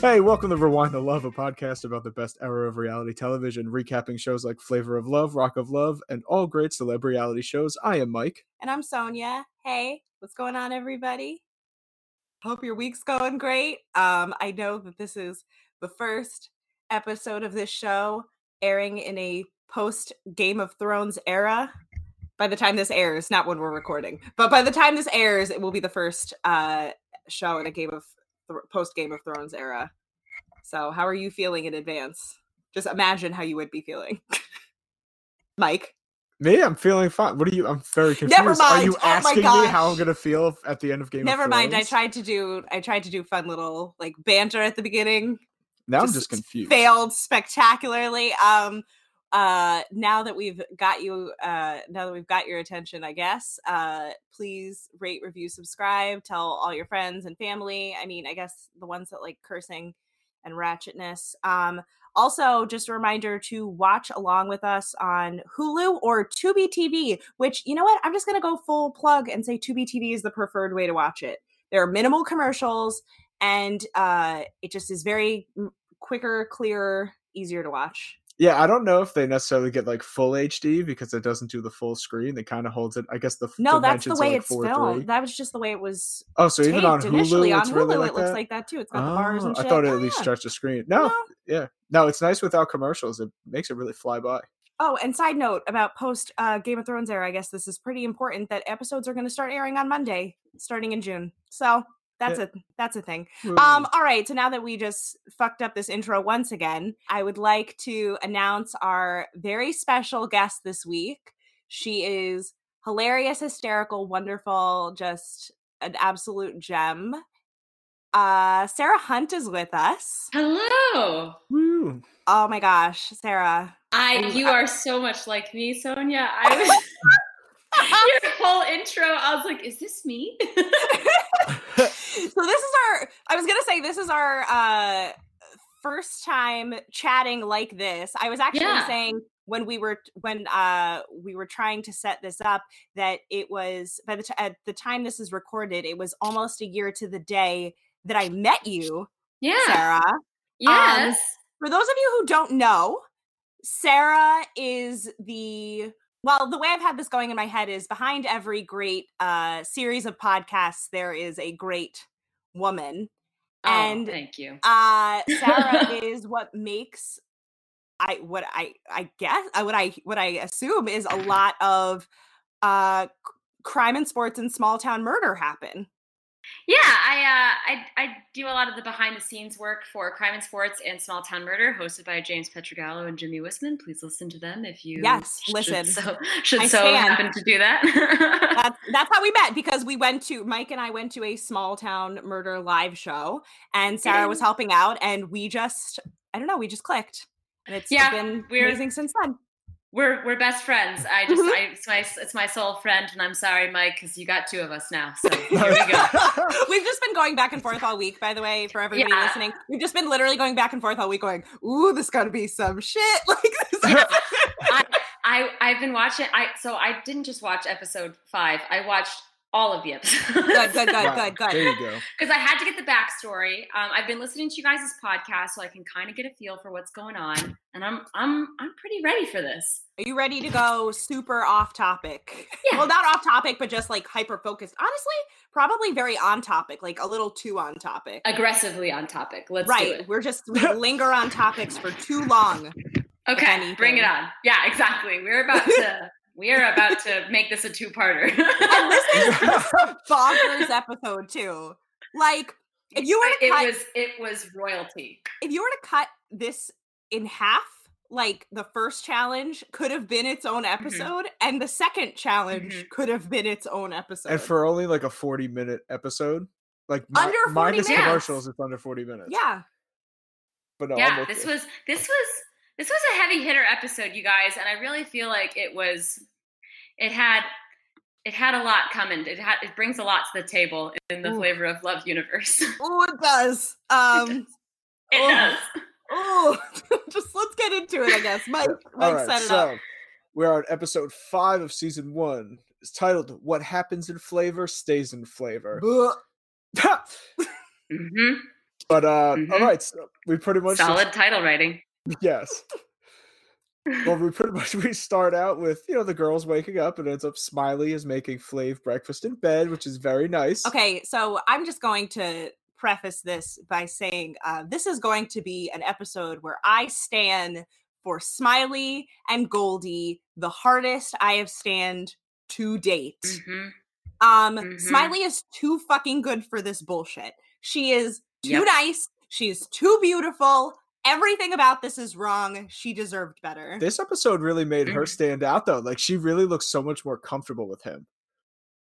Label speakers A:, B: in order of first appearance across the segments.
A: Hey, welcome to Rewind the Love, a podcast about the best hour of reality television, recapping shows like Flavor of Love, Rock of Love, and all great celebrity reality shows. I am Mike.
B: And I'm Sonia. Hey, what's going on, everybody? Hope your week's going great. Um, I know that this is the first episode of this show airing in a post Game of Thrones era. By the time this airs, not when we're recording, but by the time this airs, it will be the first uh, show in a Game of post Game of Thrones era. So, how are you feeling in advance? Just imagine how you would be feeling, Mike.
A: Me, I'm feeling fine. What are you? I'm very confused.
B: Never
A: Are
B: mind.
A: you
B: Oh my
A: asking me
B: gosh.
A: how I'm gonna feel at the end of Game
B: Never
A: of Thrones?
B: mind. I tried to do I tried to do fun little like banter at the beginning.
A: Now I'm
B: just
A: just confused.
B: Failed spectacularly. Um uh now that we've got you uh now that we've got your attention, I guess, uh please rate, review, subscribe, tell all your friends and family. I mean, I guess the ones that like cursing and ratchetness. Um also, just a reminder to watch along with us on Hulu or Tubi TV, which, you know what? I'm just going to go full plug and say Tubi TV is the preferred way to watch it. There are minimal commercials, and uh, it just is very m- quicker, clearer, easier to watch.
A: Yeah, I don't know if they necessarily get like full HD because it doesn't do the full screen. It kind of holds it. I guess the f-
B: No, that's the
A: dimensions are,
B: way
A: like,
B: it's
A: 4:3.
B: filmed. That was just the way it was
A: Oh, so even
B: taped
A: on
B: initially.
A: Hulu,
B: on
A: it's
B: Hulu,
A: really
B: it
A: like
B: looks
A: that?
B: like that too. It's got the bars
A: Oh,
B: and shit.
A: I thought it at least
B: Yeah.
A: stretched the screen. No,
B: No.
A: yeah, no, it's nice without commercials. It makes it really fly by.
B: Oh, and side note about post uh, Game of Thrones era, I guess this is pretty important that episodes are going to start airing on Monday, starting in June. So that's a that's a thing.
A: Mm.
B: Um, all right. So now that we just fucked up this intro once again, I would like to announce our very special guest this week. She is hilarious, hysterical, wonderful, just an absolute gem. Uh, Sarah Hunt is with us.
C: Hello.
A: Woo.
B: Oh my gosh, Sarah.
C: I
B: Ooh,
C: you
B: I-
C: are so much like me, Sonia. I was your whole intro. I was like, is this me?
B: so this is our i was gonna say this is our uh first time chatting like this i was actually
C: Yeah.
B: saying when we were when uh we were trying to set this up that it was by the t- at the time this is recorded it was almost a year to the day that i met you
C: yeah.
B: sarah
C: Yes.
B: for those of you who don't know, Sarah is the well, the way I've had this going in my head is behind every great uh series of podcasts there is a great woman. and-
C: oh, thank you.
B: Uh Sarah is what makes I what I I guess I what I what I assume is a lot of uh c- crime and sports and small town murder happen.
C: Yeah, I, uh, I I do a lot of the behind the scenes work for Crime and Sports and Small Town Murder, hosted by James Petrogallo and Jimmy Wisman. Please listen to them if you
B: Yes,
C: should
B: listen.
C: So, should
B: I Uh-huh.
C: so
B: stand.
C: happen to do that.
B: that's that's how we met because we went to Mike and I went to a small town murder live show and Sarah was
C: Yay.
B: helping out and we just I don't know we just clicked and it's
C: Yeah,
B: been
C: we're-
B: amazing since then.
C: We're we're best friends. I just
B: Mhm.
C: I, it's my it's my soul friend, and I'm sorry, Mike, because you got two of us now. So here we go.
B: We've just been going back and forth all week. By the way, for everybody
C: Yeah.
B: listening, we've just been literally going back and forth all week, going, "Ooh, this got to be some shit." Like, this
C: I, I I've been watching. I so I didn't just watch episode five. I watched all of the episodes.
B: good, good, good,
A: Wow,
B: good, good.
A: There you go.
C: Because I had to get the backstory. Um, I've been listening to you guys' podcast, so I can kind of get a feel for what's going on, and I'm I'm I'm pretty ready for this.
B: Are you ready to go super off topic?
C: Yeah.
B: Well, not off topic, but just like hyper focused. Honestly, probably very on topic, like a little too on topic.
C: Aggressively on topic. Let's do
B: right.
C: it.
B: We're just we linger on topics for too long.
C: Okay, bring it
B: anything.
C: on. Yeah, exactly. We're about to we are about to make this a two parter.
B: And this is bonkers episode too. Like if you were
C: it
B: to cut
C: was it was royalty.
B: if you were to cut this in half, like the first challenge could have been its own
A: Mm-hmm.
B: episode, and the second challenge could have been its own episode.
A: And for only like a 40 minute episode, like mi-
B: Under 40
A: minus
B: minutes.
A: commercials, it's under 40 minutes.
B: yeah,
A: But no, I'm
C: yeah
A: with
C: this
A: you.
C: was this was this was a heavy hitter episode you guys and i really feel like it was it had it had a lot coming it had it brings a lot to the table in the
B: Ooh.
C: flavor of love universe it
B: oh, it does. Um, Oh.
C: does
B: oh, just let's get into it. I guess Mike, Mike
A: All right,
B: set it up.
A: so we're on episode five of season one. It's titled "What Happens in Flavor Stays in Flavor."
B: Bleh.
C: hmm
A: But uh,
C: Mhm.
A: all right, so we pretty much
C: Solid title writing.
A: yes. Well, we pretty much we start out with you know the girls waking up and ends up Smiley is making Flav breakfast in bed, which is very nice.
B: Okay, so I'm just going to preface this by saying uh, this is going to be an episode where I stand for Smiley and Goldie, the hardest I have stand to date.
A: Mm.
C: hmm
B: Um,
A: Mm-hmm.
C: Mhm.
B: Smiley is too fucking good for this bullshit. She is too
C: Yep.
B: nice. She is too beautiful. Everything about this is wrong. She deserved better.
A: This episode really made her
B: Mm-hmm.
C: Mhm.
A: stand out though. Like she really looks so much more comfortable with him.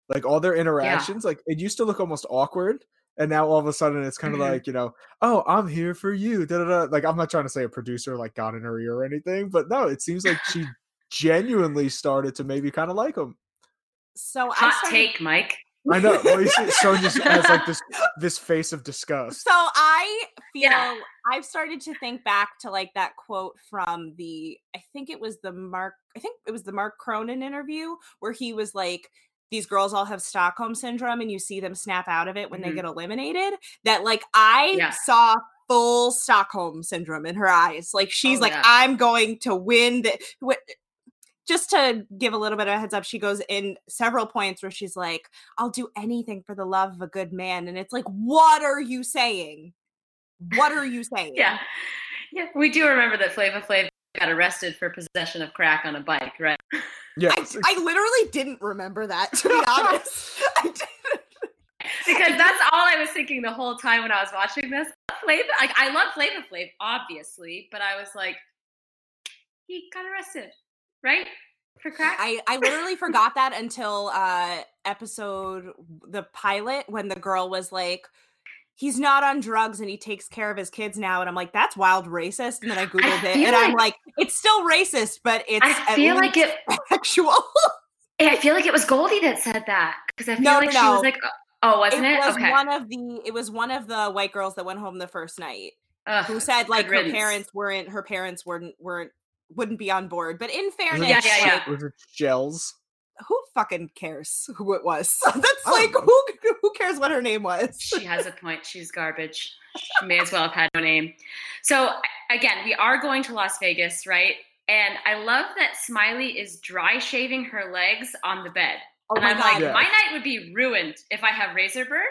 A: Like all their interactions, like it used to look almost awkward. And now all of a sudden it's kind of
C: Mhm.
B: Mm-hmm.
A: like, you know, oh, I'm here for you. Da, da, da. Like I'm not trying to say a producer like got in her ear or anything, but no, it seems like she genuinely started to maybe kind of like him.
B: so I
C: Hot
B: started-
C: take, Mike.
A: I know. Well, you see, Sonya has like this this face of disgust.
B: So I feel
C: Yeah.
B: I've started to think back to like that quote from the I think it was the Mark I think it was the Mark Cronin interview where he was like these girls all have Stockholm syndrome and you see them snap out of it when they
C: Mhm.
B: get eliminated that like I
C: Yeah.
B: saw full Stockholm syndrome in her eyes like she's
C: Oh,
B: like
C: yeah.
B: I'm going to win the what just to give a little bit of a heads up, she goes in several points where she's like, I'll do anything for the love of a good man. And it's like, what are you saying? What are you saying?
C: Yeah. Yeah. We do remember that Flava Flav got arrested for possession of crack on a bike, right?
A: Yeah.
B: I, I literally didn't remember that, to be honest. I did-
C: Because that's all I was thinking the whole time when I was watching this. Flava, like I love Flava Flav, obviously, but I was like, he got arrested, right? For crack.
B: I, I literally forgot that until uh episode the pilot when the girl was like he's not on drugs and he takes care of his kids now and i'm like that's wild racist and then i googled it
C: feel
B: and i'm like it's still racist but it's
C: I feel like it.
B: actual
C: and I feel like it was Goldie that said that because I feel
B: No,
C: like
B: no,
C: she
B: no.
C: was like, oh, wasn't it?
B: it was
C: okay.
B: one of the it was one of the white girls that went home the first night
C: Ugh,
B: who said like her
C: riddance.
B: parents weren't her parents weren't weren't wouldn't be on board but in fairness
C: Yeah, yeah, yeah.
B: like,
A: Was it gels?
B: who fucking cares who it was that's
C: Oh.
A: I don't
B: like
A: know.
B: who who cares what her name was
C: she has a point. She's garbage. She may as well have had no name. So a- again, we are going to Las Vegas, right? And I love that Smiley is dry shaving her legs on the bed.
B: oh
C: and
B: my
C: I'm
B: god
C: like,
A: Yeah.
C: my night would be ruined if I have razor burn.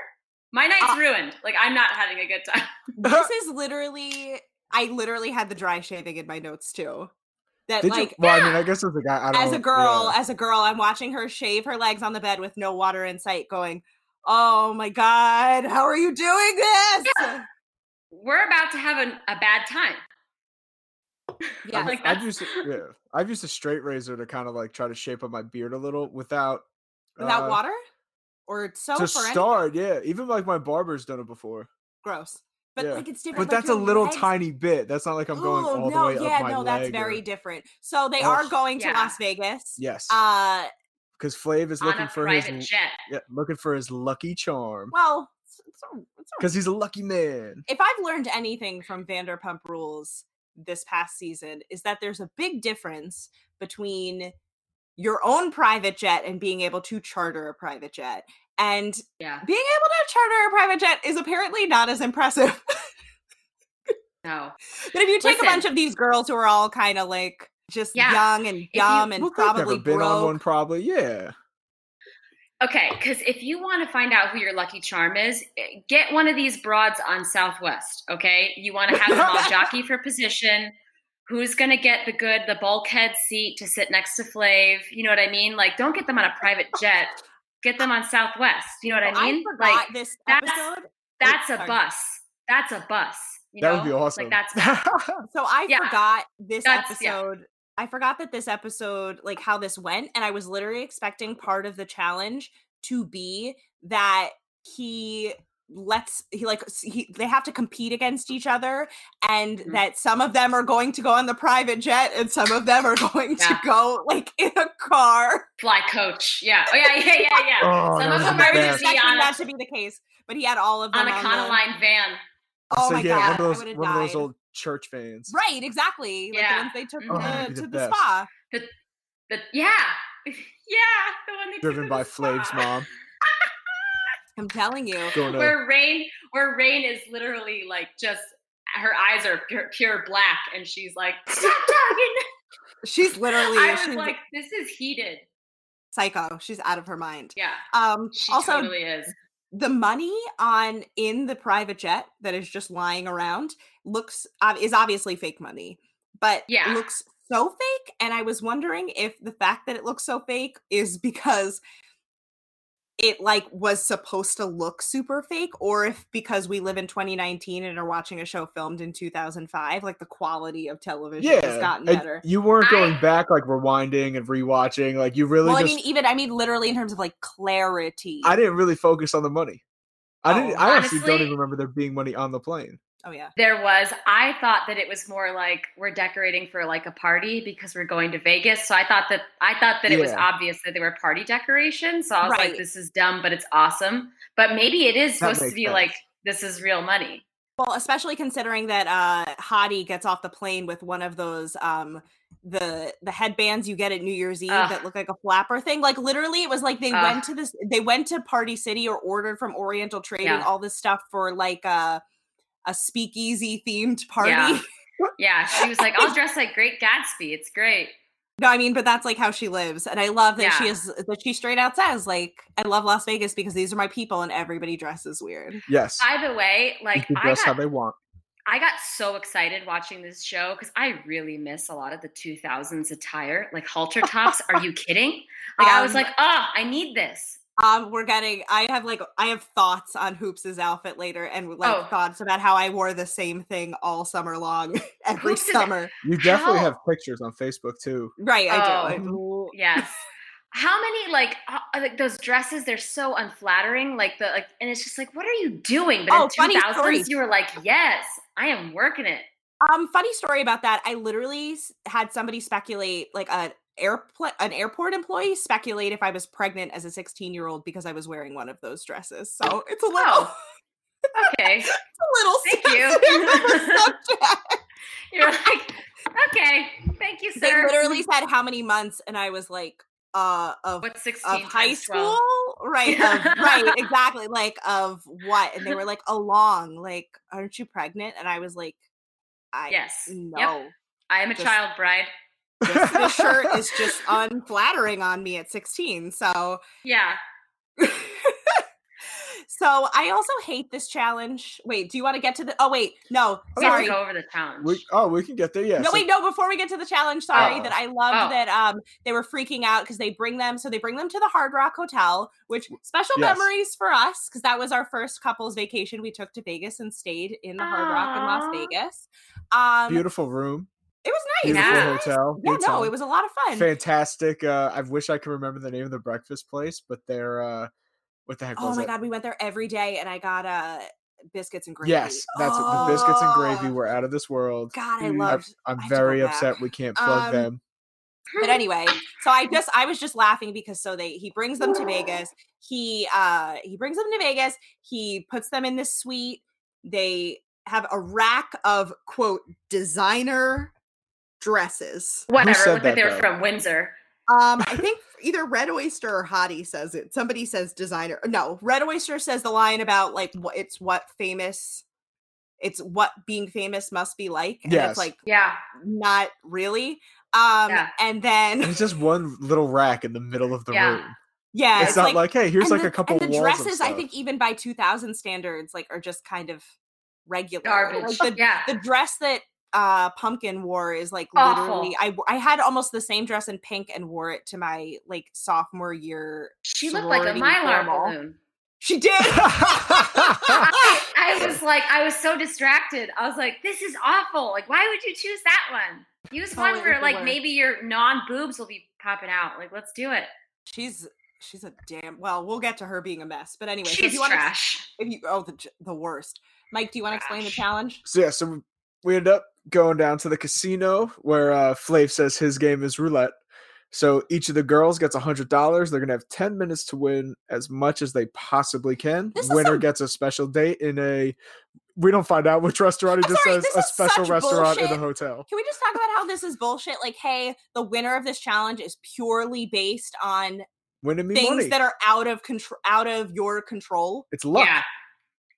C: My night's
B: Uh,
C: ruined. Like I'm not having a good time.
B: this is literally i literally had the dry shaving in my notes too that
A: Did
B: like "Ah!"
A: you? Well, I mean,
C: yeah.
A: I guess as a guy, I don't
B: as a
A: know,
B: girl,
A: yeah.
B: as a girl, I'm watching her shave her legs on the bed with no water in sight, going, Oh my God, how are you doing this? Yeah.
C: We're about to have an, a bad time.
A: I've-
C: like
A: I've
C: that's-
A: used a- yeah, I've used a straight razor to kind of like try to shape up my beard a little without
B: Without
A: uh,
B: water? Or soap
A: to
B: or anything?
A: start. Yeah, even like my barber's done it before,
B: Gross. But
A: Yeah.
B: like it's different.
A: but
B: like,
A: that's a
B: your
A: little
B: legs-
A: tiny bit. That's not like I'm going
B: Ooh,
A: all
B: no,
A: the way
B: yeah,
A: up my
B: no, that's
A: leg
B: very
A: or,
B: different. So they are
A: Ugh.
B: going to
C: Yeah.
B: Las Vegas.
A: yes,
B: Uh
A: because Flav is
C: On
A: looking
C: a
A: for his
C: private
A: l-
C: jet.
A: yeah, looking for his lucky charm
B: well, it's- it's a- it's a
A: because he's a lucky man.
B: if I've learned anything from Vanderpump Rules this past season, is that there's a big difference between your own private jet and being able to charter a private jet. And
C: Yeah.
B: being able to charter a private jet is apparently not as impressive.
C: No.
B: but if you take a bunch
C: Listen.
B: of these girls who are all kind of like just
C: Yeah.
B: young and
C: you-
B: dumb and
A: Well, they've
B: probably
A: never been on one,
B: broke,
A: probably. Yeah,
C: Okay, because if you want to find out who your lucky charm is, eh, get one of these broads on Southwest. Okay, you want to have them all jockey for position. Who's gonna get the good, the bulkhead seat to sit next to Flav? You know what I mean? Like, don't get them on a private jet. Get them on Southwest. You know what
B: I
C: I mean?
B: forgot
C: like,
B: this
C: that's-
B: episode.
C: that's a
B: sorry.
C: bus. That's a bus. You
A: that
C: know?
A: would be awesome. Oh,
C: Like, that's
B: So I
C: Yeah.
B: forgot this
C: That's- yeah.
B: episode. I forgot that this episode, like how this went, and I was literally expecting part of the challenge to be that he lets he like s- he, they have to compete against each other and
C: Mhm.
B: that some of them are going to go on the private jet and some of them are going to
C: Yeah.
B: go like in a car.
C: fly coach. Yeah. Oh yeah. Yeah. Yeah. Yeah.
A: oh, that
C: Some of
A: was
C: them
A: the
C: are
B: I was
A: best.
C: just-
B: expecting
C: on a-
B: that to be the case, but he had all of them
C: on a
B: on the-
C: Conaline van.
B: Oh
A: so
B: my
A: yeah,
B: god,
A: one
B: I
A: of
B: would
A: those
B: have
A: one of those
B: died.
A: old church fans.
B: Right, exactly. Like the
C: Yeah.
B: ones they took
C: Oh, that'd
B: uh,
A: be the
B: to the
A: best.
B: spa.
C: The yeah. Yeah. The one they took
A: driven
C: to
A: by
C: the spa.
A: Flav's mom.
B: I'm telling you.
A: Going to-
C: where rain where rain is literally like just her eyes are pure, pure black and she's like stop talking
B: She's literally
C: i
B: she's
C: was like this is heated
B: psycho. She's out of her mind.
C: yeah
B: Um
C: she
B: also
C: totally is
B: the money on in the private jet that is just lying around looks ob- is obviously fake money but
C: Yeah.
B: looks so fake and i was wondering if the fact that it looks so fake is because it like was supposed to look super fake or if because we live in 2019 and are watching a show filmed in 2005 like the quality of television has gotten
A: and
B: better
A: You weren't going
C: I-
A: back like rewinding and rewatching. Like you really
B: well i
A: just. I,
B: mean e even i mean literally in terms of like clarity
A: didn't really focus on the money. I
B: Oh,
A: didn't. I actually don't
C: honestly-
A: even remember there being money on the plane.
B: oh yeah
C: there was i thought that it was more like we're decorating for like a party because we're going to vegas so i thought that i thought that it was
A: Yeah.
C: obvious that they were party decorations so i was
B: Right.
C: like this is dumb but it's awesome but maybe it is
A: That
C: supposed to
A: makes
C: be
A: sense.
C: like this is real money
B: Well, especially considering that uh Hottie gets off the plane with one of those um the the headbands you get at New Year's Eve
C: Ugh.
B: that look like a flapper thing. Like literally it was like they
C: Ugh.
B: went to this they went to Party City or ordered from Oriental Trading
C: Yeah.
B: all this stuff for like a a speakeasy themed party.
C: Yeah. yeah she was like i'll dress like great gatsby it's great
B: no, I mean, but that's like how she lives. And I love that she
C: Yeah.
B: is that she straight out says, like, I love Las Vegas because these are my people and everybody dresses weird.
A: Yes,
C: by the way
A: you
C: like
A: can
C: i
A: dress how
C: got
A: they want.
C: I got so excited watching this show because I really miss a lot of the 2000s attire, like halter tops. Are you kidding? Like I was
B: Um,
C: like, oh, I need this.
B: Um, we're getting. I have like I have thoughts on Hoops' outfit later, and like
C: Oh.
B: thoughts about how I wore the same thing all summer long, every
C: Hoops'
B: summer.
A: You definitely
C: How-
A: have pictures on Facebook too.
B: Right, I do. I
C: Oh.
B: do.
C: Yes. How many like uh, like those dresses? They're so unflattering. Like the like, and it's just like, what are you doing? But
B: Oh,
C: in
B: funny
C: 2000s,
B: story.
C: you were like, yes, I am working it.
B: Um, funny story about that. I literally s- had somebody speculate, like a airport, an airport employee speculate if I was pregnant as a 16 year old because I was wearing one of those dresses. So it's a little,
C: Oh. Okay,
B: it's
C: thank
B: a little sensitive
C: you.
B: subject.
C: you're like, okay, thank you, sir.
B: they literally said how many months, and I was like, uh, of
C: What's 16
B: of high
C: times
B: school
C: 12?
B: right of, right exactly like of what and they were like along like aren't you pregnant and i was like i
C: Yes. Yep.
B: no
C: I am a
B: Just-
C: child bride.
B: this, this shirt is just unflattering on me at 16 so
C: Yeah.
B: so i also hate this challenge wait do you want to get to the oh wait no
A: Oh,
C: We have
B: sorry
C: to go over the challenge.
A: We, oh, we can get there. Yes.
B: no, wait, no. Before we get to the challenge, sorry
A: Oh.
B: that I loved
C: Oh.
B: that um they were freaking out because they bring them. So they bring them to the Hard Rock Hotel, which special
A: Yes.
B: memories for us because that was our first couples vacation we took to Vegas and stayed in the Hard Rock in Las
C: Aw.
B: Vegas. Um,
A: beautiful room,
B: it was nice.
A: beautiful
C: Yeah.
B: It was nice.
A: hotel.
B: Yeah,
A: good
B: no,
A: time.
B: it was a lot of fun.
A: fantastic. Uh, I wish I could remember the name of the breakfast place, but they're uh, what the heck
B: oh
A: was
B: my
A: it?
B: god, we went there every day, and I got uh biscuits and gravy.
A: Yes, that's it. The biscuits and gravy
B: Oh,
A: were out of this world.
B: God, I
C: Mm,
A: I've-
B: loved
A: I'm
B: I have to go
A: very
B: back.
A: upset we can't plug
B: Um,
A: them.
B: but anyway so i just i was just laughing because so they he brings them to vegas he uh he brings them to vegas he puts them in this suite they have a rack of quote designer dresses
C: Whatever.
A: said
C: Look
A: that,
C: like they were
A: though?
C: from Windsor.
B: um i think either red oyster or hottie says it somebody says designer no red oyster says the line about like what it's what famous it's what being famous must be like and
A: Yes.
B: it's like
C: Yeah.
B: not really um
C: Yeah.
B: and then
A: It's just one little rack in the middle of the
C: Yeah.
A: room.
B: yeah
A: It's, not like, hey, here's
B: and
A: like
B: the-
A: a couple
B: and the
A: walls
B: dresses
A: of stuff.
B: i think even by 2000 standards like are just kind of regular
C: Garbage.
B: Like, the,
C: yeah.
B: the dress that uh pumpkin wore is like literally
C: Awful.
B: i w- i had almost the same dress in pink and wore it to my like sophomore year
C: She looked like a
B: sorority
C: mylar
B: formal.
C: balloon.
B: she did
C: I, I was like, I was so distracted. I was like, this is awful. Like, why would you choose that one? Use
B: Oh,
C: one
B: it was
C: where
B: the
C: like
B: worst.
C: maybe your non boobs will be popping out. Like, let's do it.
B: she's she's a damn well we'll get to her being a mess but anyway so if
C: She's
B: you want
C: trash.
B: if you oh the, j- the worst mike do you want to explain the
C: Trash.
B: challenge
A: so yeah, so we- we end up going down to the casino where uh, Flav says his game is roulette. So each of the girls gets hundred dollars. They're gonna have ten minutes to win as much as they possibly can.
B: This is
A: Winner
B: some-
A: gets a special date in a. We don't find out which restaurant. It
B: I'm
A: just
B: sorry,
A: says
B: this
A: a
B: is
A: special
B: such
A: restaurant in
B: bullshit.
A: a hotel.
B: Can we just talk about how this is bullshit? Like, hey, the winner of this challenge is purely based on
A: winning me
B: things
A: money.
B: that are out of control, out of your control.
A: it's luck.
C: Yeah.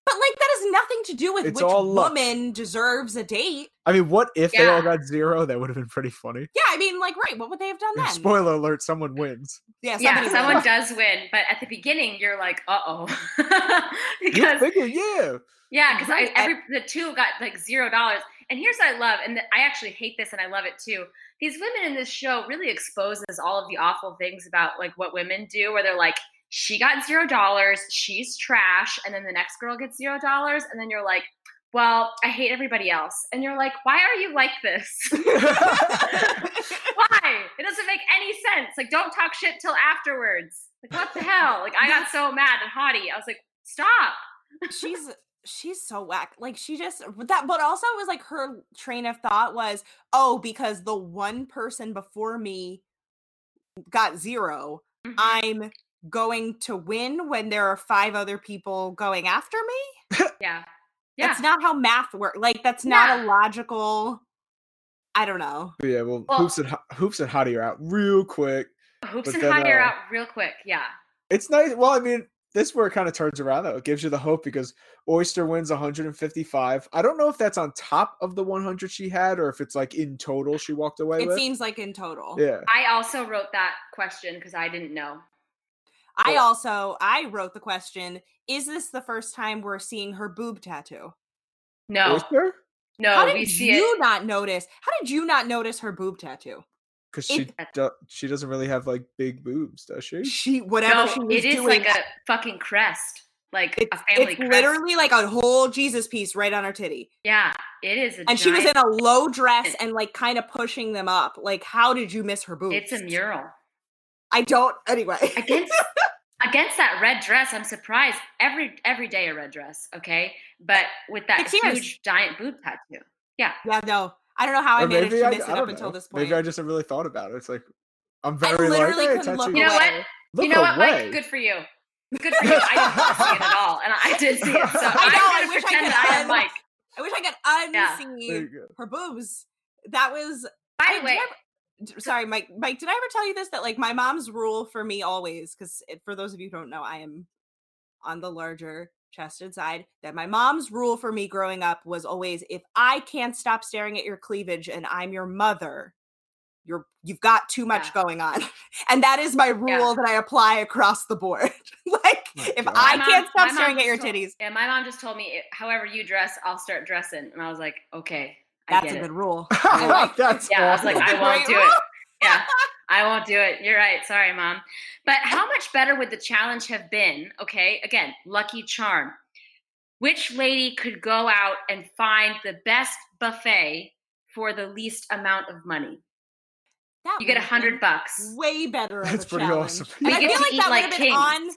B: But like that has nothing to do with
A: It's
B: which
A: all luck.
B: woman deserves a date.
A: I mean, what if they all
C: Yeah.
A: got zero? That would have been pretty funny.
B: Yeah, I mean, like, right? What would they have done then?
A: Spoiler alert: someone wins.
B: yeah,
C: Yeah,
B: somebody-
C: someone does win, but at the beginning you're like, uh oh,
A: You're
C: because
A: thinking, yeah.
C: Yeah, because
B: Right,
C: I
B: and-
C: every the two got like zero dollars. And here's what I love, and th- I actually hate this, and I love it too. These women in this show really exposes all of the awful things about like what women do, where they're like, she got zero dollars, she's trash, and then the next girl gets zero dollars, and then you're like, well, I hate everybody else, and you're like, why are you like this? why? It doesn't make any sense. Like, don't talk shit till afterwards. Like, what the hell? Like, I got so mad and haughty. I was like, stop.
B: she's she's so whack. Like she just but that, but also it was like her train of thought was, oh, because the one person before me got zero, I'm going to win when there are five other people going after me.
C: Yeah. Yeah.
B: That's not how math works. Like that's not a logical. I don't know.
A: But yeah, well,
C: Well-
A: hoops and Ho- hoops and Hottie are out real quick.
C: Hoops
A: But
C: and
A: then,
C: hot air
A: uh,
C: out real quick. Yeah.
A: It's nice. Well, I mean, this is where it kind of turns around though. It gives you the hope because Oyster wins 155. I don't know if that's on top of the 100 she had or if it's like in total she walked away
B: It
A: with.
B: seems like in total.
A: yeah.
C: I also wrote that question because I didn't know.
B: I
A: Well-
B: also I wrote the question: Is this the first time we're seeing her boob tattoo?
C: No,
A: Oyster?
B: How
C: no,
B: did
C: Oh, we see
B: you
C: it.
B: not notice? How did you not notice her boob tattoo?
A: Because she
B: It-
A: do- she doesn't really have like big boobs, does she?
B: She whatever
C: No,
B: she was
C: it is
B: doing,
C: like a fucking crest, like
B: it's,
C: a family
B: it's
C: crest.
B: literally like a whole Jesus piece right on her titty,
C: yeah, it is. A
B: and she was in
C: giant-
B: a low dress and like kind of pushing them up. Like, how did you miss her boobs?
C: It's a mural
B: I don't. Anyway,
C: against against that red dress. I'm surprised every every day a red dress. Okay, but with that
B: Six years.
C: huge giant boob tattoo.
B: yeah, no, I don't know how I
A: Or
B: managed to miss it
A: don't
B: up until
A: know.
B: this point.
A: Maybe I just haven't really thought about it. It's like I'm
B: I
A: very like,
B: literally
A: "Hey,
B: couldn't look
A: tattoo.
C: You know what?
B: away.
A: Look
C: you know what,
A: away.
C: Mike? Good for you. Good for you. I didn't want to see it at all, and I did see it. So
A: I
C: I'm
B: know, I
C: gonna
B: wish I
C: pretend
B: could
C: that I am
B: un-
C: Mike.
B: I wish I could
C: Yeah.
B: unsee
A: There you go.
B: her boobs. That was
C: By
B: did
C: the way,
B: I ever- d- sorry, Mike. Mike, did I ever tell you this? That like my mom's rule for me always, because for those of you who don't know, I am on the larger chested side. That my mom's rule for me growing up was always, if I can't stop staring at your cleavage and I'm your mother, you're you've got too much
C: Yeah.
B: going on, and that is my rule that I apply across the board. like
A: My
B: if
A: God.
B: I
C: My
B: can't
C: mom-
B: stop
C: my mom
B: staring at
C: just
B: your
C: told-
B: titties,
C: Yeah, my mom just told me, "If- however you dress, I'll start dressing. And I was like, okay, I
B: that's
C: get
B: a
C: it.
B: good rule.
C: like-
A: That's
C: yeah, I was like,
A: awful.
B: That's
C: I
B: a
C: won't
B: great
C: do it.
B: rule.
C: Yeah, I won't do it. You're right. Sorry, mom. But how much better would the challenge have been? Okay, again, lucky charm. Which lady could go out and find the best buffet for the least amount of money?
B: That
C: You get a
B: would have been
C: hundred bucks.
B: way better. Of
A: That's
B: a
A: pretty
B: challenge.
A: awesome.
B: And
C: We
B: I
C: get
B: feel
C: to
B: like
C: eat
B: that
C: like
B: would have been
C: kings.
B: on.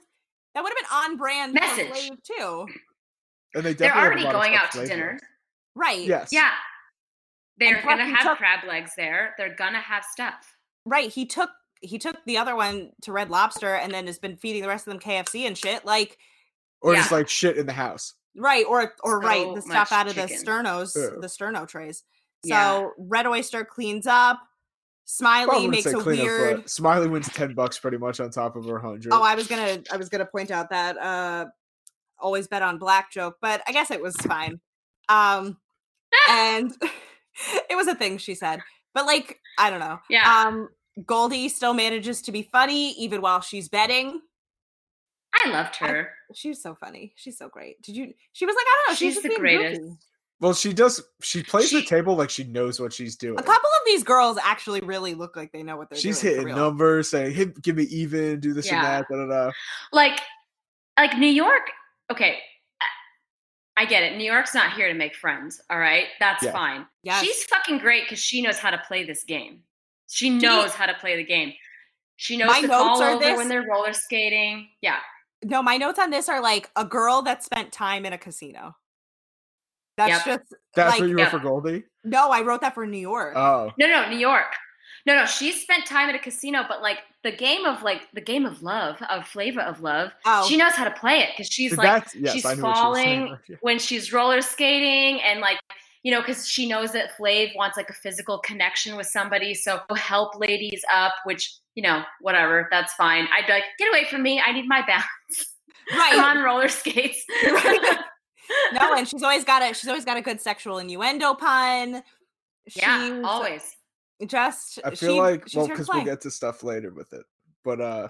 B: That would have been on brand for
C: Message.
B: Slave too,
A: And they
C: They're
A: definitely
C: already
A: have a lot of
C: going
A: stuff
C: out to
A: flavored.
C: dinner.
B: right?
A: Yes.
C: Yeah, they're
B: plus
C: gonna
B: you
C: have
B: took-
C: crab legs there. They're gonna have stuff.
B: right. He took he took the other one to Red Lobster, and then has been feeding the rest of them KFC and shit. Like
A: Or
C: Yeah.
A: just like shit in the house.
B: right, or or right,
C: So
B: the stuff
C: much
B: out of
C: chicken.
B: the sternos,
A: Yeah.
B: the sterno trays. So
C: Yeah.
B: Red Oyster cleans up.
A: Well, I
B: Smiley
A: wouldn't
B: makes
A: say
B: a
A: clean up,
B: weird.
A: but Smiley wins ten bucks pretty much on top of her hundred.
B: Oh, I was gonna I was gonna point out that uh always bet on black joke, but I guess it was fine. Um and it was a thing she said. But like, I don't know.
C: Yeah.
B: Um Goldie still manages to be funny even while she's betting.
C: I loved
B: I-
C: her.
B: She's so funny. She's so great. Did you she was like, I don't know, she's,
C: She's
B: just
C: the
B: being
C: greatest.
B: goofy.
A: well, she does. She plays the
C: She-
A: table like she knows what she's doing.
B: A couple of these girls actually really look like they know what they're
A: She's
B: doing. for
A: hitting
B: real.
A: numbers, saying, "Hit, give me even, do this
C: Yeah.
A: and that." Da, da, da.
C: like like New York. Okay, I- I get it. New York's not here to make friends. All right, that's
A: Yeah.
C: fine.
B: Yes.
C: She's fucking great because she knows how to play this game. She
B: you-
C: knows how to play the game. She knows
B: My
C: to fall
B: notes are
C: over
B: this-
C: when they're roller skating. Yeah,
B: no, my notes on this are like a girl that spent time in a casino. That's just
A: That's
B: Like,
A: what you
C: yeah.
A: were for Goldie.
B: no, I wrote that for New York.
A: Oh,
C: no, no, New York. No, no, she spent time at a casino, but like the game of like the game of love, of flavor of love.
B: Oh.
C: She knows how to play it because she's
A: See,
C: like
A: that's yes.
C: she's
A: I knew what she was
C: falling
A: saying.
C: when she's roller skating and like you know, because she knows that Flav wants like a physical connection with somebody. So help ladies up, which, you know, whatever, that's fine. I'd be like, get away from me. I need my balance.
B: Right.
C: I'm on roller skates.
B: no, and she's always got a she's always got a good sexual innuendo pun.
C: yeah,
B: She's
C: always.
B: Just
A: I feel
B: she-
A: like
B: she's
A: well
B: here to
A: because we'll
B: play.
A: get to stuff later with it, but uh,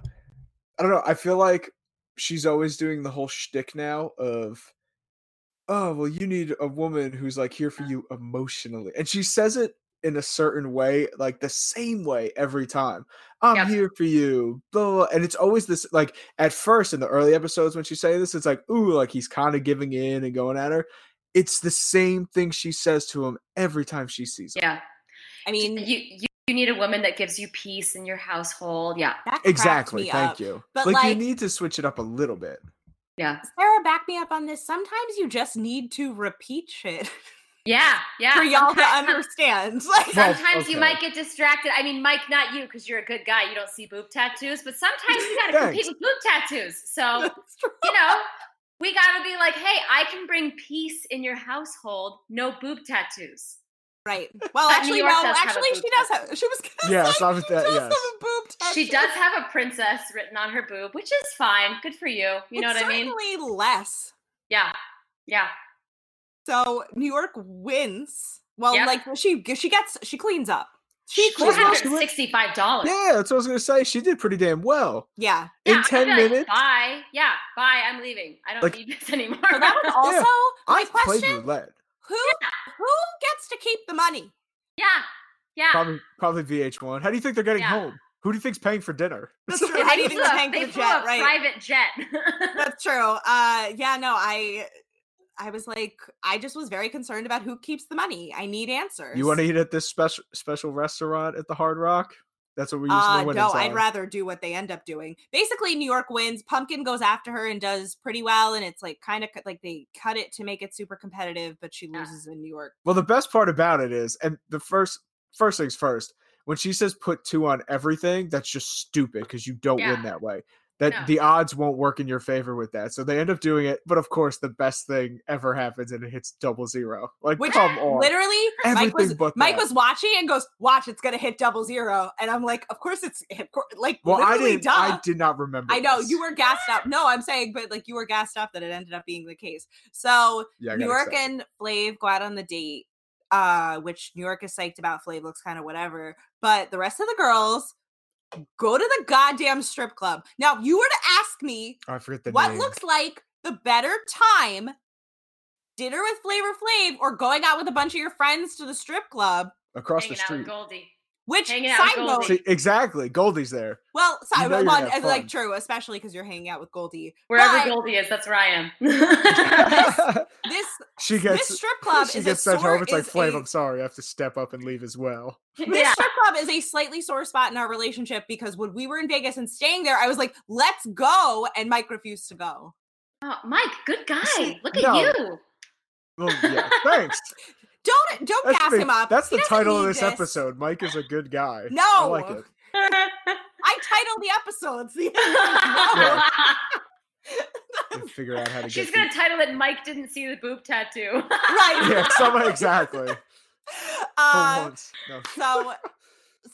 A: I don't know. I feel like she's always doing the whole shtick now of, oh well, you need a woman who's like here for you emotionally, and she says it in a certain way, like the same way every time. I'm
C: Yep.
A: here for you, blah, blah, blah. and it's always this like at first in the early episodes when she's saying this, it's like ooh, like he's kind of giving in and going at her. It's the same thing she says to him every time she sees him.
C: Yeah.
B: I mean
C: you, you you need a woman that gives you peace in your household. Yeah.
B: that cracked
A: Exactly.
B: me
A: Thank
B: up.
A: you.
B: But,
A: like, you
B: like-
A: need to switch it up a little bit.
C: Yeah.
B: Sarah, back me up on this. Sometimes you just need to repeat shit
C: Yeah. Yeah.
B: for y'all to
C: Sometimes-
B: understand. Like
A: Well,
C: Sometimes
A: okay.
C: you might get distracted. I mean, Mike, not you, because you're a good guy. You don't see boob tattoos, but sometimes you got to compete
A: Thanks.
C: with boob tattoos. So,
B: that's true.
C: you know, we got to be like, hey, I can bring peace in your household, no boob tattoos.
B: Right. Well,
C: But New
B: actually,
C: York
B: no.
C: does have a
B: Actually,
C: boob
B: she does
C: tattoo.
B: have. She was gonna
A: Yeah,
B: say
A: so I was
B: she
A: that-
B: does
A: yes.
B: have a boob tattoo.
C: She does have a princess written on her boob, which is fine. Good for you. You know
B: It's
C: what I mean?
B: Certainly less.
C: Yeah. Yeah.
B: So New York wins. Well,
C: Yep.
B: like she she gets she cleans up. She
A: Well,
B: cleans
A: how-
B: up.
C: $465.
A: Yeah, that's what I was gonna say. She did pretty damn well.
B: Yeah.
C: Yeah,
A: In
C: I'd
A: ten
C: be like,
A: minutes,
C: Bye. Yeah. Bye. I'm leaving. I don't
A: Like- Oh,
C: need this anymore.
B: So that was also my
A: I played
B: question:
A: roulette.
B: who who gets to keep the money?
C: yeah.
B: Ah.
C: Yeah.
A: Probably probably VH1. How do you think they're getting
C: Yeah.
A: home? Who do you think's paying for dinner?
B: That's
C: Yeah,
B: true.
C: they
B: Anything
C: flew
B: to
C: a-
B: hang
C: they
B: for the
C: flew
B: jet,
C: a
B: right?
C: private jet.
B: That's true. Uh, yeah, no, I, I was like, I just was very concerned about who keeps the money. I need answers.
A: You want to eat at this special special restaurant at the Hard Rock? That's what we used
B: Uh,
A: to win.
B: no, I'd rather do what they end up doing. Basically, New York wins. Pumpkin goes after her and does pretty well, and it's like kind of like they cut it to make it super competitive, but she
C: Yeah.
B: loses in New York.
A: Well, the best part about it is, and the first first things first, when she says put two on everything, that's just stupid because you don't
C: Yeah.
A: win that way. That
C: No.
A: the odds won't work in your favor with that. So they end up doing it, but of course the best thing ever happens and it hits double zero. Like
B: Which
A: come on.
B: Literally,
A: Oh.
B: Mike was
A: Everything but
B: Mike
A: that.
B: was watching and goes, "Watch, it's gonna hit double zero. and I'm like, "Of course it's of cour- like
A: well, I
B: literally
A: didn't
B: dumb."
A: I did not remember.
B: I know
A: this.
B: you were gassed up. No, I'm saying, but like you were gassed up that it ended up being the case. So
A: yeah, I
B: New
A: got
B: York
A: excited.
B: and Flav go out on the date, uh, which New York is psyched about. Flav looks kind of whatever, but the rest of the girls go to the goddamn strip club. Now, if you were to ask me
A: Oh, I forget the
B: what
A: name.
B: looks like the better time, dinner with Flavor Flav or going out with a bunch of your friends to the strip club.
A: across the
C: Hanging out with
A: street.
C: Goldie.
B: Which
C: Hanging out with
B: side note,
C: Goldie.
A: See, exactly. Goldie's there.
B: well, side
A: know you're
B: note,
A: gonna
B: well,
A: have
B: it's like
A: fun.
B: true, especially because you're hanging out with Goldie.
C: Wherever
B: But
C: Goldie is, that's where I am.
B: This
A: she
B: this
A: gets
B: strip club
A: she
B: is
A: gets
B: a
A: sent
B: sore,
A: home. It's like
B: is
A: Flav,
B: a-
A: I'm sorry, I have to step up and leave as well.
B: this
C: yeah.
B: strip club is a slightly sore spot in our relationship because when we were in Vegas and staying there, I was like, let's go. And Mike refused to go.
C: Oh, Mike, good guy.
A: See,
C: Look at
A: no.
C: you.
A: Well, yeah, thanks.
B: Don't don't
A: That's,
B: gas
A: pretty-
B: him up.
A: that's
B: He
A: the
B: doesn't
A: title of
B: need
A: this, episode. Mike is a good guy. I
B: No.
A: like it.
B: I titled the episodes. The
A: They figure out how to
C: She's
A: get
C: going to title it Mike Didn't See the Boob Tattoo.
A: the-
B: right.
A: Yeah, somebody exactly. For
B: Uh,
A: once. No.
B: so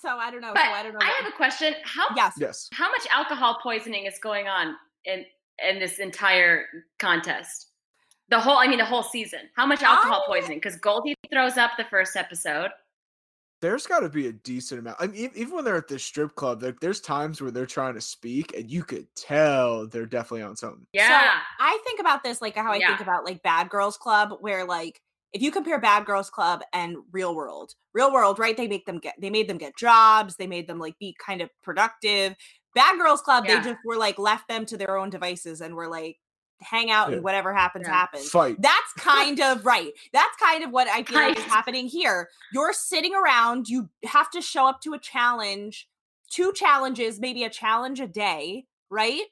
B: so I don't know.
C: But
B: so I don't know.
C: I
B: what-
C: have a question. How
B: yes.
A: Yes.
C: how much alcohol poisoning is going on in in this entire contest? The whole, I mean, the whole season. How much alcohol
B: I-
C: poisoning? Because Goldie throws up the first episode.
A: There's got to be a decent amount. I mean, e- even when they're at this strip club, like, there's times where they're trying to speak, and you could tell they're definitely on something.
C: Yeah.
B: So I think about this like how I
C: Yeah.
B: think about like Bad Girls Club, where like if you compare Bad Girls Club and Real World, Real World, right? They make them get they made them get jobs, they made them like be kind of productive. Bad Girls Club,
C: Yeah.
B: they just were like left them to their own devices and were like hang out
A: Yeah.
B: and whatever happens
C: Yeah.
B: happens.
A: Fight.
B: That's kind of right. That's kind of what I feel like is
C: Right.
B: happening here. You're sitting around, you have to show up to a challenge, two challenges, maybe a challenge a day, right?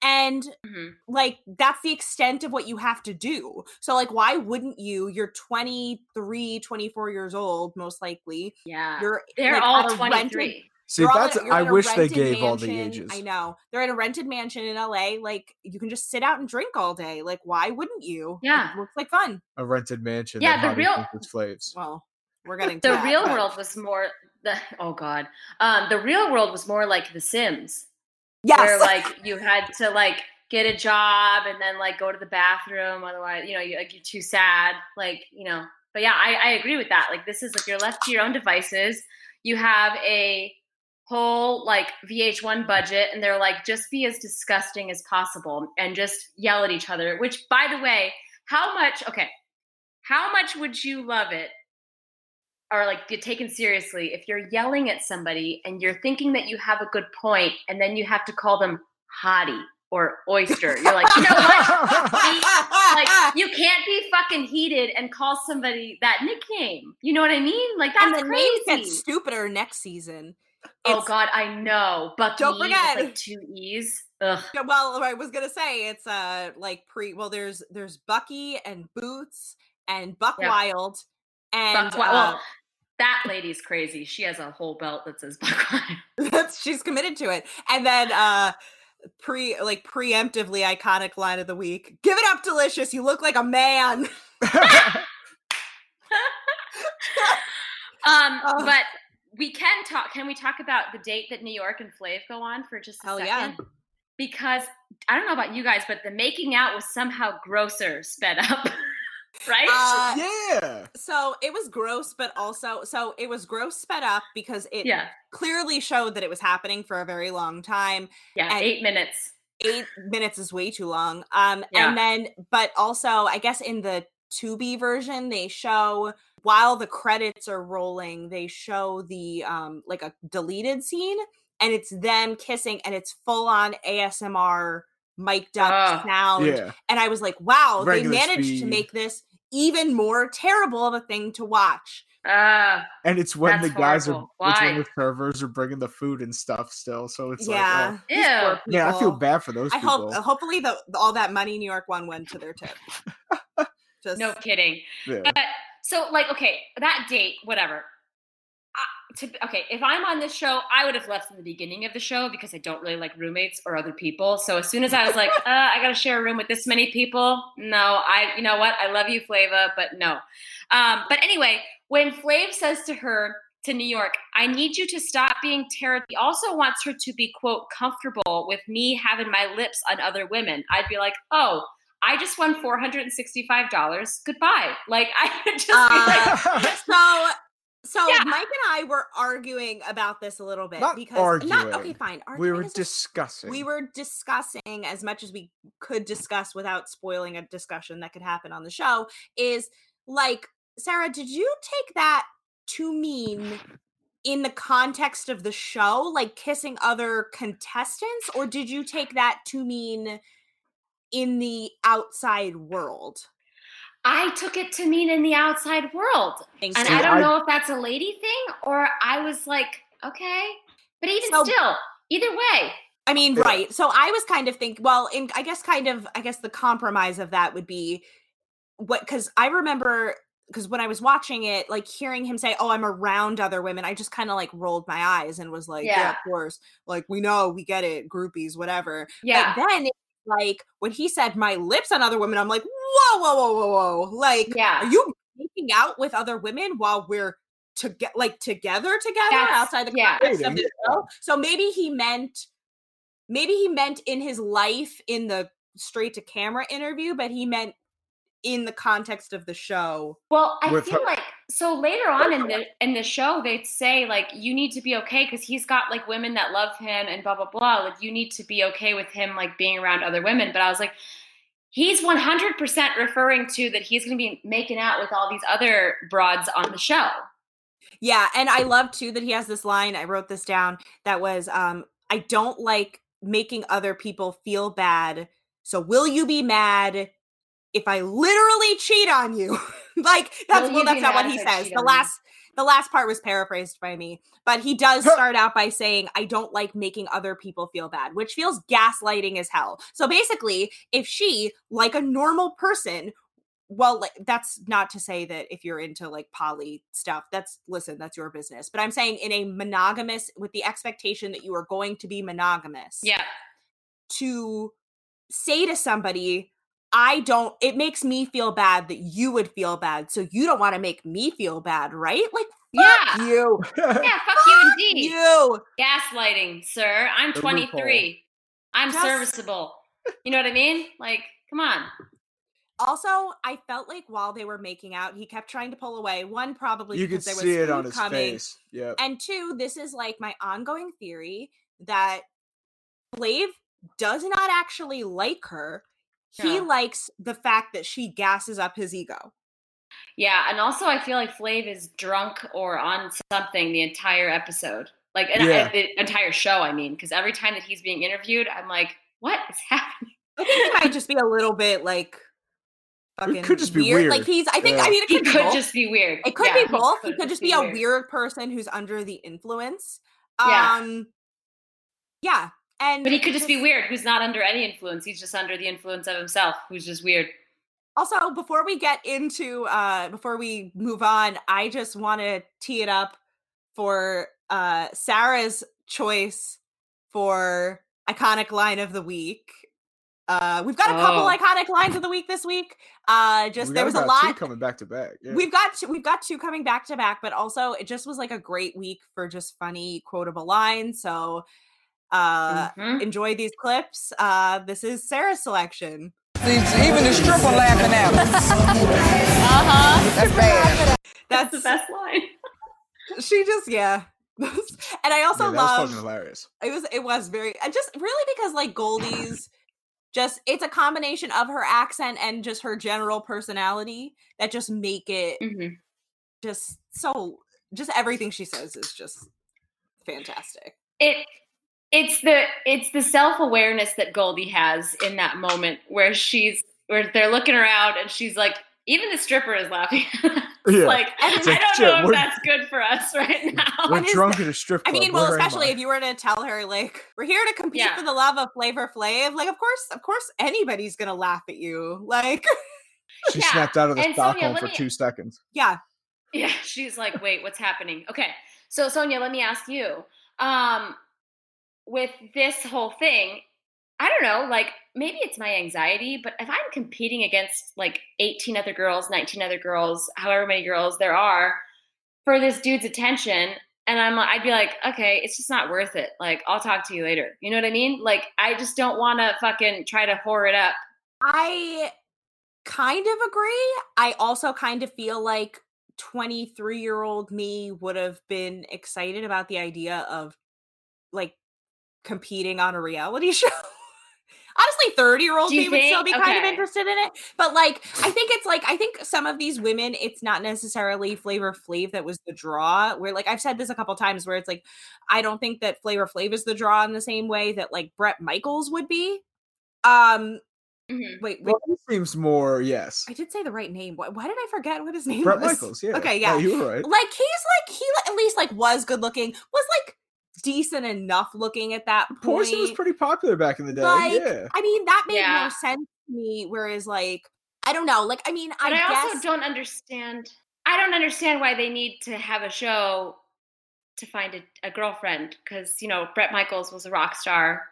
B: And
C: Mhm.
B: like that's the extent of what you have to do. So like why wouldn't you? You're 23, 24 years old most likely.
C: Yeah.
B: You're
C: They're
B: like,
C: all
B: at a rented-
C: 23.
A: See,
B: You're all
A: that's
B: in- you're
A: I
B: in a
A: wish they
B: rented
A: gave all the
B: mansion.
A: ages.
B: I know they're in a rented mansion in LA. Like you can just sit out and drink all day. Like why wouldn't you?
C: Yeah.
B: it looks like fun.
A: A rented mansion. that
C: Yeah, the
A: Hottie
C: real-
A: thinks it's flaves.
B: Well, we're getting to
C: the
B: that,
C: real
B: but-
C: world was more the oh god um the real world was more like the sims where
B: Yes,
C: like you had to like get a job and then like go to the bathroom otherwise you know you like you're too sad like you know but yeah i i agree with that like this is like you're left to your own devices you have a whole like vh1 budget and they're like just be as disgusting as possible and just yell at each other which by the way how much okay how much would you love it or like get taken seriously if you're yelling at somebody and you're thinking that you have a good point and then you have to call them hottie or oyster you're like you know what like you can't be fucking heated and call somebody that nickname you know what i mean like
B: and
C: that's
B: the names
C: crazy
B: get stupider next season.
C: oh
B: It's-
C: god i know bucky
B: Don't
C: with, like,
B: forget.
C: two e's Ugh.
B: Yeah, well i was gonna say it's uh like pre well there's there's bucky and boots and buck
C: Yeah.
B: wild and
C: Buck- well,
B: uh,
C: that lady's crazy she has a whole belt that says Buckwild.
B: uh, that's she's committed to it and then uh pre like preemptively iconic line of the week give it up delicious you look like a man
C: Um,
B: Ugh.
C: but we can talk. Can we talk about the date that New York and Flav go on for just a
B: Hell
C: second?
B: Oh, yeah.
C: Because I don't know about you guys, but the making out was somehow grosser sped up, right?
B: Uh,
A: yeah.
B: so it was gross but also so it was gross sped up because it
C: yeah,
B: clearly showed that it was happening for a very long time
C: yeah,
B: and-
C: eight minutes.
B: eight minutes is way too long. Um,
C: Yeah.
B: and then, but also, I guess in the Tubi version, they show while the credits are rolling, they show the um, like a deleted scene, and it's them kissing, and it's full on ASMR mic'd up
C: Oh,
B: sound.
A: Yeah.
B: And I was like, wow,
A: Regular
B: they managed
A: speed.
B: to make this even more terrible of a thing to watch.
C: Uh,
A: And it's when
C: That's
A: the guys
C: horrible.
A: are, it's when
C: Why?
A: the servers are bringing the food and stuff still. So it's
B: yeah,
A: like, oh.
B: these poor
C: Ew.
A: man, I feel
B: people.
A: bad for those
B: I
A: people.
B: hope. oh, Hopefully, the all that money New York one went to their tip. Just
C: no kidding.
A: yeah.
C: But so, like, okay, that date, whatever. I, to, okay, if I'm on this show, I would have left from the beginning of the show because I don't really like roommates or other people. So as soon as I was like, uh, I gotta share a room with this many people, no, I, you know what? I love you, Flava, but no. Um, but anyway, when Flav says to her to New York, I need you to stop being terrible. He also wants her to be quote comfortable with me having my lips on other women. I'd be like, oh, I just won four hundred and sixty-five dollars. Goodbye. Like I would just be like,
B: so so
C: Yeah.
B: Mike and I were arguing about this a little bit
A: Not
B: because not okay,
A: arguing.
B: fine.
A: we
B: arguing
A: were
B: is a-
A: discussing.
B: we were discussing as much as we could discuss without spoiling a discussion that could happen on the show is like Sarah, did you take that to mean in the context of the show, like kissing other contestants, or did you take that to mean in the outside world?
C: I took it to mean in the outside world.
B: Thank
C: And
A: See,
B: you.
C: I don't
A: I-
C: know if that's a lady thing or I was like, okay. But even
B: So-
C: still, either way,
B: I mean,
A: Yeah.
B: right. So I was kind of think, well, in I guess kind of, I guess the compromise of that would be what, because I remember, because when I was watching it, like hearing him say, "Oh, I'm around other women," I just kind of like rolled my eyes and was like, "Yeah,
C: Yeah.
B: of course. Like we know, we get it, groupies, whatever."
C: yeah.
B: But then, like when he said, "My lips on other women," I'm like, "Whoa, whoa, whoa, whoa, whoa!" Like,
C: yeah.
B: are you making out with other women while we're to get like together together
C: That's-
B: outside the
C: yeah.
B: context of
A: Dating,
B: the show? So maybe he meant maybe he meant in his life in the straight to camera interview, but he meant in the context of the show.
C: Well, I
A: with
C: feel
A: her-
C: like so later on in the in the show they'd say like you need to be okay because he's got like women that love him and blah blah blah. Like you need to be okay with him like being around other women. But I was like, he's one hundred percent referring to that he's gonna be making out with all these other broads on the show.
B: Yeah, and I love too that he has this line. I wrote this down that was um I don't like making other people feel bad. So will you be mad if I literally cheat on you? like that's
C: Will
B: well
C: you
B: that's
C: be
B: not what
C: mad
B: he
C: if I
B: says.
C: cheat
B: The
C: on you?
B: last the last part was paraphrased by me, but he does start out by saying I don't like making other people feel bad, which feels gaslighting as hell. So basically, if she like a normal person well like, that's not to say that if you're into like poly stuff that's listen that's your business but i'm saying in a monogamous with the expectation that you are going to be monogamous
C: Yeah.
B: to say to somebody i don't it makes me feel bad that you would feel bad so you don't want to make me feel bad right like fuck
C: Yeah.
B: you
C: Yeah, fuck you indeed.
B: you
C: Gaslighting, sir. I'm
A: The
C: 23. I'm
B: Just-
C: serviceable. You know what I mean? Like, come on.
B: also i felt like while they were making out he kept trying to pull away one probably
A: you could
B: because there was
A: see it on
B: food
A: his
B: coming
A: face. Yeah.
B: And two, this is like my ongoing theory that Blave does not actually like her. He
C: Yeah.
B: likes the fact that she gasses up his ego.
C: Yeah, and also I feel like Flav is drunk or on something the entire episode. Like and
A: Yeah.
C: I, the entire show, I mean, because every time that he's being interviewed, I'm like, what is happening?
B: I think he might just be a little bit like fucking
A: could just be
B: Like
A: weird.
B: he's I think
A: Yeah.
B: I mean it
C: He
B: could, be
C: could
B: both.
C: just be weird.
B: it could
C: Yeah,
B: be both. He could just be a
C: weird.
B: weird. person who's under the influence.
C: Yeah.
B: Um yeah. And
C: But he could just be
B: weird.
C: weird. Who's not under any influence? He's just under the influence of himself. Who's just weird.
B: Also, before we get into uh before we move on, I just want to tee it up for uh Sarah's choice for iconic line of the week. Uh we've got a couple
C: Oh.
B: iconic lines of the week this week. Uh just
A: We
B: there
A: got
B: was a
A: about two
B: lot
A: coming back to back. Yeah.
B: We've got two, we've got two coming back to back, but also it just was like a great week for just funny quotable lines. So uh
C: Mhm.
B: enjoy these clips. Uh this is Sarah's selection.
D: Even the stripper laughing at us. That's
C: Uh-huh.
D: bad.
C: That's the
B: That's
C: best line.
B: she just yeah and i also
A: yeah, that was
B: love
A: fucking hilarious.
B: it was it was very and just really because like goldie's just it's a combination of her accent and just her general personality that just make it
C: Mhm.
B: just so just everything she says is just fantastic
C: It it's the it's the self awareness that Goldie has in that moment where she's where they're looking around and she's like, even the stripper is laughing.
A: Yeah.
C: like I
A: It's like,
C: don't
A: shit,
C: know if
A: we're-
C: that's good for us right now.
A: we're
B: what is
A: drunk at a strip
B: i
A: club.
B: mean well
A: Where am
B: especially
A: I?
B: if you were to tell her like we're here to compete
C: Yeah.
B: for the love of flavor flav like of course of course anybody's gonna laugh at you like
A: she
C: Yeah.
A: snapped out of the
C: And Sonia,
A: Stockholm
C: let
A: for
C: me-
A: two seconds.
B: yeah
C: yeah, she's like, wait, what's happening? Okay, so Sonia, let me ask you. Um, with this whole thing, I don't know. Like maybe it's my anxiety, but if I'm competing against like 18 other girls, 19 other girls, however many girls there are, for this dude's attention, and I'm, I'd be like, okay, it's just not worth it. Like I'll talk to you later. You know what I mean? Like I just don't want to fucking try to whore it up.
B: I kind of agree. I also kind of feel like 23 year old me would have been excited about the idea of like competing on a reality show. Honestly, 30 year old
C: Do you
B: me would still be
C: think?
B: kind of
C: Okay.
B: interested in it. But like, I think it's like, I think some of these women, it's not necessarily Flavor Flav that was the draw. Where like, I've said this a couple times where it's like, I don't think that Flavor Flav is the draw in the same way that like Brett Michaels would be. Um,
C: Mhm.
B: wait, wait
A: Well, he seems more yes.
B: I did say the right name. Why, why did I forget what his name
A: Brett
B: was?
A: Michaels. Yeah.
B: Okay,
A: No,
B: yeah.
A: you were right.
B: Like he's like he li- at least like was good looking, was like decent enough looking at that point.
A: Poison was pretty popular back in the day.
B: Like,
A: yeah.
B: I mean, that made
C: Yeah.
B: more sense to me. Whereas like I don't know, like I mean,
C: But I,
B: I, guess
C: also don't understand. I don't understand why they need to have a show to find a, a girlfriend because you know Brett Michaels was a rock star,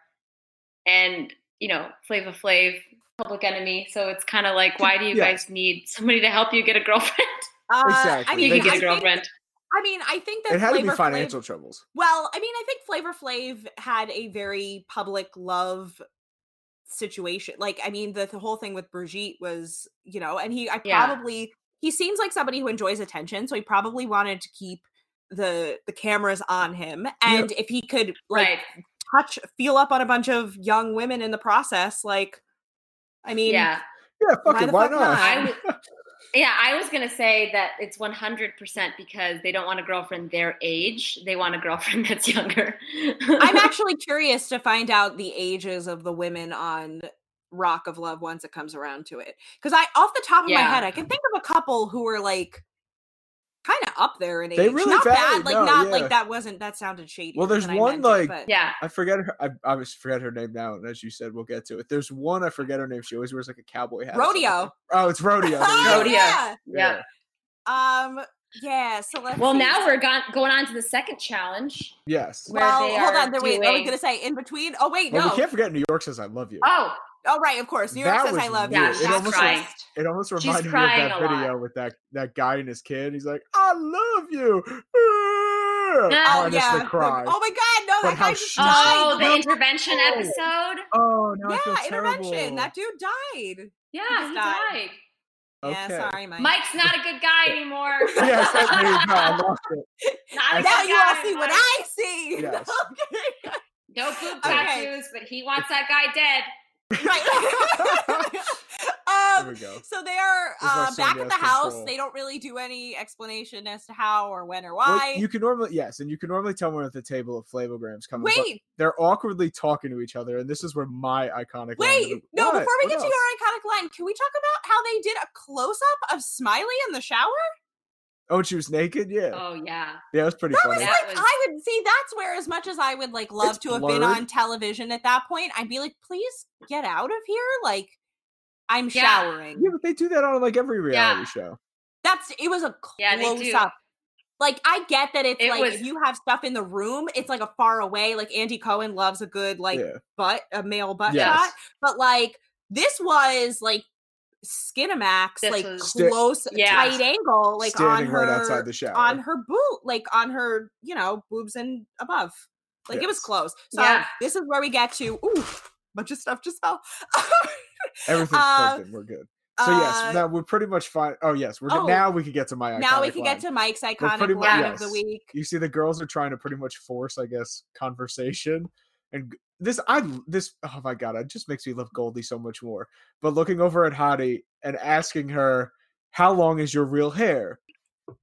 C: and you know Flava Flav, Public Enemy. So it's kind of like, why do you
A: Yeah.
C: guys need somebody to help you get a girlfriend?
B: uh, I
A: Exactly.
B: mean,
A: They
C: you
B: I
C: get a
B: think-
C: girlfriend.
B: I mean, I think that
A: It had to be
B: Flavor Flav-
A: financial troubles.
B: Well, I mean, I think Flavor Flav had a very public love situation. Like, I mean, the, the whole thing with Brigitte was, you know, and he, I
C: Yeah.
B: probably, he seems like somebody who enjoys attention, so he probably wanted to keep the the cameras on him, and if he could like
C: right.
B: touch, feel up on a bunch of young women in the process, like, I mean,
C: Yeah.
A: Yeah, fuck
B: Why
A: it.
B: the
A: Why
B: fuck
A: not?
B: not?
C: I w- yeah, I was gonna say that it's one hundred percent because they don't want a girlfriend their age. They want a girlfriend that's younger.
B: I'm actually curious to find out the ages of the women on Rock of Love once it comes around to it. Because I, off the top of my
C: Yeah.
B: head, I can think of a couple who were like kind of up there in age.
A: They really
B: not
A: varied,
B: bad, like
A: no,
B: not
A: yeah.
B: like that wasn't that sounded shady.
A: Well, there's
B: than I
A: one,
B: meant it,
A: like-
B: but-
C: Yeah.
A: I forget her. I obviously forget her name now, and as you said, we'll get to it. There's one I forget her name. She always wears like a cowboy hat. or something.
B: rodeo.
A: Oh, it's rodeo. there you
B: Oh,
A: go.
C: Rodeo.
B: yeah.
C: Yeah.
B: Um. Yeah. So let's.
C: Well,
B: see.
C: now we're gone, going on to the second challenge.
A: Yes.
C: where
B: well,
C: they
B: hold
C: are
B: on. There, wait, I was
C: doing-
B: gonna say in between. Oh wait,
A: Well,
B: no.
A: we can't forget New York says "I love you."
C: Oh,
B: Oh right, of course. New York
A: That
B: says I
A: was
B: love
A: weird.
B: you.
A: It
B: That's
A: almost
B: right.
C: like-
A: It almost
C: She's
A: reminded me of
C: crying
A: that
C: a lot.
A: video with that that guy and his kid. He's like, "I love you," oh,
B: Oh
A: minus
B: yeah.
A: the cry.
B: Oh my God, no,
A: But
B: that
A: how
B: guy just
A: sh-
C: oh,
B: died.
C: the intervention episode.
A: Oh, now I feel
B: yeah, intervention.
A: terrible.
B: That dude died.
C: Yeah,
B: just
C: he
B: died.
C: died.
A: Okay.
B: Yeah, sorry, Mike.
C: Mike's not a good guy anymore.
A: yes, that means no, I lost it.
C: Not a
B: now
C: good
B: you all
C: guy,
B: see what
C: Mike.
B: I see.
A: Yes.
B: okay.
C: No poop
B: Okay.
C: tattoos, but he wants that guy dead.
B: Right.
A: There
B: um,
A: we go.
B: so they are
A: This is our
B: uh, back at
A: Sylvia's
B: the house.
A: control.
B: They don't really do any explanation as to how or when or
A: Well,
B: why.
A: you can normally yes, and you can normally tell when at the table of flavograms coming. but
B: wait,
A: they're awkwardly talking to each other, and this is where my iconic. line
B: wait.
A: of the-
B: No,
A: What?
B: before we
A: What
B: get
A: else?
B: to your iconic line, can we talk about how they did a close up of Smiley in the shower?
A: Oh, and she was naked. Yeah,
C: Oh yeah.
A: yeah, it was pretty
B: That was
A: funny.
C: That
B: like
C: was-
B: I would see that's where as much as I would like love
A: It's
B: to have been
A: blurred.
B: on television at that point, I'd be like, please get out of here. Like I'm
C: Yeah.
B: showering.
A: yeah, but they do that on like every reality
C: Yeah.
A: show.
B: That's it was a close
C: Yeah, they do.
B: up. Like I get that it's
C: It
B: like
C: was-
B: if you have stuff in the room, it's like a far away. Like Andy Cohen loves a good like
A: yeah,
B: butt, a male butt
A: Yes.
B: shot. But like this was like Skinamax,
C: This
B: like
C: was-
A: Sta-
B: close,
C: Yeah.
B: tight angle, like
A: standing
B: on her
A: right outside the shower.
B: on her boot, like on her, you know, boobs and above. Like it was
A: Yes.
B: close. So
C: Yeah.
B: this is where we get to ooh, bunch of stuff just fell.
A: Everything's
B: uh,
A: perfect. We're good. So
B: Uh,
A: yes, now we're pretty much fine. Oh yes, we're
B: oh,
A: good. now we could get to my. Iconic
B: now we can
A: line.
B: get to Mike's iconic
A: pretty
B: line
A: much-
B: of the
A: yes.
B: week.
A: you see the girls are trying to pretty much force i guess conversation and g- this i l- this oh my god it just makes me love goldie so much more but looking over at hottie and asking her how long is your real hair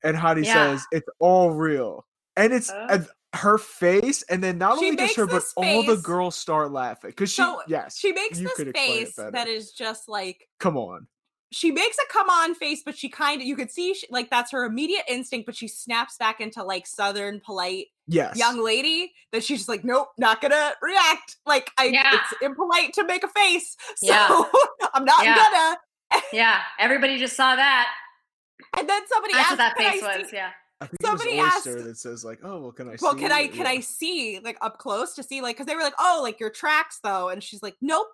A: and hottie
C: Yeah.
A: says it's all real and it's
C: Oh.
A: and her face and then not
B: She
A: only just
B: makes
A: her but
B: this
A: all the
B: face-
A: girls start laughing because she
B: So,
A: yes
B: She makes
A: you could
B: this
A: explain it
B: face
A: better.
B: that is just like
A: come on
B: she makes a come on face, but she kind of you could see she, like that's her immediate instinct, but she snaps back into like southern polite
A: yes
B: young lady that she's just like, nope, not gonna react. Like I,
C: Yeah.
B: it's impolite to make a face, so
C: Yeah.
B: I'm not
C: Yeah.
B: gonna.
C: Yeah. Everybody just saw that.
B: And then somebody
C: That's
B: asked,
C: what that
B: "Can I
C: face was.
B: see-"
C: Yeah.
A: I think
B: somebody
A: it was Oyster
B: asked-
A: that says like oh well can i
B: Well,
A: see
B: can
A: it?"
B: I can
A: Yeah.
B: I see like up close to see like because they were like, oh, like your tracks though, and she's like, nope.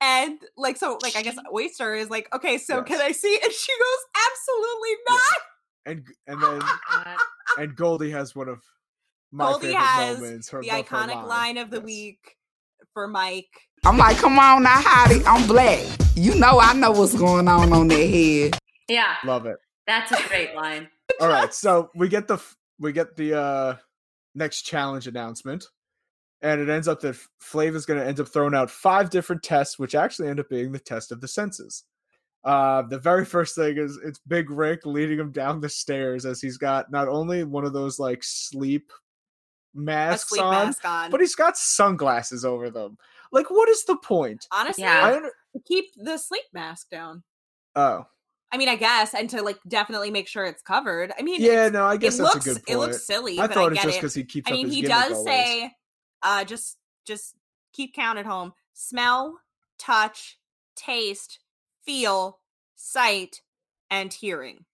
B: And like so, like I guess Oyster is like, okay, so can
A: Yes.
B: I see? And she goes, absolutely
A: Yeah.
B: not.
A: and g- and then
C: God.
A: and Goldie has one of my
B: Goldie
A: favorite
B: has
A: moments. Her
B: The
A: love her
B: iconic line of the
A: Yes.
B: week for Mike.
D: I'm like, come on now, Hottie, I'm black. You know I know what's going on on that head.
C: Yeah.
A: Love it.
C: That's a great line.
A: All right, so we get the f- we get the uh next challenge announcement, and it ends up that F- Flav is going to end up throwing out five different tests, which actually end up being the test of the senses. Uh, the very first thing is it's Big Rick leading him down the stairs as he's got not only one of those like sleep
B: A
A: masks
B: sleep
A: on,
B: mask on.
A: but he's got sunglasses over them. Like, what is the point?
B: Honestly,
C: Yeah.
A: I under-
B: keep the sleep mask down.
A: oh,
B: I mean, I guess, and to like definitely make sure it's covered. I mean,
A: Yeah, no, I
B: it
A: guess that's
B: looks
A: a good point.
B: it looks silly,
A: I
B: but
A: thought
B: I
A: it's
B: get
A: just
B: it.
A: because he keeps.
B: I mean,
A: up his
B: he
A: gimmick
B: does
A: always.
B: say, uh, just just keep count at home. Smell, touch, taste, feel, sight, and hearing.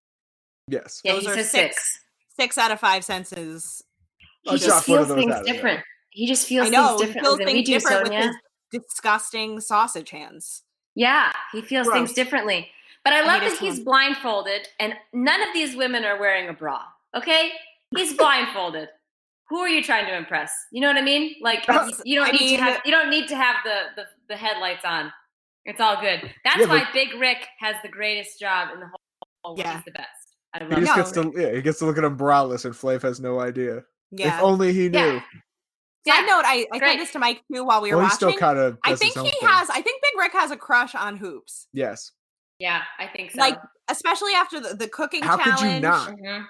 A: yes.
C: Yeah,
B: Those
C: he
B: are
C: says
B: six.
C: six.
B: One out of five senses.
A: I'll
C: He
A: drop
C: just
A: one of
C: feels
A: those
C: things
A: out of there.
C: different. He just feels
B: I know
C: things
B: he feels
C: differently than we
B: things
C: do,
B: different with
C: Sonia.
B: his disgusting sausage hands.
C: Yeah, he feels
B: Gross.
C: things differently. But I
B: I
C: love
B: hate
C: that
B: his
C: he's blindfolded and none of these women are wearing a bra. Okay? He's blindfolded. Who are you trying to impress? You know what I mean? Like
B: That's-
C: you don't
B: Uh, I
C: need
B: mean-
C: to have you don't need to have the the, the headlights on. It's all good. That's
A: Yeah,
C: why Big Rick has the greatest job in the whole world.
B: Yeah.
C: He's the best. I
A: He
C: love
A: just
B: No.
C: it.
A: gets to yeah, he gets to look at him braless, and Flav has no idea.
B: Yeah.
A: If only he knew.
C: Yeah.
B: Side note: I, I
C: great.
B: said this to Mike too while we were
A: well, he still
B: watching.
A: kind of.
B: I think he has. I think Big Rick has a crush on hoops,
A: Yes.
C: Yeah, I think so.
B: Like, especially after the, the cooking
A: How
B: challenge.
A: could you not?
C: Mhm.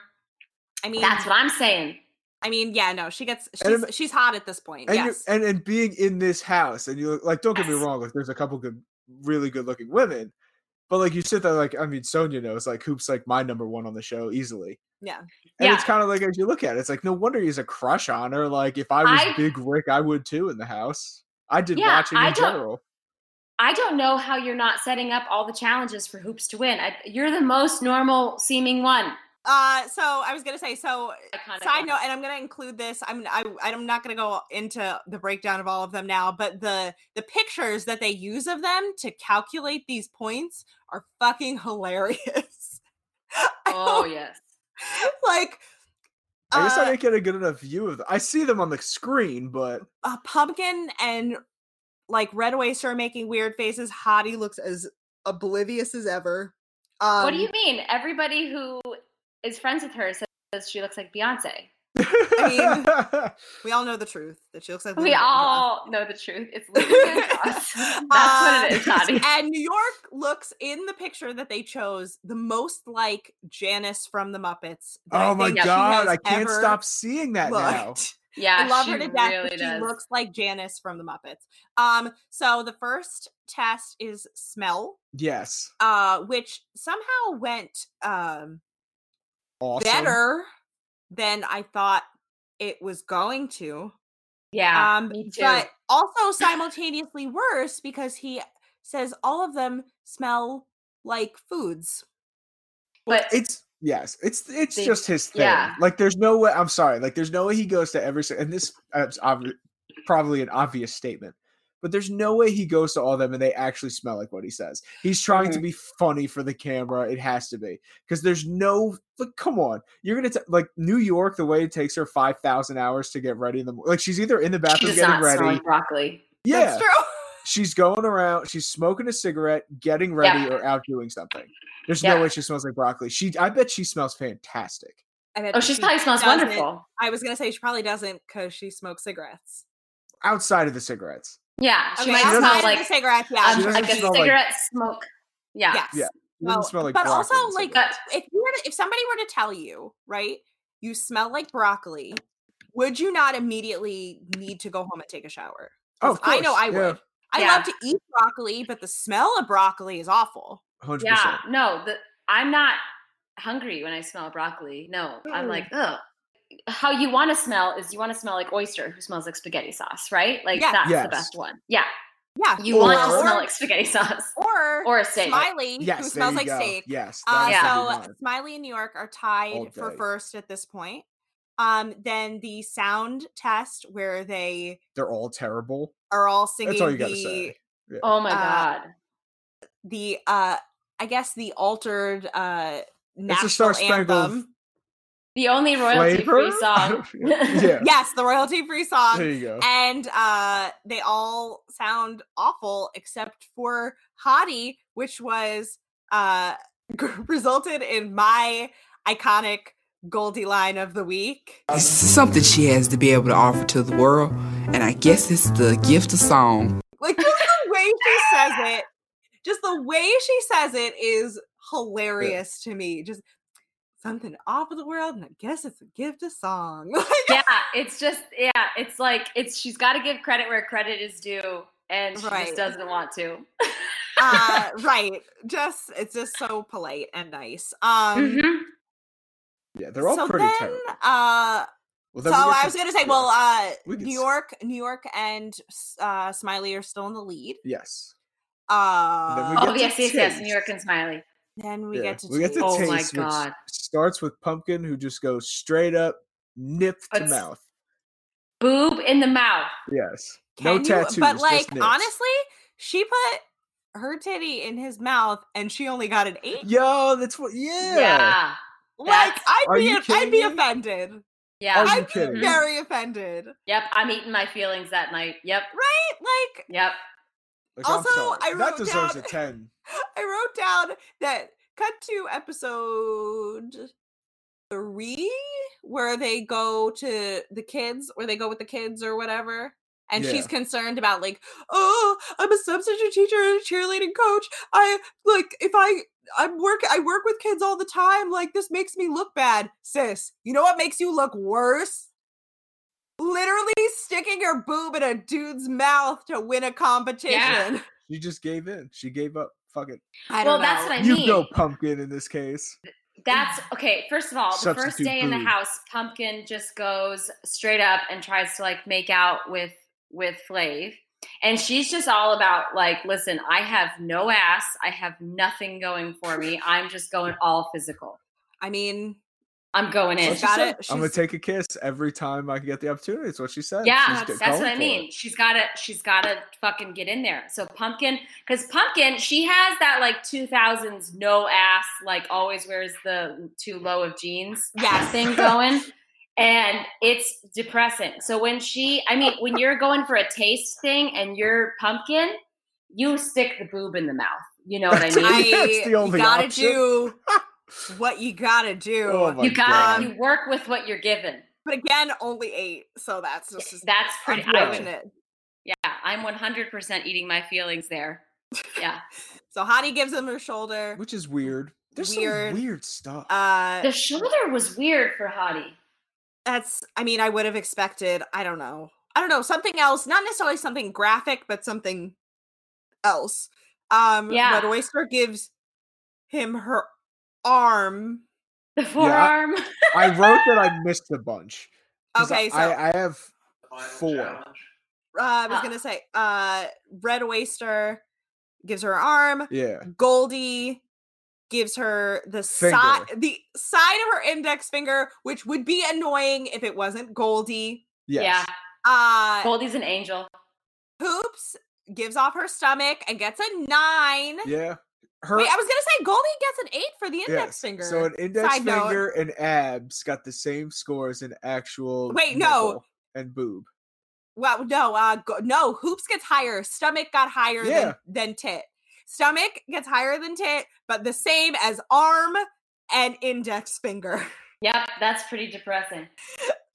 B: I mean,
C: that's what I'm saying.
B: I mean, yeah, no, she gets
A: And
B: she's she's hot at this point.
A: And,
B: yes,
A: you, and and being in this house, and you like, don't get me
C: Yes.
A: wrong. Like, there's a couple good, really good looking women, But like you sit there, like I mean, Sonya knows like Hoop's like my number one on the show easily.
B: Yeah.
A: And
C: Yeah.
A: it's kind of like as you look at it, it's like no wonder he's a crush on her. Like if I was
C: I-
A: Big Rick, I would too in the house. I did
C: Yeah,
A: watching in
C: I don't-
A: general.
C: I don't know how you're not setting up all the challenges for hoops to win. I, you're the most normal seeming one.
B: Uh, so I was gonna say, so
C: Iconic
B: side
C: one.
B: note, and I'm gonna include this. I'm I, I'm not gonna go into the breakdown of all of them now, but the the pictures that they use of them to calculate these points are fucking hilarious. I
C: Oh
B: don't-
C: yes.
B: like
A: I guess I
B: uh,
A: didn't get a good enough view of. Them. I see them on the screen, but
B: uh, pumpkin and like red oyster are making weird faces. Hottie looks as oblivious as ever. Um,
C: what do you mean? Everybody who is friends with her says she looks like Beyonce.
B: I We all know the truth that she looks like
C: We
B: Lindsay Lohan.
C: all know the truth. It's Lucy That's
B: Uh,
C: what it is, Hottie.
B: And New York looks in the picture that they chose the most like Janice from the Muppets. that I
A: oh my
B: think she
A: god,
B: has
A: I can't
B: ever
A: stop seeing that now.
B: looked.
C: Yeah,
B: I love
C: she
B: her to death.
C: really
B: but she
C: does.
B: looks like Janice from the Muppets. Um, so the first test is smell,
A: Yes,
B: uh, which somehow went um
A: awesome.
B: better than I thought it was going to.
C: yeah,
B: um,
C: me too.
B: but also simultaneously worse because he says all of them smell like foods.
C: but
A: It's yes, it's it's
C: They-
A: just his thing.
C: yeah.
A: Like there's no way. I'm sorry. Like there's no way he goes to every. si- And this uh, it's obvi- probably an obvious statement, but there's no way he goes to all them and they actually smell like what he says. He's trying
C: Mm-hmm.
A: to be funny for the camera. It has to be because there's no. Like, come on, you're gonna t- like New York. The way it takes her five thousand hours to get ready in the morning. Like she's either in the
C: she
A: bathroom
C: does
A: getting
C: not smell
A: ready.
C: like broccoli.
A: Yeah,
B: That's true.
A: she's going around, she's smoking a cigarette, getting ready
C: Yeah.
A: or out doing something. There's
C: Yeah.
A: no way she smells like broccoli. She I bet she smells fantastic.
B: I bet
C: Oh, she probably smells
B: doesn't-
C: wonderful.
B: I was gonna say she probably doesn't because she smokes cigarettes.
A: Outside of the cigarettes.
C: Yeah,
B: I
C: she
B: was
C: might
B: like,
A: doesn't-
C: smell
B: outside of
C: like
B: the cigarettes, yeah.
A: She
C: um,
A: doesn't
C: like a
A: smell like-
C: cigarette smoke. Yeah.
B: yes.
A: yeah, It
B: Well,
A: doesn't smell like
B: but
A: broccoli
B: also
A: in
B: like
A: cigarettes.
C: cigarettes.
B: if you were to, if somebody were to tell you, right, you smell like broccoli, would you not immediately need to go home and take a shower?
A: Oh,
B: 'Cause
A: of
B: uh, I know
A: course,
B: I
A: yeah.
B: would. I
C: Yeah.
B: love to eat broccoli, but the smell of broccoli is awful.
A: 100%.
C: Yeah, no, the, I'm not hungry when I smell broccoli. No, I'm like, ugh. How you want to smell is you want to smell like oyster, who smells like spaghetti sauce, right? Like
B: Yes.
C: that's
A: Yes.
C: the best one. Yeah,
B: Yeah,
C: you want to
A: Or-
C: smell like spaghetti sauce
B: or
C: or a steak.
B: Smiley,
A: Yes,
B: who
A: there
B: smells
A: you
B: like
A: go.
B: steak.
A: Yes.
B: Uh,
A: that's
C: Yeah.
A: what we
B: So
A: want.
B: Smiley and New York are
A: All
B: tied for
A: day.
B: first at this point. Um, then the sound test where they
A: They're all terrible.
B: are all singing
A: That's all you gotta
B: the
A: say.
C: oh my
B: Uh,
C: god.
B: the uh, I guess the altered uh
A: It's
B: national
A: a Star Spangled
B: anthem.
C: The only royalty
A: flavor.
C: free
A: I
C: song.
A: don't- yeah.
B: Yes, the royalty free song.
A: There you go.
B: um, and uh they all sound awful except for Hottie, which was uh resulted in my iconic Goldie line of the week.
D: It's something she has to be able to offer to the world, and I guess it's the gift of song.
B: Like just the way she says it, just the way she says it is hilarious to me. Just something off of the world, and I guess it's a gift of song.
C: yeah, it's just yeah, it's like it's she's got to give credit where credit is due, and she
B: Right.
C: just doesn't want to.
B: uh, right. Just it's just so polite and nice. Um
C: Mhm.
A: Yeah, Mm-hmm. they're all
B: so
A: pretty
B: then,
A: terrible.
B: Uh
A: Well,
B: So
A: then we get
B: I
A: to-
B: was gonna say,
A: yeah.
B: well, uh,
A: We could
B: New
A: s-
B: York, New York, and s- uh, Smiley are still in the lead.
A: Yes.
B: Uh,
A: we
B: then
A: get
C: Oh
B: we,
A: to
C: yes, yes, yes.
A: taste.
C: New York and Smiley.
A: Yeah,
B: get to
A: we get to
B: taste.
C: Oh my
A: taste, which
C: God.
A: starts with pumpkin, who just goes straight up nip to
C: Puts-
A: mouth.
C: Boob in the mouth.
A: Yes,
B: Can
A: no
B: you-
A: tattoos,
B: but
A: just
B: like
A: nips.
B: honestly, she put her titty in his mouth, and she only got an eight.
A: yo, that's what. Yeah,
C: Yeah.
B: like
C: that's-
B: I'd
A: Are
B: be,
A: you
B: I'd
A: kidding
B: be
A: me? Mm-hmm.
B: offended.
C: Yeah.
A: Are you
B: I'd be
A: kidding me?
B: very offended,
C: Yep. I'm eating my feelings that night. Yep.
B: right? Like
C: Yep.
A: Like, I'm
B: Also,
A: sorry,
B: I
A: that
B: wrote
A: deserves
B: down-
A: a ten.
B: I wrote down that cut to episode three where they go to the kids or they go with the kids or whatever. And she's
A: Yeah.
B: concerned about like, oh, I'm a substitute teacher and a cheerleading coach. I like if I I'm work I work with kids all the time. Like this makes me look bad, sis. You know what makes you look worse? Literally sticking your boob in a dude's mouth to win a competition.
A: She just gave in. She gave up Fuck it.
D: I
C: well,
D: don't
C: that's
D: know.
C: what I
A: you
C: mean.
A: go pumpkin in this case.
C: That's okay. First of all, the first
A: Substitute
C: day in
A: food.
C: the house, Pumpkin just goes straight up and tries to like make out with with Flav, and she's just all about like, listen, I have no ass, I have nothing going for me. I'm just going all physical.
B: I mean,
C: I'm going in.
B: she's got it.
A: I'm gonna
B: She's-
A: take a kiss every time I can get the opportunity. That's what she said. She's
C: Yeah,
A: get-
C: that's
A: going
C: what
A: for
C: I
A: it.
C: mean. She's gotta, she's gotta fucking get in there. So pumpkin, because pumpkin, she has that like 2000s no ass, like always wears the too low of jeans
B: Yes.
C: thing going, and it's depressing. So when she, I mean, when you're going for a taste thing and you're pumpkin, you stick the boob in the mouth. You know what I mean?
B: I
A: That's the only
B: you gotta
A: option.
B: do what you gotta do.
A: Oh my
C: you got,
A: God.
C: you work with what you're given.
B: but again, only eight. So that's just as
C: That's pretty. I would-
B: unfortunate.
C: yeah, I'm 100% eating my feelings there. Yeah.
B: So Hottie gives him her shoulder.
A: Which is weird. There's
B: Weird.
A: some weird stuff.
B: Uh,
C: The shoulder was weird for Hottie.
B: that's i mean i would have expected i don't know i don't know something else not necessarily something graphic but something else um
C: Yeah.
B: red oyster gives him her arm
C: The forearm.
A: I wrote that I missed a bunch. 'cause
B: okay so
A: I, I have Four.
B: uh, i was
C: Ah.
B: gonna say uh red oyster gives her arm
A: yeah.
B: goldie gives her the side
A: Finger.
B: the side of her index finger which would be annoying if it wasn't goldie
A: Yes.
B: uh
C: Yeah. Goldie's an angel.
B: poops gives off her stomach and gets a nine
A: Yeah. Her
B: Wait, I was gonna say Goldie gets an eight for the index
A: yes.
B: finger.
A: So an index
B: Side note.
A: finger and abs got the same score as an actual
B: Wait, no.
A: nipple and boob.
B: well, no, uh, go- no, hoops gets higher. Stomach got higher
A: Yeah.
B: than, than tit. Stomach gets higher than tit, but the same as arm and index finger.
C: Yep, that's pretty depressing.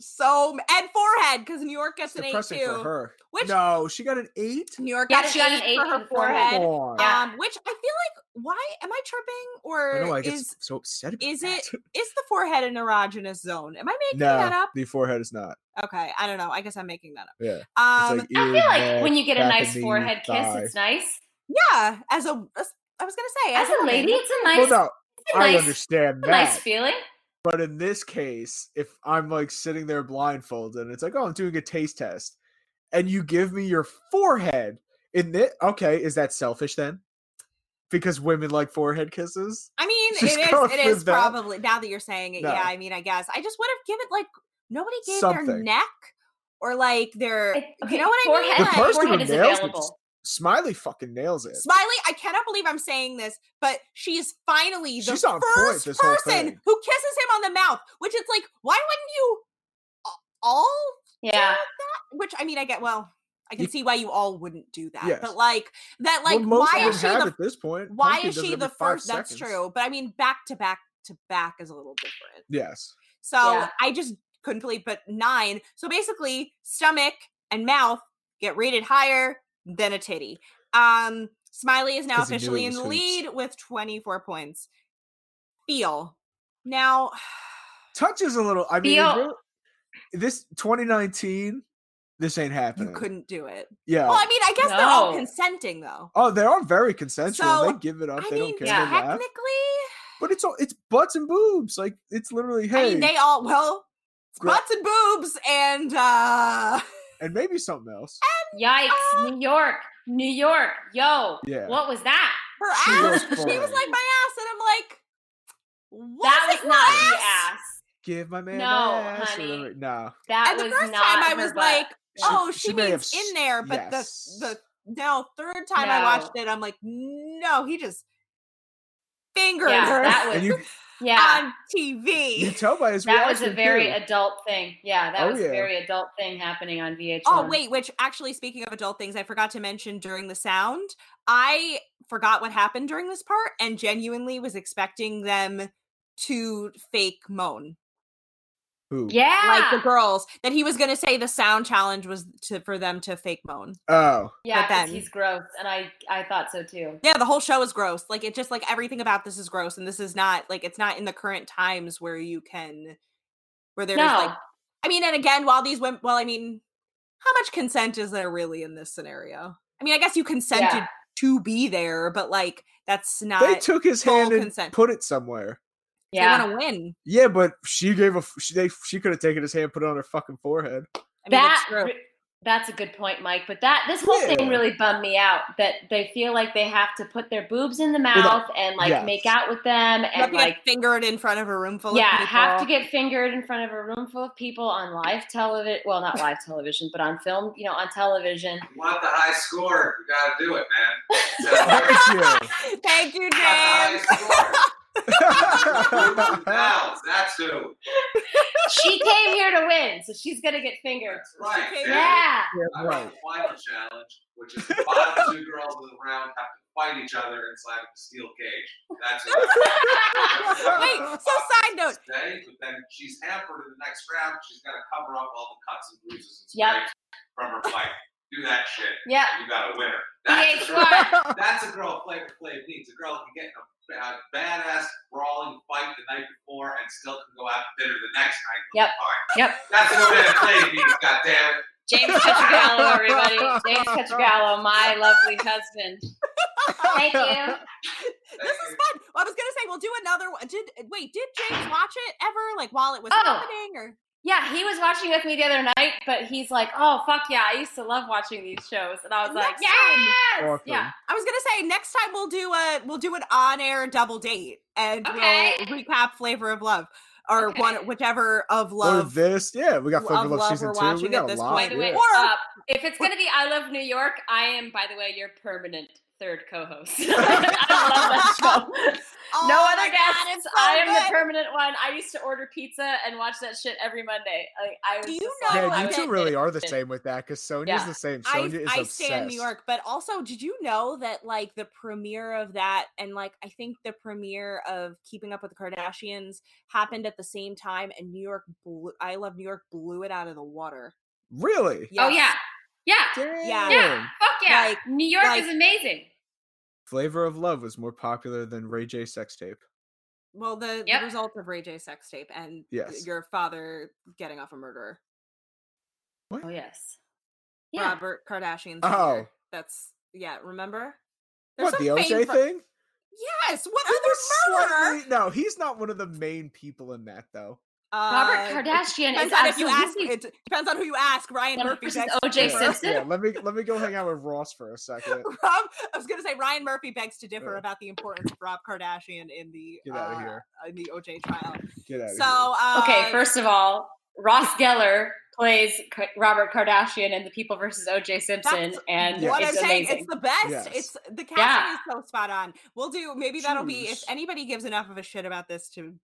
B: So and forehead because New York
A: It's
B: gets an eight
A: depressing
B: too.
A: for her.
B: Which
A: no, she got an eight.
B: New York
C: Yeah,
B: got
C: she
B: an
C: got an
B: eight,
C: eight
B: for
C: for
B: her
C: the forehead.
A: Come
B: forehead.
A: on.
C: Yeah.
B: Um, which I feel like why am I tripping
A: I know.
B: or
A: I get
B: is
A: so upset. About
B: is
A: that.
B: it is the forehead an erogenous zone? Am I making that
A: No,
B: up?
A: the forehead is not.
B: Okay, I don't know. I guess I'm making that up.
A: Yeah,
B: Um,
A: it's like
C: I
A: ear,
C: feel like
A: neck,
C: when you get a
A: back of
C: nice
A: knee,
C: forehead
A: thigh.
C: kiss, it's nice.
B: Yeah, as a as, I was gonna say
C: As a
B: woman.
C: lady, it's a
A: well,
C: nice,
A: no,
C: it's a
A: I
C: nice,
A: understand
C: it's a
A: that.
C: nice feeling.
A: But in this case, if I'm like sitting there blindfolded and it's like, oh, I'm doing a taste test, and you give me your forehead, in it, okay, is that selfish then? Because women like forehead kisses?
B: I mean,
A: She's
B: it
A: going
B: is. It is
A: for that.
B: probably now that you're saying it.
A: No.
B: Yeah, I mean, I guess I just would have given like nobody gave their
A: Something.
B: neck or like their.
C: It- okay,
B: you know what I
C: forehead-
B: mean?
A: The
C: Yeah,
B: Like,
A: person who
C: forehead is
A: nails it,
C: available.
A: Smiley fucking nails it.
B: Smiley, I cannot believe I'm saying this, but she is finally the
A: She's on point
B: first
A: this whole
B: person
A: thing.
B: who kisses him on the mouth. Which it's like, why wouldn't you a- all?
C: Yeah.
B: Which I mean, I get well. I can
A: You-
B: see why you all wouldn't do that,
A: Yes.
B: but like that,
A: Well,
B: like
A: most
B: why
A: of
B: is she
A: them have
B: the
A: at this point.
B: why
A: Pumpkin
B: is
A: does it
B: she the
A: every five
B: first that's
A: seconds.
B: true but i mean back to back to back is a little different
A: Yes.
B: so
C: Yeah.
B: i just couldn't believe but nine so basically stomach and mouth get rated higher than a titty um smiley is now
A: 'Cause he knew it
B: officially in
A: was
B: the
A: hoops.
B: lead with 24 points feel now
A: Touches a little. I mean,
C: Feel-
A: if you're- this 2019, this ain't
B: you
A: happening.
B: couldn't do it
A: Yeah.
B: well i mean i guess they're all
C: No.
B: consenting though
A: Oh, they are very consensual.
B: So,
A: they give it up.
B: i
A: they
B: mean
A: don't care.
C: yeah.
A: They laugh.
B: technically
A: But it's all it's butts and boobs. Like it's literally hey,
B: i mean they all well it's
A: gra-
B: butts and boobs and uh
A: and maybe something else.
C: Yikes, New York, New York, yo,
A: Yeah.
C: what was that?
B: her
A: She
B: ass.
A: goes
B: She was
A: forward.
B: like my ass, and I'm like, was
C: that
B: it
C: was
B: her
C: not
B: ass?
C: the ass.
A: Give my man
C: No,
A: ass. or
C: honey.
A: whatever- Nah.
C: That
B: and the
C: was
B: first
C: not
B: time I
C: her
B: was
C: butt.
B: like,
A: She-
B: oh, she,
A: she may have
B: means
A: s-
B: in there, but
A: yes.
B: the the no. Third time I watched
C: No.
B: it, I'm like, no, he just fingered
C: Yeah,
B: her
C: that was
A: And you
C: yeah.
B: on
A: you
B: TV.
A: tell by his
C: That was
A: reaction,
C: a very
A: too.
C: adult thing. Yeah, that
A: Oh,
C: was
A: yeah.
C: a very adult thing happening on VH1.
B: Oh wait, which actually, speaking of adult things, I forgot to mention during the sound, I forgot what happened during this part, and genuinely was expecting them to fake moan.
A: Who?
C: Yeah.
B: like the girls that he was going to say the sound challenge was to for them to fake moan.
A: Oh,
C: Yeah,
B: but
C: 'cause
B: then-
C: he's gross, and I I thought so too.
B: Yeah, the whole show is gross. Like it just like everything about this is gross and this is not like it's not in the current times where you can where there's
C: no,
B: like I mean and again while these women well I mean how much consent is there really in this scenario? I mean I guess you consented to be there, but like that's not
A: They took his
B: full
A: hand and
B: consent.
A: put it somewhere.
C: Yeah.
B: they want to win.
A: Yeah, but she gave a f- she, they, she could have taken his hand, put it on her fucking forehead.
B: I mean,
C: that
B: that's true.
C: re- that's a good point, Mike. But that this whole thing
A: Yeah.
C: really bummed me out that they feel like they have to put their boobs in the
A: no,
C: mouth and like
A: yes.
C: make out with them
B: Let
C: and
B: me get
C: like
B: fingered in front of a room full
C: yeah
B: of people.
C: have to get fingered in front of a room full of people on live television. Well, not live television, but on film, you know, on television.
E: want the high score, you gotta do it, man.
A: Look at you.
B: Thank you,
E: So, want
B: James.
E: the high score. Bells, that's who.
C: she came here to win, so she's gonna get fingered.
E: That's right.
B: Okay,
E: dude.
C: Yeah.
E: I wrote the final challenge, which is the bottom two girls of the round have to fight each other inside of the steel cage. That's who.
B: Wait, so side note,
E: Today, but then she's hampered in the next round. She's got to cover up all the cuts and bruises and
C: Yep.
E: scrapes from her fight. Do that shit.
C: Yep.
E: and You got a winner. That's a girl.
C: BH1.
E: That's a girl Flavor Flav needs. A girl who can get in a, a badass brawling fight the night before and still can go out to dinner the next night.
C: Yep.
E: Fine.
C: Yep.
E: That's the way that Flav needs. Goddamn.
C: James Petrogallo, everybody. James Petrogallo, my lovely husband. Thank you.
B: this is fun. Well, I was gonna say we'll do another one. Did wait? Did James watch it ever? Like while it was
C: Oh.
B: happening, or
C: Yeah, he was watching with me the other night, but he's like, "Oh fuck yeah, I used to love watching these shows," and I was like,
B: Next time.
C: "Yes,
A: Awesome.
C: yeah,
B: I was gonna say next time we'll do a we'll do an on air double date and
C: Okay.
B: we'll recap Flavor of Love or
C: Okay.
B: one whichever of
A: Or
B: love.
A: this, yeah, we got
B: Love,
A: Flavor Love
B: Love
A: season
B: we're
A: two. We
B: watching at
A: got a
B: this
A: lot.
C: By
B: point.
C: the way,
A: yeah.
B: Or-
C: uh, if it's gonna be I Love New York, I am, by the way, your permanent third co-host. I love that show.
B: Oh
C: no
B: my God,
C: other guests.
B: it's so
C: I am the
B: good.
C: permanent one. I used to order pizza and watch that shit every Monday. Like, I was
B: Do you
C: just
B: know
C: like,
B: I
A: Yeah, you
B: was
A: two
B: at
A: really are the
C: Michigan.
A: same with that because Sonya's
C: Yeah.
A: the same. Sonya
B: I,
A: is
B: I
A: obsessed.
B: stay in New York, but also, did you know that like the premiere of that and like I think the premiere of Keeping Up with the Kardashians happened at the same time, and New York, blew, I love New York, blew it out of the water.
A: Really?
C: Oh yeah,
B: Yes.
C: yeah,
B: Yeah.
A: Damn.
C: fuck yeah.
B: Like-
C: New York
B: like-
C: is amazing.
A: Flavor of Love was more popular than Ray J sex tape.
B: Well, the,
C: Yep.
B: the result of Ray J sex tape and
A: Yes.
B: your father getting off a murderer,
C: Oh yes. Yeah.
B: Robert Kardashian's.
A: Oh.
B: murder. that's yeah. Remember? There's
A: What
B: some
A: the
B: fame
A: OJ
B: fro-
A: thing?
B: Yes. What
A: He was
B: other murderer?
A: slightly- no, he's not one of the main people in that though.
C: Robert
B: Uh,
C: Kardashian is
B: Depends on if you ask.
C: absolutely
B: It d- depends on who you ask. Ryan
C: One
B: Murphy
C: versus
B: begs
C: O.J.
B: to
A: Yeah,
B: differ.
C: Simpson.
A: yeah, let me let me go hang out with Ross for a second.
B: Rob, I was gonna say Ryan Murphy begs to differ
A: Yeah.
B: about the importance of Rob Kardashian in the
A: Get out
B: uh,
A: of here.
B: in the OJ trial.
A: Get out of
B: So
A: here.
B: uh,
C: Okay, first of all, Ross Geller plays K- Robert Kardashian in The People versus O.J. Simpson,
B: That's
C: and
A: Yeah.
B: what
C: it's
B: I'm
C: amazing.
B: saying, it's the best.
A: Yes.
B: It's the casting
C: Yeah.
B: is so spot on. We'll do maybe that'll be if
A: Jeez.
B: anybody gives enough of a shit about this to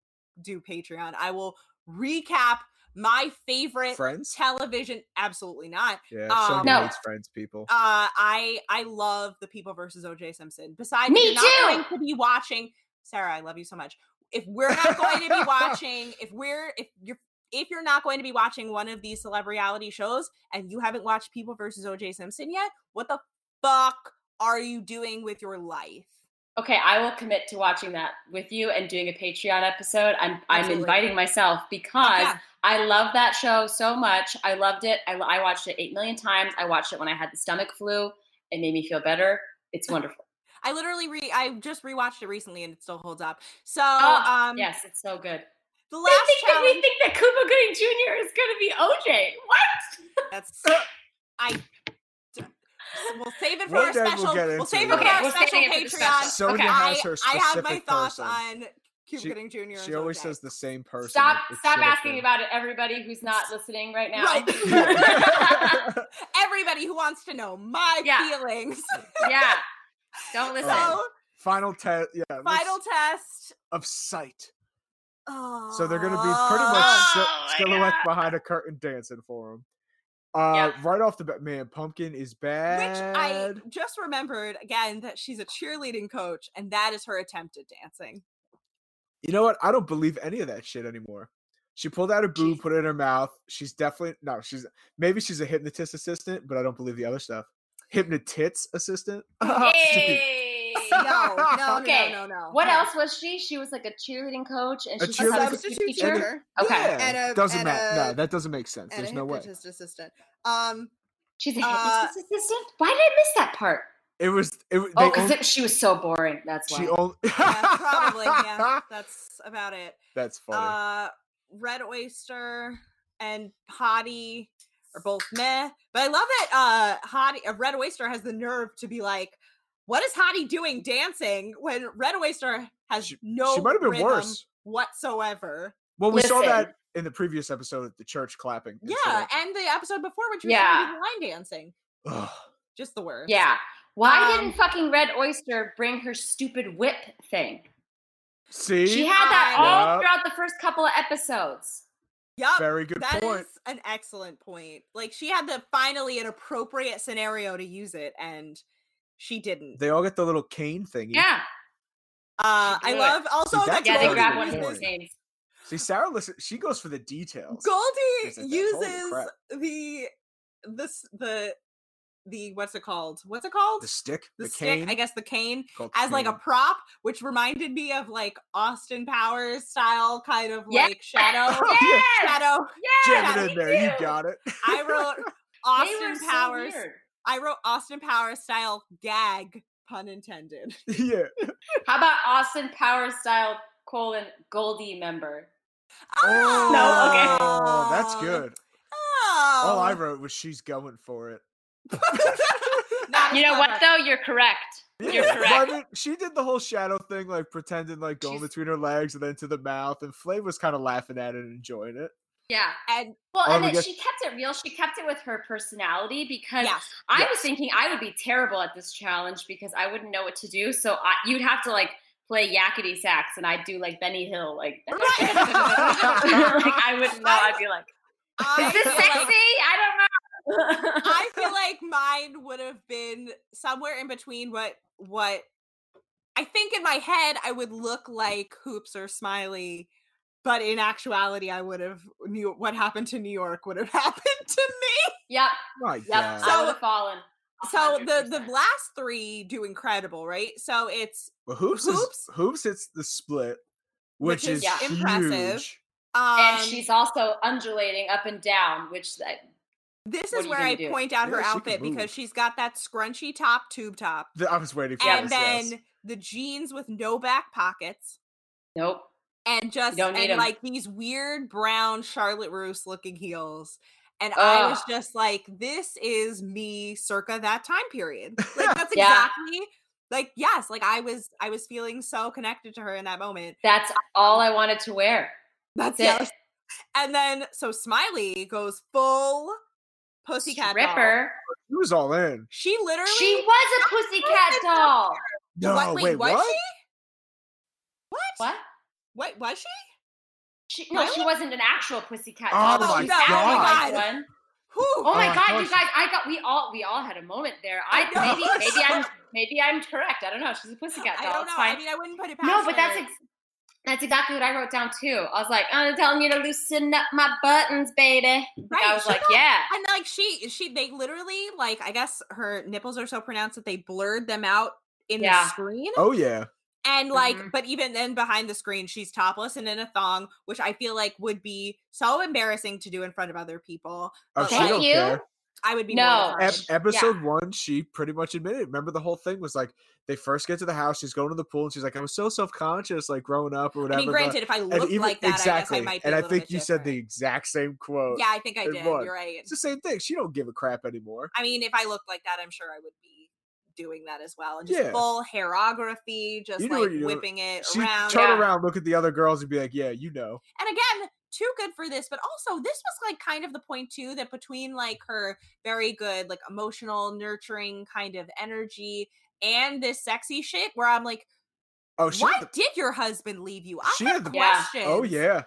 B: do Patreon. I will recap my favorite
A: Friends?
B: television. Absolutely not.
A: Yeah,
B: um,
A: Sonya
C: No.
A: hates friends people.
B: uh i i love the people versus oj simpson besides we're
C: Me
B: not going to be watching sarah i love you so much if we're not going to be watching if we're if you're if you're not going to be watching one of these celebrity reality shows and you haven't watched people versus oj simpson yet what the fuck are you doing with your life
C: okay, I will commit to watching that with you and doing a Patreon episode. I'm I'm
B: Absolutely.
C: inviting myself because
B: yeah.
C: I love that show so much. I loved it. I, I watched it eight million times. I watched it when I had the stomach flu. It made me feel better. It's wonderful.
B: i literally re i just rewatched it recently and it still holds up so
C: Oh,
B: um
C: yes, it's so good.
B: the
C: They
B: last
C: think that
B: challenge-
C: we think that Cuba Gooding Jr. is going to be OJ. What?
B: That's
A: Uh,
B: I. d- We'll save it for
A: One
B: our
A: day we'll
B: special. We'll,
A: get into
B: save
A: it.
B: it for
A: Okay,
B: our
C: we'll save
B: special
C: it for the
B: Patreon.
C: special.
A: Sonya
C: Okay.
A: has her
B: I, I have my
A: specific
B: thoughts
A: person.
B: on Cube
A: She-
B: Gooding Jr.
A: She always says the same person.
C: Stop!
A: It's
C: Stop
A: shit up
C: asking
A: there.
C: about it, everybody who's not listening right now.
B: Right. everybody who wants to know my
C: Yeah.
B: feelings.
C: yeah, don't listen.
B: So
A: Oh, Final test. Yeah. let's-
B: final test.
A: of sight.
B: Oh.
A: So they're going to be pretty much
C: Oh,
A: sil-
C: my
A: silhouette
C: God.
A: behind a curtain dancing for them. Uh, Right off the bat, man, Pumpkin is
B: Which I
A: bad.
B: just remembered again that she's a cheerleading coach, and that is her attempt at dancing.
A: you know what? I don't believe any of that shit anymore. She pulled out a boob, put it in her mouth. She's definitely no. She's maybe she's a hypnotist assistant, but I don't believe the other stuff. Hypnotits assistant.
C: Oh,
A: Stupid.
C: Hey.
B: No, no, no, no,
C: Okay,
B: no, no.
C: What
B: no.
C: else was she? She was like a cheerleading coach, and
A: A
C: she
B: A
A: cheerleading-
C: was a substitute
B: substitute
A: and a-
C: teacher.
B: teacher.
C: Okay.
A: Yeah,
B: And a-
A: doesn't
B: and
A: matter.
B: a-
A: no, that doesn't make sense.
B: and
A: There's
B: a
A: no way.
B: hypnotist assistant. Um,
C: She's a
B: Uh,
C: hypnotist assistant. Why did I miss that part?
A: It was. It, was-
C: Oh,
A: they
C: because
A: only-
C: she was so boring. That's why.
A: she only.
B: yeah, probably. Yeah, that's about it.
A: That's funny.
B: Uh, Red Oyster and Hottie are both meh, but I love that uh, Hottie, uh, Red Oyster has the nerve to be like, "What is Hottie doing dancing?" When Red Oyster has
A: She-
B: no,
A: she might have been
B: rhythm
A: worse.
B: whatsoever.
A: Well, we saw
C: Listen.
A: that in the previous episode of the church clapping.
B: Yeah,
A: incident.
B: and the episode before when she was
C: Yeah.
B: doing line dancing,
A: Ugh.
B: just the worst.
C: yeah. Why
B: Um,
C: didn't fucking Red Oyster bring her stupid whip thing?
A: See,
C: She had that
B: I-
C: all
A: Yep.
C: throughout the first couple of episodes.
B: Yup.
A: very good
B: That is
A: point.
B: an excellent point. Like she had the finally an appropriate scenario to use it, and she didn't.
A: They all get the little cane thingy.
C: Yeah.
B: uh,
C: should
B: I
C: do it.
B: love also
A: See,
B: that
A: that's
C: Yeah,
A: Totally
C: they
B: Goldie
C: grabbed
A: good
C: one of
A: point.
C: his
B: uses,
C: names.
A: See, Sarah, listen, she goes for the details. Yes, I
B: Goldie
A: did. Holy crap.
B: uses the this the the what's it called? What's it called?
A: The stick, the,
B: The stick,
A: cane,
B: I guess the cane,
A: called the
B: as like a
A: cane.
B: prop, which reminded me of like Austin Powers style kind of
C: Yeah.
B: like shadow,
A: Oh, yeah,
B: shadow.
C: Yeah.
A: jam it in
C: me
A: there. You
C: too.
A: got it.
B: I wrote
C: They were
B: Austin
C: so
B: Powers
C: weird.
B: I wrote Austin Powers style gag, pun intended.
A: yeah.
C: How about Austin Powers style colon Goldie member? okay.
A: Oh, that's good.
B: Oh.
A: All I wrote was she's going for it.
B: Not
C: You
B: as
C: know what
B: clever.
C: though? You're correct. You're
A: Yeah, but I
C: correct.
A: mean, she did the whole shadow thing, like pretending like going
C: She's-
A: between her legs and then to the mouth, and Flav was kind of laughing at it and enjoying it.
C: Yeah.
B: And
C: Well,
A: Oh,
C: and
A: we
C: then
A: got-
C: she kept it real. She kept it with her personality because
B: yes.
C: I was
A: Yes.
C: thinking I would be terrible at this challenge because I wouldn't know what to do. So I, you'd have to like play yakety sax, and I'd do like Benny Hill, like. like
B: Right.
C: I wouldn't know. I'd be like,
B: I
C: "Is this
B: feel
C: sexy?
B: like-
C: I don't know."
B: I feel like mine would have been somewhere in between what what I think in my head I would look like Hoops or Smiley, but in actuality I would have knew what happened to New York would have happened to me.
C: yep,
A: My
C: yep.
A: God.
B: So-
C: I would have fallen. a
B: So the the
C: 100%.
B: last three do incredible, right? So it's
A: But hoops, is-
B: Hoops-
A: hoops hits the split,
B: Which
A: which,
B: is
A: is,
B: yeah, impressive.
A: huge.
B: um
C: and she's also undulating up and down, which uh,
B: this
C: what
B: is
C: are you
B: where
C: gonna
B: I
C: do?
B: point out her
A: Yeah, she can
B: outfit because
A: move.
B: she's got that scrunchy top tube top
A: Th- I was waiting for
B: and
A: this, yes.
B: then the jeans with no back pockets
C: nope.
B: and just
C: don't
B: and
C: need 'em.
B: like these weird brown Charlotte Russe looking heels. And I was
C: Ugh.
B: just like, this is me circa that time period. Like that's
C: Yeah.
B: exactly like yes, like I was I was feeling so connected to her in that moment.
C: That's all I wanted to wear.
B: That's
C: That's
B: it.
C: it.
B: And then so Smiley goes full pussycat doll.
C: Stripper.
A: He was all in.
B: She literally
C: She was a pussycat
B: Pussycat
C: doll.
A: No,
B: what,
A: wait,
B: was
A: what?
B: she? What?
C: What?
B: Wait, was she?
C: She, no, she
B: Really?
C: wasn't an actual pussycat
A: Oh
C: doll. but
B: my
C: she sounded
B: God.
C: like one.
B: Who?
C: Oh my
A: Oh, I
C: god,
A: thought
C: you
A: she-
C: guys! I got we all we all had a moment there. I,
B: I know,
C: maybe
B: I
C: maybe I'm maybe I'm correct. I don't know. She's a pussycat
B: I
C: doll.
B: don't
C: it's
B: know.
C: fine.
B: I mean, I wouldn't put it past
C: no, but that's
B: her.
C: ex- that's exactly what I wrote down too. I was like, I'm telling you to loosen up my buttons, baby.
B: right.
C: I was
B: she
C: like,
B: got-
C: yeah.
B: And like she, she, they literally like I guess her nipples are so pronounced that they blurred them out in
C: Yeah.
B: the screen.
A: Oh yeah,
B: And like,
C: Mhm.
B: but even then behind the screen, she's topless and in a thong, which I feel like would be so embarrassing to do in front of other people.
A: oh,
B: But
A: she
B: like-
A: don't
C: Thank you.
A: care.
B: I would be
C: No.
A: Ep-
B: mortified.
A: episode one, she pretty much admitted. Remember the whole thing was like they first get to the house, she's going to the pool, and she's like, "I was so self conscious, like growing up or
B: I
A: whatever."
B: mean,
A: but-
B: granted, if I
A: and
B: looked
A: even-
B: like that,
A: exactly.
B: I guess I might be.
A: and
B: a
A: I
B: little
A: think
B: bit
A: you said the
B: different.
A: exact same quote.
B: Yeah, I think I
A: it
B: did.
A: was.
B: You're right.
A: it's the same thing. She don't give a crap anymore.
B: I mean, if I looked like that, I'm sure I would be doing that as well. And just
A: Yeah.
B: full hairography, just
A: You know what
B: like
A: you're doing.
B: whipping it
A: She
B: around.
A: turn
C: yeah.
A: around, look at the other girls, and be like, "Yeah, you know."
B: And again, too good for this, but also this was like kind of the point too that between like her very good, like emotional, nurturing kind of energy and this sexy shit where I'm like,
A: Oh, she.
B: why
A: had the-
B: did your husband leave you? I
A: she
B: have
A: had the-
C: Yeah.
B: questions.
A: oh yeah,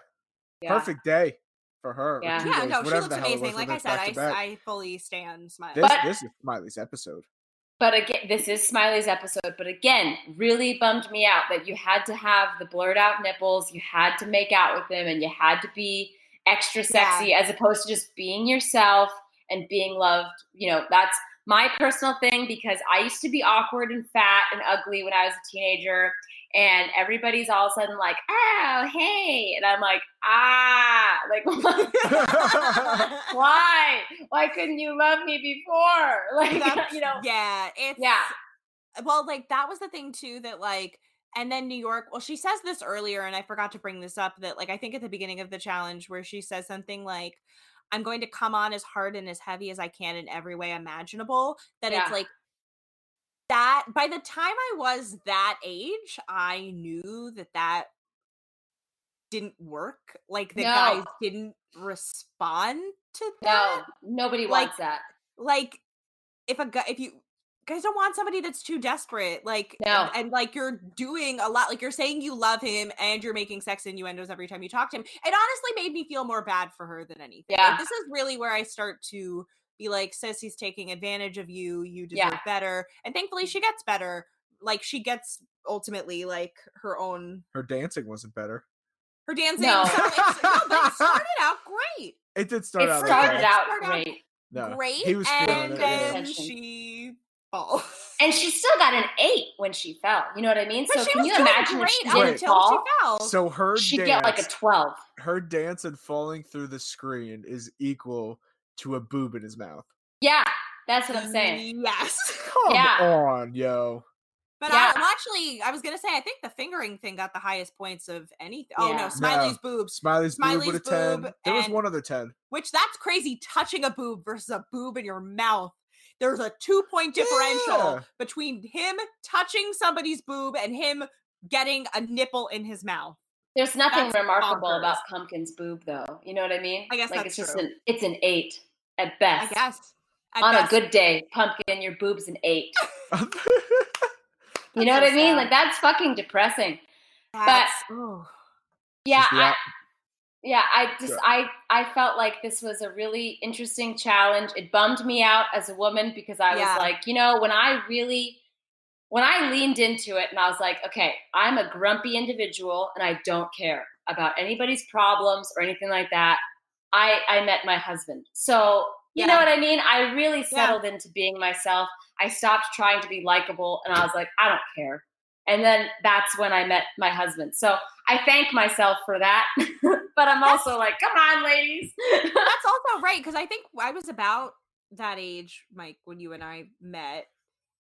C: Yeah.
A: perfect day for her. or
C: Yeah.
A: two
B: Yeah,
A: days,
B: no, she
A: whatever
B: looks
A: the hell it was
B: amazing.
A: when
B: Like
A: they're
B: I said, I,
A: back
B: s-
A: to back.
B: I fully stand smile.
A: This,
C: But-
A: this is Miley's episode.
C: But again, this is Smiley's episode. But again, really bummed me out that you had to have the blurred out nipples, you had to make out with them, and you had to be extra sexy as opposed to just being yourself and being loved. You know, that's my personal thing because I used to be awkward and fat and ugly when I was a teenager. And everybody's all of a sudden like, oh, hey. And I'm like, ah, like, why? Why couldn't you love me before? Like,
B: That's-
C: uh, you know,
B: yeah, it's
C: yeah.
B: well, like that was the thing too that like and then New York, well, she says this earlier, and I forgot to bring this up that, like, I think at the beginning of the challenge, where she says something like, I'm going to come on as hard and as heavy as I can in every way imaginable, that
C: Yeah.
B: it's like, that by the time I was that age, I knew that that didn't work. Like, the
C: No.
B: guys didn't respond to that
C: No, nobody
B: Like-
C: wants that.
B: like if a guy if you guys don't want somebody that's too desperate like
C: No.
B: and, and, like you're doing a lot like you're saying you love him and you're making sex innuendos every time you talk to him it honestly made me feel more bad for her than anything Like,
C: Yeah.
B: this is really where i start to be like sis he's taking advantage of you you deserve
C: Yeah.
B: better and thankfully she gets better like she gets ultimately like her own
A: Her dancing wasn't better.
B: her dancing
C: No.
B: so it's- no, but it started out great
A: It did start out.
C: It
A: like
C: started
A: that.
C: out
B: Started out-
C: great.
A: No,
B: great
A: He was feeling
B: and
A: it, yeah.
B: then
C: Attention.
B: she falls
C: And she still got an eight when she fell. You know what I mean?
B: But
C: so
B: she
C: can
B: was
C: you
B: doing
C: imagine if she
B: great
C: didn't
B: until
C: fall?
B: she fell.
A: So her
C: She'd
A: dance,
C: get like a 12.
A: her dance and falling through the screen is equal to a boob in his mouth.
C: Yeah, that's what I'm saying.
B: Yes.
A: Come
C: Yeah.
A: on, yo.
B: But
C: Yeah.
B: I, well, actually, I was gonna say I think the fingering thing got the highest points of anything. Oh
C: Yeah.
B: no, Smiley's boobs,
A: Smiley's,
B: Smiley's
A: boob with a ten.
B: boob
A: there was
B: and-
A: one other ten.
B: which that's crazy. Touching a boob versus a boob in your mouth. There's a two point differential
A: Yeah.
B: between him touching somebody's boob and him getting a nipple in his mouth.
C: There's nothing
B: That's
C: remarkable
B: bonkers.
C: about Pumpkin's boob, though. You know what I mean?
B: I guess
C: like
B: that's
C: it's just
B: true.
C: an it's an eight at best.
B: I guess. At
C: On
B: best,
C: a good day, Pumpkin, your boob's an eight. You
B: That's so
C: know what I mean?
B: sad.
C: Like that's fucking depressing.
B: that's- oh.
C: Yeah,
A: Just the
C: I-
A: op-
C: yeah. I just
A: Yeah.
C: I I felt like this was a really interesting challenge. It bummed me out as a woman because I
B: Yeah.
C: was like, you know, when I really when I leaned into it and I was like, okay, I'm a grumpy individual and I don't care about anybody's problems or anything like that. I I met my husband. So, you know
B: Yeah.
C: what I mean? I really settled into being myself. I stopped trying to be likable and I was like, I don't care. And then that's when I met my husband. So, I thank myself for that. but I'm
B: That's-
C: also like, come on, ladies.
B: that's also right because I think I was about that age, Mike, when you and I met,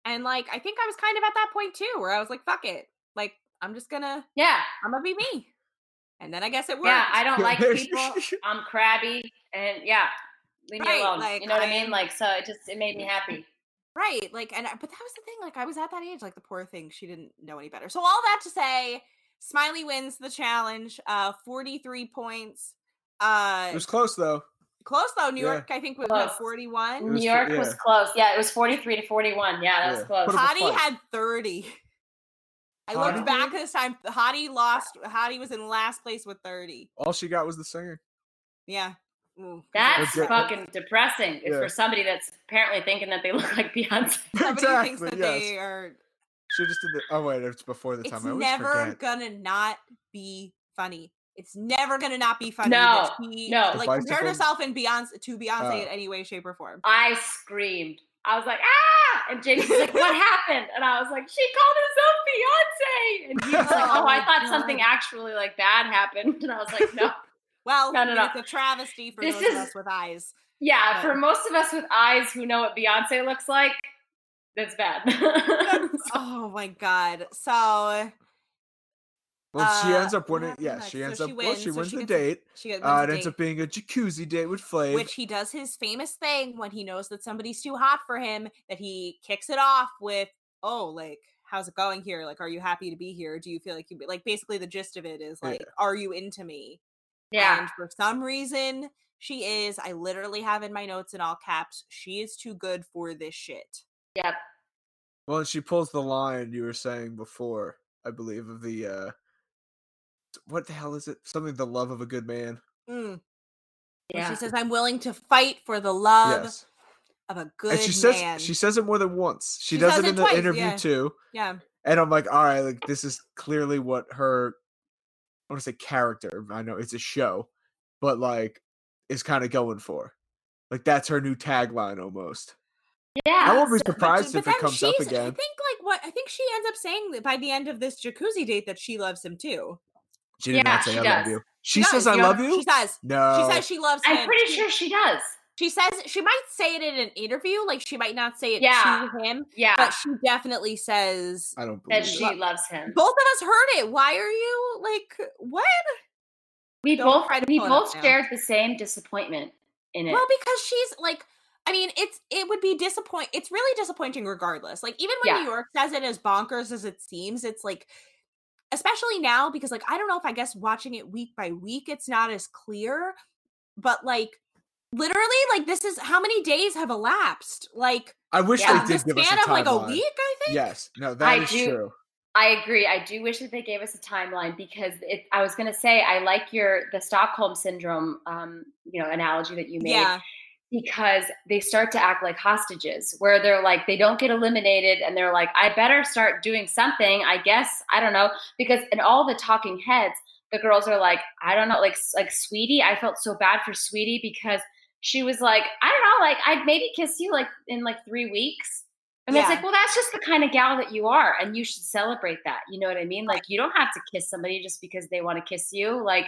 B: and like I think I was kind of at that point too, where I was like, "Fuck it," like I'm just gonna,
C: yeah.
B: I'm gonna be me, and then I guess it worked.
C: Yeah, I don't
A: Yeah,
C: like
A: there's-
C: people. I'm crabby, and yeah, leave
B: Right,
C: me alone.
B: like,
C: you know what I mean?
B: I'm-
C: Like, so it just it made me happy.
B: right, like, and I- but that was the thing, like I was at that age, like the poor thing, she didn't know any better. So all that to say, Smiley wins the challenge, uh, 43 points.
A: it
B: Uh,
A: was close though.
B: close though. New
A: yeah.
B: York, I think, was no,
C: Close.
B: 41.
A: was
C: New
A: fi-
C: York was
A: yeah.
C: close. Yeah, it was 43 to 41. Yeah, that
A: Yeah.
C: was close.
A: What a-
B: Hottie
A: fight.
B: had 30. I
A: Hottie
B: looked back this time. Hottie lost. Hottie was in last place with 30.
A: All she got was the singing.
B: Yeah. Ooh, 'cause
C: That's
A: Okay.
C: fucking depressing
A: Yeah.
C: for somebody that's apparently thinking that they look like Beyonce.
B: somebody who thinks
A: Exactly,
B: that
A: yes.
B: they are.
A: She just did the. Oh wait, it's before the time.
B: It's
A: I always
B: never
A: forget.
B: gonna not be funny. It's never gonna not be funny. that she,
C: no. The
B: Like compared
A: bicycle-
B: herself in Beyonce to Beyonce
A: Oh.
B: in any way, shape, or form.
C: I screamed. I was like, ah! And James was like, what happened? And I was like, she called herself Beyonce. And he was like,
B: Oh
C: oh, I
B: my
C: thought something
B: God.
C: actually like bad happened. And I was like, no.
B: Well,
C: No,
B: I
C: no,
B: mean,
C: no.
B: it's a travesty for
C: This
B: those of
C: is-
B: us with eyes.
C: Yeah,
B: But-
C: for most of us with eyes who know what Beyonce looks like, that's bad.
B: Oh my god. So
A: Well, she
B: Uh,
A: ends up
B: what
A: winning.
B: happened
A: Yeah,
B: next?
A: she ends
B: So
A: up.
B: she
A: well, she
B: wins, so
A: wins
B: she
A: the
B: gets a-
A: date.
B: she wins
A: Uh,
B: a
A: it ends
B: date.
A: up being a jacuzzi date with Flav.
B: which he does his famous thing when he knows that somebody's too hot for him that he kicks it off with oh like how's it going here like are you happy to be here do you feel like you like basically the gist of it is
A: Yeah.
B: like are you into me
C: yeah.
B: and for some reason she is i literally have in my notes in all caps she is too good for this shit
C: Yep.
A: well, and she pulls the line you were saying before, I believe, of the. uh What the hell is it? Something the love of a good man.
B: Mm. Where
C: Yeah.
B: she says i'm willing to fight for the love
A: yes,
B: of a good
A: and she says
B: man
A: she says it more than once. She,
B: She
A: does
B: says
A: it
B: it
A: in the
B: twice,
A: interview
B: yeah.
A: too,
B: yeah
A: and I'm like, all right, like this is clearly what her. I want to say character. I know it's a show, but like, is kind of going for. Like that's her new tagline almost.
C: Yeah.
A: I won't be
C: so-
A: surprised if it comes up
B: she's- I
A: again.
B: think like what I think she ends up saying that by the end of this jacuzzi date that she loves him too.
A: She did
C: Yeah,
A: not say
C: she
A: I love
C: does.
A: you. She
B: does,
A: says I
B: you know,
A: love you. Oh.
B: She says.
A: no,
B: She says she loves him.
C: I'm pretty
B: She-
C: sure she does.
B: She says she might say it in an interview, like she might not say it
C: Yeah.
B: to him,
C: Yeah,
B: but she definitely says
A: I don't believe
C: that
A: it.
C: she loves him.
B: both of us heard it. Why are you like what?
C: we
B: don't
C: both
B: try to
C: we
B: pull it up
C: both
B: now.
C: shared the same disappointment in it.
B: Well, because she's like, I mean, it's it would be disappoint. It's really disappointing, regardless. Like even when
C: Yeah.
B: New York says it as bonkers as it seems, it's like, especially now because like I don't know if I guess watching it week by week, it's not as clear. But like, literally, like this is how many days have elapsed? Like
A: I wish
C: Yeah.
A: they
B: the
A: did give us
B: span
A: a
B: of like a
A: timeline.
B: week, I think.
A: Yes, no, that
C: I
A: is
C: do-
A: true.
C: I agree. I do wish that they gave us a timeline because it, I was going to say I like your the Stockholm syndrome, um, you know, analogy that you made
B: Yeah,
C: because they start to act like hostages, where they're like they don't get eliminated, and they're like, I better start doing something. I guess I don't know because in all the talking heads, the girls are like, I don't know, like like Sweetie. I felt so bad for Sweetie because she was like, I don't know, like I'd maybe kiss you like in like three weeks. And it's
B: Yeah.
C: like, well, that's just the kind of gal that you are, and you should celebrate that. You know what I mean? Like, you don't have to kiss somebody just because they want to kiss you. Like,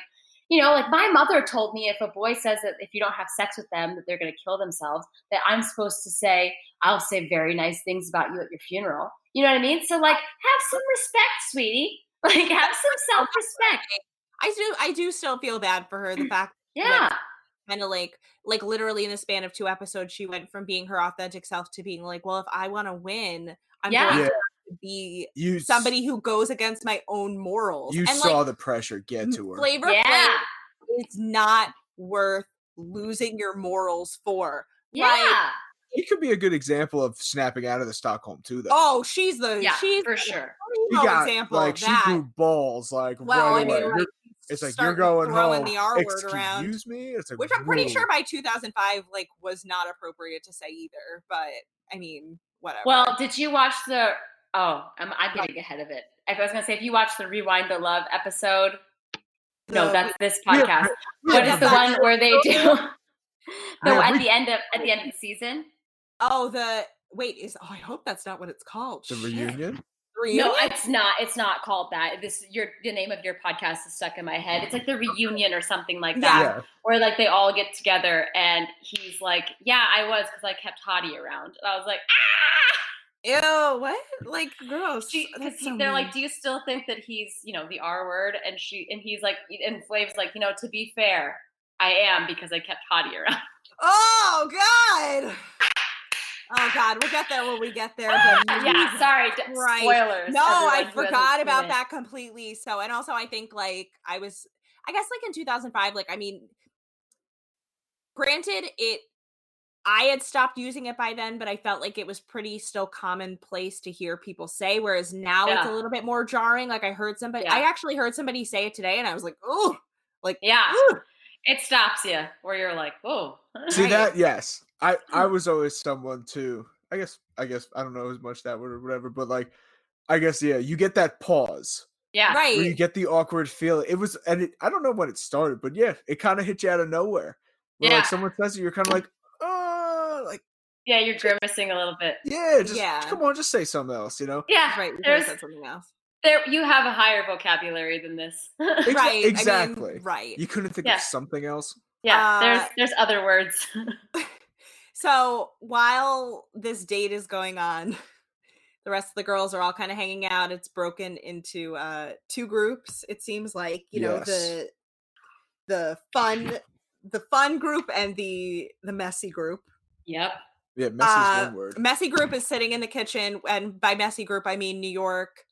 C: you know, like my mother told me if a boy says that if you don't have sex with them, that they're going to kill themselves, that I'm supposed to say, I'll say very nice things about you at your funeral. You know what I mean? So, like, have some respect, sweetie. Like, have some self respect.
B: I do. I do still feel bad for her. The fact
C: Yeah.
B: kind of like like literally in the span of two episodes she went from being her authentic self to being like well if i want to win i'm
C: Yeah.
B: going
A: Yeah.
B: to be
A: You s-
B: somebody who goes against my own morals
A: you
B: and
A: saw
B: like
A: the pressure get to her.
B: flavor
C: Yeah.
B: it's not worth losing your morals for
C: Yeah.
A: He could be a good example of snapping out of the Stockholm too, though.
B: oh she's the
C: Yeah.
B: she's
C: For
B: the
C: sure.
A: She
B: primo example
A: like
B: of
A: she
B: that
A: grew balls like
B: well
A: right
B: i mean
A: away.
B: like,
A: You're- it's like you're
B: starting
A: going
B: throwing
A: home.
B: the r word
A: Excuse
B: around
A: me. It's like,
B: which I'm pretty sure
A: "Whoa."
B: by 2005 like was not appropriate to say either. But I mean, whatever.
C: Well, did you watch the? Oh, I'm, I'm getting ahead of it. If I was gonna say, if you watch the Rewind the Love episode, no,
B: The-
C: that's this
A: we have-
C: podcast.
A: we
C: What
A: have
C: is the
A: back-
C: one where they do? The
A: Yeah,
C: at
A: we-
C: the end of at the end of the season.
B: oh the wait is oh I hope that's not what it's called.
A: The
B: Shit.
A: reunion.
B: Reunion?
C: No, it's not. It's not called that. This your the name of your podcast is stuck in my head. It's like the reunion or something like that,
A: Yeah.
C: where like they all get together and he's like, "Yeah, I was because I kept Hottie around." And I was like,
B: Ew, what? Like gross.
C: she, 'cause
B: That's
C: he-
B: so
C: they're like,
B: mean.
C: do you still think that he's, you know, the R word? And she, and he's like, and Flav's like, you know, to be fair, I am because I kept Hottie around.
B: Oh god. Oh god, we'll get there when we get there. But
C: yeah,
B: Jesus
C: sorry, d-
B: Christ.
C: spoilers.
B: No, I
C: everyone who hasn't
B: forgot
C: seen
B: about
C: it.
B: that completely. So, and also, I think like I was, I guess like in 2005, like, I mean, granted, it, I had stopped using it by then, but I felt like it was pretty still commonplace to hear people say. Whereas now it's a
C: Yeah.
B: little bit more jarring. Like, I heard somebody, I
C: Yeah.
B: actually heard somebody say it today, and I was like, oh,
C: Yeah, it stops you where you're like, whoa.
A: See
B: Right.
A: that? Yes. I I was always someone too. I guess I guess I don't know as much that word or whatever, but like I guess yeah, you get that pause
C: yeah,
B: right.
A: where you get the awkward feeling. It was and it, I don't know when it started, but yeah, it kind of hit you out of nowhere. Where
C: Yeah.
A: like someone says it, you're kind of like, oh, like
C: yeah, you're grimacing a little bit.
A: yeah, just
B: Yeah.
A: come on, just say something else, you know?
C: Yeah,
B: Right. You could have
C: there's
B: said something else.
C: there. You have a higher vocabulary than this.
A: Exa-
B: Right. I mean,
A: exactly.
B: right.
A: You couldn't think
C: Yeah.
A: of something else.
C: yeah,
B: Uh,
C: there's there's other words.
B: So while this date is going on, the rest of the girls are all kind of hanging out. It's broken into uh two groups. It seems like, you know,
A: Yes.
B: the the fun the fun group and the the messy group.
C: yep.
A: Yeah, messy is
B: Uh,
A: one word.
B: Messy group is sitting in the kitchen and by messy group I mean New York,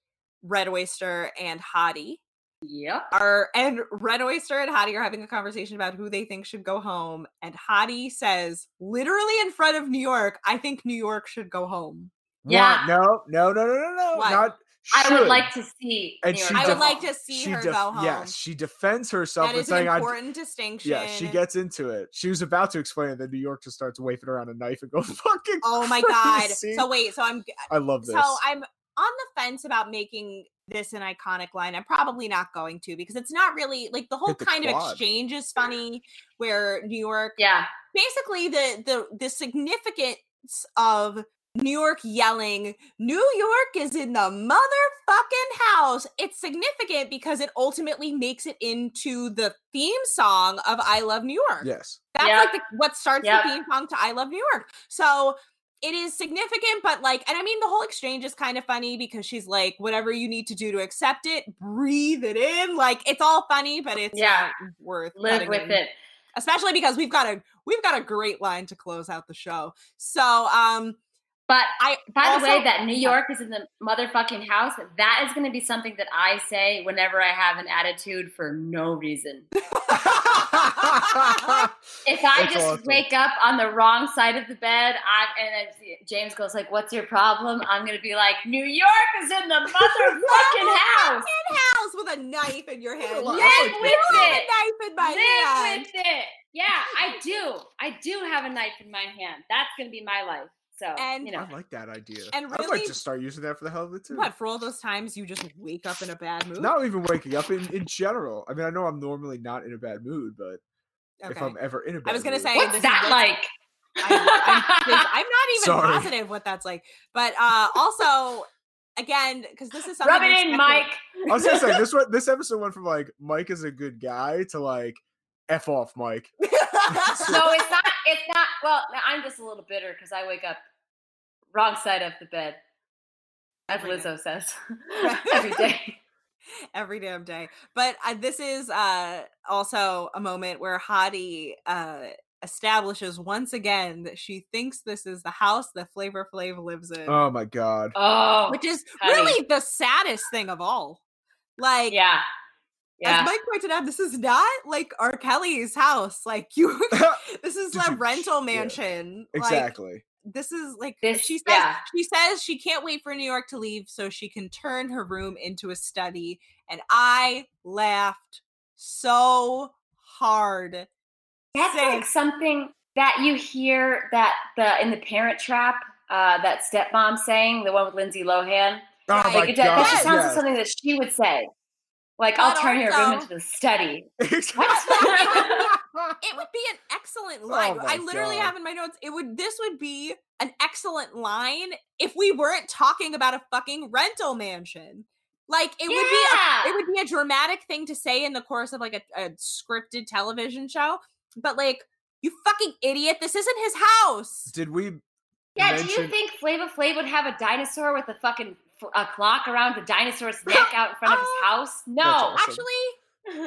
B: Red Oyster and Hottie.
C: Yep.
B: Are and Red Oyster and Hottie are having a conversation about who they think should go home. And Hottie says, literally in front of New York, I think New York should go home.
A: Why-
C: yeah.
A: No, no, no, no, no, no.
B: Why?
A: Not
C: I would
A: should.
C: like to see.
A: And
C: New
A: she
C: York
B: I
A: def-
B: would like
C: Hall.
B: to see her
A: def-
B: go home.
A: Yes, she defends herself
B: that
A: and
B: is an
A: saying, I,
B: important distinction.
A: Yeah, she gets into it. She was about to explain it, then New York just starts waving around a knife and go fucking.
B: Oh my god!
A: crazy."
B: So wait, so I'm
A: I love this.
B: so I'm on the fence about making this an iconic line. I'm probably not going to because it's not really like the whole
A: the
B: kind of
A: quad.
B: exchange is funny, where New York
C: Yeah.
B: basically the the the significance of New York yelling, New York is in the motherfucking house. It's significant because it ultimately makes it into the theme song of I Love New York.
A: Yes.
B: That's
C: Yep.
B: like the, what starts
C: Yep.
B: the theme song to I Love New York. So it is significant, but like, and I mean, the whole exchange is kind of funny because she's like, whatever you need to do to accept it, breathe it in. Like, it's all funny, but it's
C: Yeah.
B: not worth
C: Live
B: cutting
C: with
B: in
C: it.
B: especially because we've got a we've got a great line to close out the show. So um
C: But
B: I
C: by
B: also-
C: the way, that New York is in the motherfucking house, that is going to be something that I say whenever I have an attitude for no reason. If I
A: That's
C: just
A: awesome.
C: wake up on the wrong side of the bed, I and then James goes like, "What's your problem?" I'm gonna be like, "New York is in the motherfucking house.
B: Fucking house with a knife in your hand.
A: Well, I
B: Yes,
A: like
C: Live with
B: I have
C: it.
B: a knife in my
C: Live
B: hand.
C: with it." Yeah, I do. I do have a knife in my hand. That's gonna be my life. So
B: And-
C: you
A: I
C: know,
A: like that idea.
B: And
A: I'd like
B: really-
A: to start using that for the hell of it too.
B: What for all those times you just wake up in a bad mood?
A: Not even waking up in, in general. I mean, I know I'm normally not in a bad mood, but
B: okay.
A: if I'm ever in a bad
B: I was gonna
A: mood-
B: say this
C: what's
B: is
C: that
B: what-
C: like?
B: I, I'm, think- I'm not even
A: Sorry.
B: positive what that's like, but uh also again because this is something
C: Rub
B: we
C: it in,
B: speculate-
C: Mike.
A: I was gonna say this one, this episode went from like Mike is a good guy to like f off Mike.
C: so it's not. It's not. Well, now I'm just a little bitter because I wake up wrong side of the bed, as
B: Every day.
C: Lizzo says every day.
B: every damn day. But uh, this is uh, also a moment where Hottie uh, establishes once again that she thinks this is the house that Flavor Flav lives in,
A: Oh my god.
C: Oh,
B: which is
C: Hottie.
B: really the saddest thing of all. Like,
C: yeah, yeah.
B: as Mike pointed out, this is not like R. Kelly's house. Like, you, this is
A: This
B: a
A: is-
B: rental
A: yeah.
B: mansion. Like,
A: Exactly.
B: this is like
C: This-
B: she says
C: yeah.
B: she says she can't wait for New York to leave so she can turn her room into a study and I laughed so hard.
C: That's like
B: Six.
C: something that you hear that the in the Parent Trap, uh, that stepmom saying, the one with Lindsay Lohan.
A: oh
B: Like,
A: my god.
C: it, does- that just sounds like
A: yes.
C: something that she would say. Like,
B: But
C: I'll turn your room
B: also-
C: into the study.
A: Exactly.
C: What?
B: It would be an excellent line.
C: Oh
A: my
B: I literally
A: God.
B: have in my notes it would this would be an excellent line if we weren't talking about a fucking rental mansion. Like it would be a
C: Yeah.
B: it would be a dramatic thing to say in the course of like a, a scripted television show, but like, you fucking idiot, this isn't his house.
A: Did we?
B: Um,
C: Yeah, do you
A: mention-
C: think Flava Flav would have a dinosaur with a fucking f- a clock around the dinosaur's neck out in front of his
B: Oh.
C: house? No.
A: awesome.
B: Actually,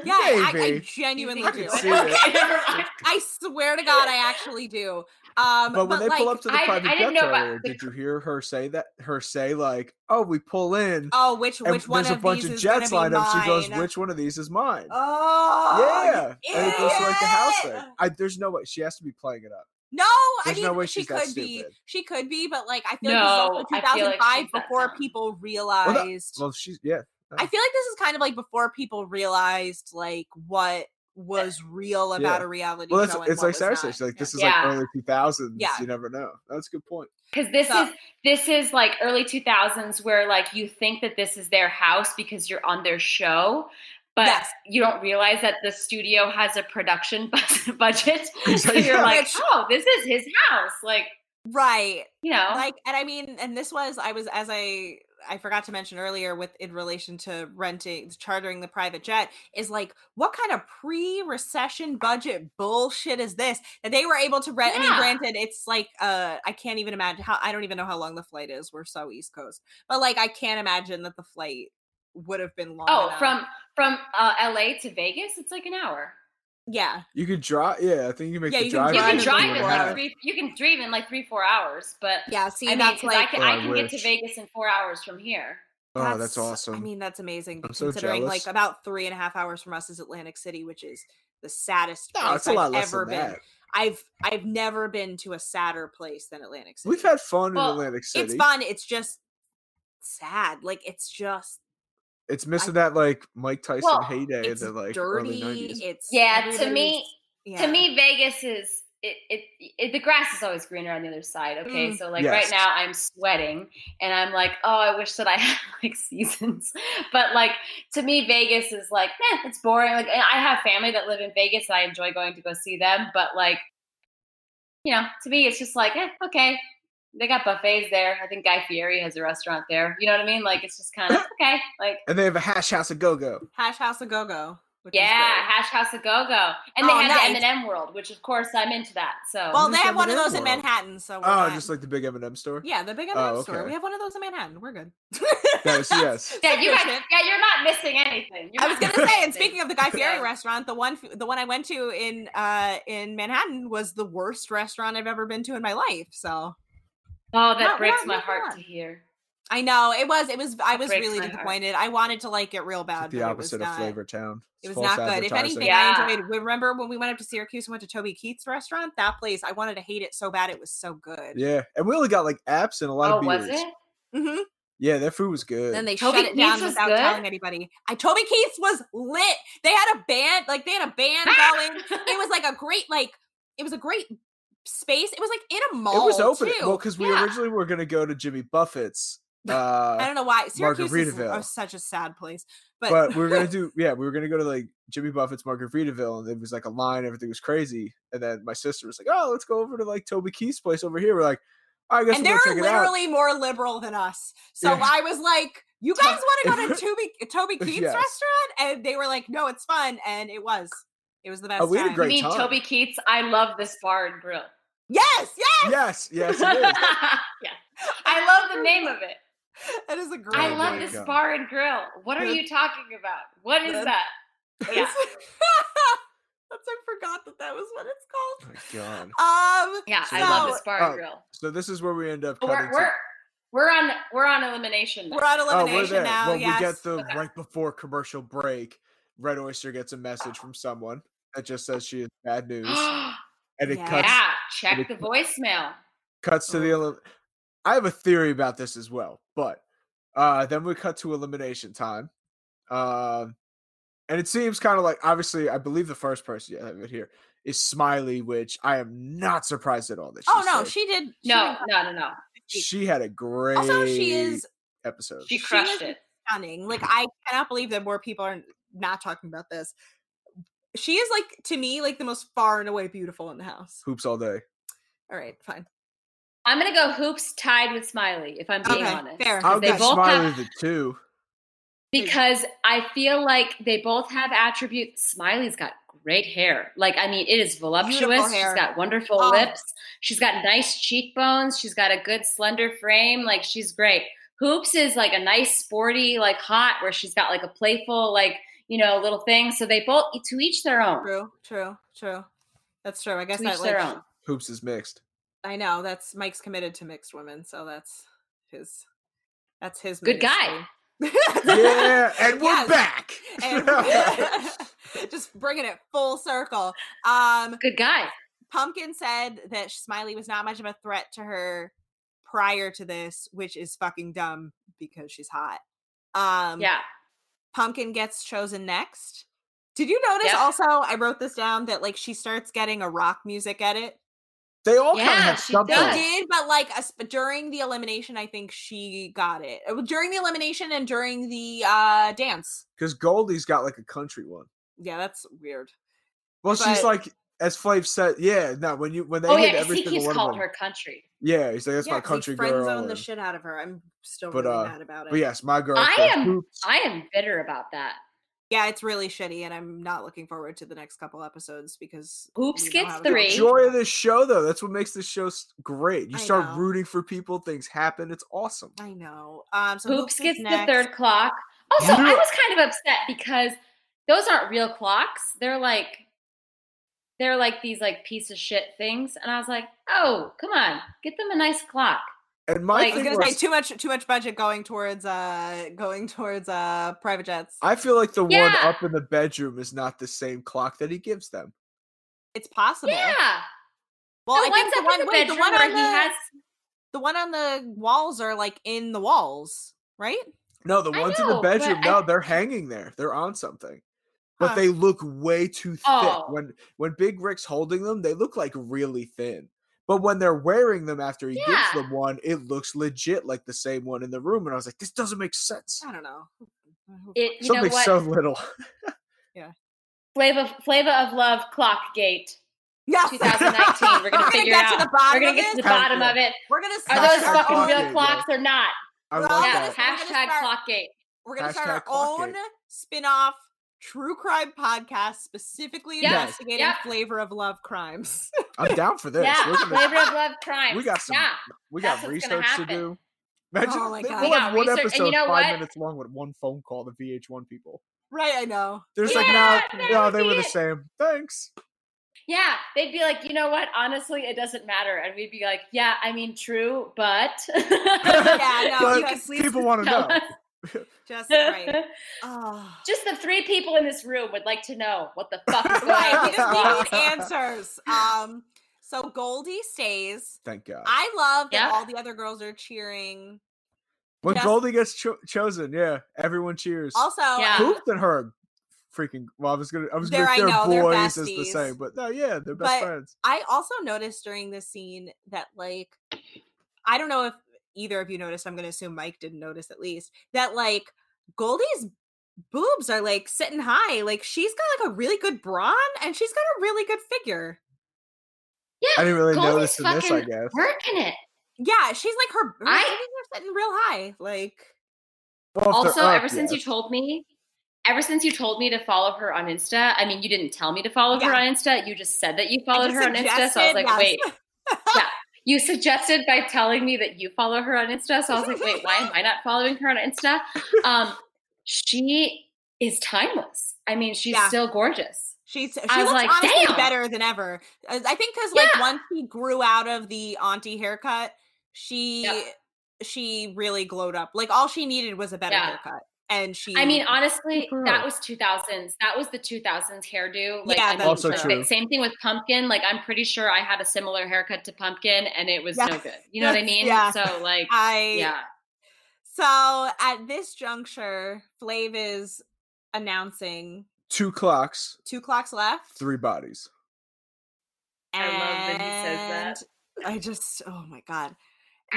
B: yeah, I, I
A: Maybe.
B: genuinely
A: I
B: do.
A: could
B: I-
A: see it.
C: Okay, never mind.
B: I swear to God, I actually do. Um,
A: But when they
B: like,
A: pull up to the
C: I-
A: private
C: I didn't
A: jet
C: know about
A: earlier,
C: the
A: did you hear her say that? Her say like, "Oh, we pull in,
B: oh, which
A: and
B: which one
A: there's
B: of
A: a bunch of
B: these is gonna
A: jets
B: be
A: lined up." She goes,
B: mine?
A: "Which one of these is mine?"
B: Oh, you
A: yeah, and it goes to like the house thing.
B: idiot!
A: I, there's no way she has to be playing it up.
B: No, I
A: There's
B: mean
A: no way
B: she
A: she's that
B: could be.
A: stupid.
B: She could be, but like I feel like
C: No,
B: this
C: I
B: is also
C: feel like
B: 2005
C: she's that
B: before
C: dumb.
B: people
A: no-
B: realized.
A: Well, she's yeah.
B: I feel like this is kind of like before people realized like what was real about
A: Yeah.
B: a reality
A: Well,
B: show.
A: that's
B: and
A: it's
B: what
A: like
B: was
A: Sarah
B: not.
A: said. She's like,
B: Yeah.
A: this is
C: Eh, Yeah.
A: like early two thousands.
B: Yeah.
A: You never know. That's a good point.
C: Because this
B: So-
C: is this is like early two thousands where like you think that this is their house because you're on their show, but
B: Yes.
C: you don't realize that the studio has a production bu- budget. so
A: Exactly.
C: you're like,
B: Which-
C: oh, this is his house. Like
B: right.
C: you know,
B: like and i mean and this was i was as i i forgot to mention earlier with in relation to renting chartering the private jet is like what kind of pre-recession budget bullshit is this that they were able to rent i mean
C: Yeah.
B: granted it's like uh i can't even imagine how i don't even know how long the flight is we're so east coast but like i can't imagine that the flight would have been long
C: oh,
B: enough.
C: from from uh, L.A. to Vegas, it's like an hour.
B: yeah
A: You could drive. Yeah, I think you make
B: Yeah,
A: the
B: you
A: drive.
B: can
C: you
B: drive
C: can
B: in
A: two
C: drive
A: and
C: in
A: a
C: like
A: half.
C: three. You can drive in like three four hours, but
B: yeah see
C: I mean,
B: that's
C: 'cause I
B: like
C: can,
A: Oh,
C: I
A: I
C: can get to
A: wish.
C: Vegas in four hours from here.
A: Oh, that's awesome.
B: I mean, that's amazing.
A: I'm so
B: considering
A: jealous.
B: like about three and a half hours from us is Atlantic City, which is the saddest
A: no,
B: place
A: it's a
B: I've
A: lot less
B: ever
A: than
B: been.
A: that.
B: I've I've never been to a sadder place than Atlantic City.
A: We've had fun
C: Well,
A: in Atlantic City.
B: it's fun. It's just sad. Like it's just
A: It's missing that like Mike Tyson
C: Well,
A: heyday of
B: it's
A: the like early
B: dirty.
A: nineties.
B: It's
C: Yeah, to
B: everybody's-
C: me,
B: yeah.
C: to me, Vegas is it, it, it. The grass is always greener on the other side. Okay,
B: Mm.
C: so like
A: Yes.
C: right now, I'm sweating, and I'm like, oh, I wish that I had like seasons. But like to me, Vegas is like, eh, it's boring. Like, and I have family that live in Vegas, and I enjoy going to go see them. But like, you know, to me, it's just like, eh, okay, They got buffets there. I think Guy Fieri has a restaurant there. You know what I mean? Like it's just kind of okay. Like
A: And they have a hash house of go go.
B: Hash House a Go Go.
C: yeah, Hash House of Go Go, and they
B: Oh,
C: have
B: nice.
C: the M&M World, which of course I'm into that. So
B: Well, they
A: Who's
B: have one of
A: M&M
B: those in
A: World?
B: Manhattan, so we're
A: Oh,
B: not-
A: just like the big M&M store.
B: yeah, the big M&M
A: Oh,
B: store.
A: okay.
B: We have one of those in Manhattan. We're good.
A: Yes, yes.
C: yeah, you
B: Second
C: guys,
B: trip.
C: yeah, you're not missing anything. You're
B: I was
C: not
B: gonna say,
C: missing
B: and speaking of the Guy Fieri
C: Yeah.
B: restaurant, the one f- the one I went to in uh in Manhattan was the worst restaurant I've ever been to in my life. So
C: oh, that
B: Not-
C: breaks
B: not-
C: my
B: not
C: heart
B: one.
C: to hear.
B: I know it was it was I was
C: Breaks
B: really
C: my heart.
B: disappointed. I wanted to like it real bad.
A: It's the
B: but it
A: opposite
B: was
A: of
B: not-
A: Flavor Town.
B: It was
A: False
B: not good. If
A: advertising.
B: anything,
C: Yeah.
B: I enjoyed. Remember when we went up to Syracuse and went to Toby Keith's restaurant? That place, I wanted to hate it so bad. It was so good.
A: Yeah, and we only got like apps and a lot
C: Oh,
A: of beers.
C: was it?
B: hmm
A: Yeah, their food was good.
B: Then they
C: Toby
B: shut it down
C: Keith's was
B: without
C: good?
B: telling anybody. I Toby Keith's was lit. They had a band, like they had a band going. it was like a great like it was a great space. It was like in a mall.
A: it was open.
B: Too.
A: Well, because we
B: Yeah.
A: originally were gonna go to Jimmy Buffett's,
B: I
A: uh,
B: don't know why Syracuse is a-
A: Margaritaville.
B: such a sad place, but,
A: but, we were gonna do yeah, we were gonna go to like Jimmy Buffett's Margaritaville, and it was like a line. Everything was crazy, and then my sister was like, "Oh, let's go over to like Toby Keith's place over here." We're like, "I guess
B: and
A: we'll
B: they're
A: go check it out."
B: literally more liberal than us. So
A: Yeah.
B: I was like, "You guys want to go to
A: If-
B: Toby Toby Keith's
A: Yes.
B: restaurant?" And they were like, "No, it's fun," and it was. It was the best.
A: Oh, we had a
B: time.
A: Great
C: you mean
A: time.
C: Toby Keats? I love this bar and grill.
B: Yes,
A: Yes,
B: yes,
A: yes, it is.
C: yeah, I love the name of it.
B: that is a great.
C: I
A: Oh
C: love
A: my
C: this
A: God.
C: bar and grill. What are
B: Good.
C: you talking about? What is
B: Good.
C: that? Yeah.
B: That's I forgot that that was what it's
A: Oh
B: called.
A: my god.
B: Um,
C: Yeah, I love
B: so
C: this bar and
A: Oh,
C: grill.
A: So this is where we end up
C: But
A: cutting.
C: We're,
A: to-
C: we're we're on we're on elimination. now.
B: We're on
A: oh, we're
B: elimination
A: there.
B: now.
A: well,
B: yes.
A: we get the right before commercial break. Red Oyster gets a message from someone that just says she has bad news, and it
B: Yeah.
A: cuts
C: yeah,
A: and
C: check
A: it
C: the voicemail.
A: cuts to the
B: Oh.
A: elim- I have a theory about this as well, but uh then we cut to elimination time. Um and it seems kind of like obviously I believe the first person you have it here is Smiley, which I am not surprised at all that
B: oh
A: she's
B: no,
A: safe.
B: she did. she
C: No,
B: did
C: no, no, no.
A: she had a great
B: also, she is
A: episode.
C: She
B: She was-
C: crushed it.
B: stunning. Like I cannot believe that more people are not talking about this. She is like to me like the most far and away beautiful in the house.
A: Hoops all day.
B: All right, fine.
C: I'm gonna go hoops tied with Smiley if I'm being
B: Okay,
C: honest.
B: fair.
C: 'Cause
A: I'll
C: they
A: give
C: both
A: Smiley
C: have,
A: the two.
C: because I feel like they both have attributes. Smiley's got great hair. Like I mean, it is voluptuous.
B: Beautiful
C: She's
B: hair.
C: got wonderful
B: Oh.
C: lips. She's got nice cheekbones. She's got a good slender frame. Like she's great. Hoops is like a nice sporty, like hot, where she's got like a playful, like you know, little thing. So they both to each their own.
B: True, true, true. That's true. I guess
C: To each
B: that
C: their
B: like
C: own.
A: Hoops is mixed.
B: I know that's Mike's committed to mixed women, so that's his. That's his
C: Good guy.
B: ministry.
A: Yeah, and we're
B: Yes.
A: back.
B: And- just bringing it full circle. Um,
C: Good guy.
B: Pumpkin said that Smiley was not much of a threat to her prior to this, which is fucking dumb because she's hot. Um,
C: yeah.
B: Pumpkin gets chosen next. Did you notice
C: Yep.
B: also? I wrote this down that like she starts getting a rock music edit.
A: they all kind
C: Yeah,
A: of have
C: she
A: something.
B: They
C: does.
B: did, but like a, sp- during the elimination, I think she got it Uh, during the elimination and during the uh dance.
A: Because Goldie's got like a country one.
B: Yeah, that's weird.
A: Well, she's
B: But-
A: like, as Flav said, yeah, no, when you when they
C: oh
A: hit
C: yeah, because
A: every
C: he
A: single
C: keeps
A: one of
C: calling
A: them,
C: her country.
A: yeah, he's like, that's my
B: 'cause he
A: country
B: friend
A: girl.
B: zoned the
A: and-
B: shit out of her. I'm still
A: But,
B: really
A: uh,
B: mad about it.
A: but yes, my girl.
C: I
A: says,
C: am-
A: "Oops."
C: I am bitter about that.
B: yeah, it's really shitty, and I'm not looking forward to the next couple episodes because
C: Hoops
B: we know
C: gets
B: how it
C: three.
B: goes.
A: Joy of this show, though, that's what makes this show s- great. You
B: I
A: start
B: know.
A: rooting for people, things happen. It's awesome.
B: I know. Um, so
C: Hoops
B: is
C: gets the
B: next.
C: third clock. Also, I
A: Yeah.
C: was kind of upset because those aren't real clocks. They're like they're like these like piece of shit things. And I was like, oh, come on, get them a nice clock.
A: And my
C: Like,
B: I was
A: thing
B: gonna
A: was,
B: say too much, too much budget going towards uh going towards uh private jets.
A: I feel like the one
C: Yeah.
A: up in the bedroom is not the same clock that he gives them.
B: It's possible.
C: Yeah.
B: Well,
C: the
B: I
C: ones
B: think the
C: up
B: one,
C: in the
B: wait, the
C: bedroom
B: one
C: where
B: on
C: he
B: the
C: has
B: the one on the walls are like in the walls, right?
A: No, the
C: I
A: ones in
C: know,
A: the
C: but
A: bedroom,
C: I-
A: no, they're hanging there. They're on something. But
B: Huh.
A: they look way too thick.
C: Oh.
A: When when Big Rick's holding them, they look like really thin. But when they're wearing them after he gives
C: Yeah.
A: them one, it looks legit like the same one in the room. And I was like, this doesn't make sense.
B: I don't know. Who-
C: it, you know
A: Something's
C: what?
A: so little.
C: Flavor Flavor of Love Clock Gate.
B: Yes.
C: 2019. We're gonna
B: We're gonna
C: figure
B: get
C: out.
B: to the bottom
C: We're gonna
B: of
C: get to
B: it.
C: the bottom
A: Yeah.
C: of it.
B: We're gonna
C: Are
B: start
C: those
B: our
A: Hashtag
C: fucking
B: own,
A: clock
C: real
A: gate,
C: clocks or not?
A: I
B: Well,
A: love
B: I'm
C: Yeah.
A: that.
B: gonna- I'm gonna
C: Hashtag
B: start-
C: clockgate.
B: we're gonna start
A: Hashtag
B: our
A: clock
B: own
A: gate.
B: spin-off true crime podcast specifically
C: Yes.
B: investigating
C: Yep.
B: flavor of love crimes.
A: I'm down for this.
C: Yeah,
A: We're gonna-
C: flavor of love crime.
A: we got some-
C: Yeah.
A: we
C: that's
A: got
C: what's gonna
A: research to
C: happen.
A: do. Imagine
B: Oh my
A: they-
B: God.
A: we'll
C: We
A: have
C: got
A: one
C: research, and
A: episode
C: you know
A: five
C: what?
A: minutes long with one phone call to VH1 people.
B: right, I know.
A: They're just
C: Yeah,
A: like, no,
C: that
A: no,
C: would
A: they
C: be
A: were the
C: it.
A: same. Thanks.
C: Yeah, they'd be like, you know what? Honestly, it doesn't matter, and we'd be like, yeah, I mean, true, but
B: Yeah, no,
A: But
B: you guys please
A: people want to
C: tell
A: know.
C: us.
B: Just right. Oh.
C: Just the three people in this room would like to know what the fuck is going
B: right.
C: on.
B: We
C: with this
B: just
C: box.
B: need answers. Um, so Goldie stays.
A: Thank God.
B: I love that
C: Yeah.
B: all the other girls are cheering.
A: When
B: just-
A: Goldie gets cho- chosen, yeah, everyone cheers.
B: Also,
C: Yeah.
B: um,
A: Hooped and her freaking. Well, I was gonna, I was
B: They're-
A: gonna,
B: I
A: their
B: know, they're
A: boys is the
B: besties.
A: same, but no, yeah, they're
B: But-
A: best friends.
B: I also noticed during this scene that like I don't know if either of you noticed, I'm gonna assume Mike didn't notice at least, that like Goldie's boobs are like sitting high. Like she's got like a really good brawn and she's got a really good figure.
A: I
C: Yeah,
A: didn't really notice
C: Goldie's
A: in this. I
C: fucking
A: guess.
C: working it.
B: Yeah, she's like her, her
C: I-
B: fingers are sitting real high. Like
A: Well, if they're
C: also
A: up,
C: ever since
A: yeah.
C: you told me ever since you told me to follow her on insta i mean you didn't tell me to follow her
B: Yeah.
C: on insta you just said that you followed
B: just
C: her on insta so i
B: suggested,
C: was like
B: yes.
C: wait yeah you suggested by telling me that you follow her on insta so i was like wait why am i not following her on insta um she is timeless i mean she's
B: Yeah.
C: still gorgeous
B: she's she
C: I was
B: looks
C: like,
B: honestly
C: "Damn."
B: better than ever. I I think because like
C: Yeah.
B: once she grew out of the auntie haircut, she she really glowed up. Like all she needed was a better
C: Yeah.
B: haircut. And she
C: i mean honestly
A: girl.
C: that was 2000s that was the 2000s hairdo like
B: Yeah,
C: I
B: that's
C: mean,
A: Also
C: the
A: true.
C: same thing with pumpkin like i'm pretty sure i had a similar haircut to pumpkin and it was no
B: Yes,
C: good you know what i
B: yes,
C: mean
B: yeah.
C: so like
B: I
C: yeah
B: So at this juncture, Flav is announcing
A: two clocks,
B: two clocks left.
A: three bodies.
C: I love that he says
B: and I just, oh my god.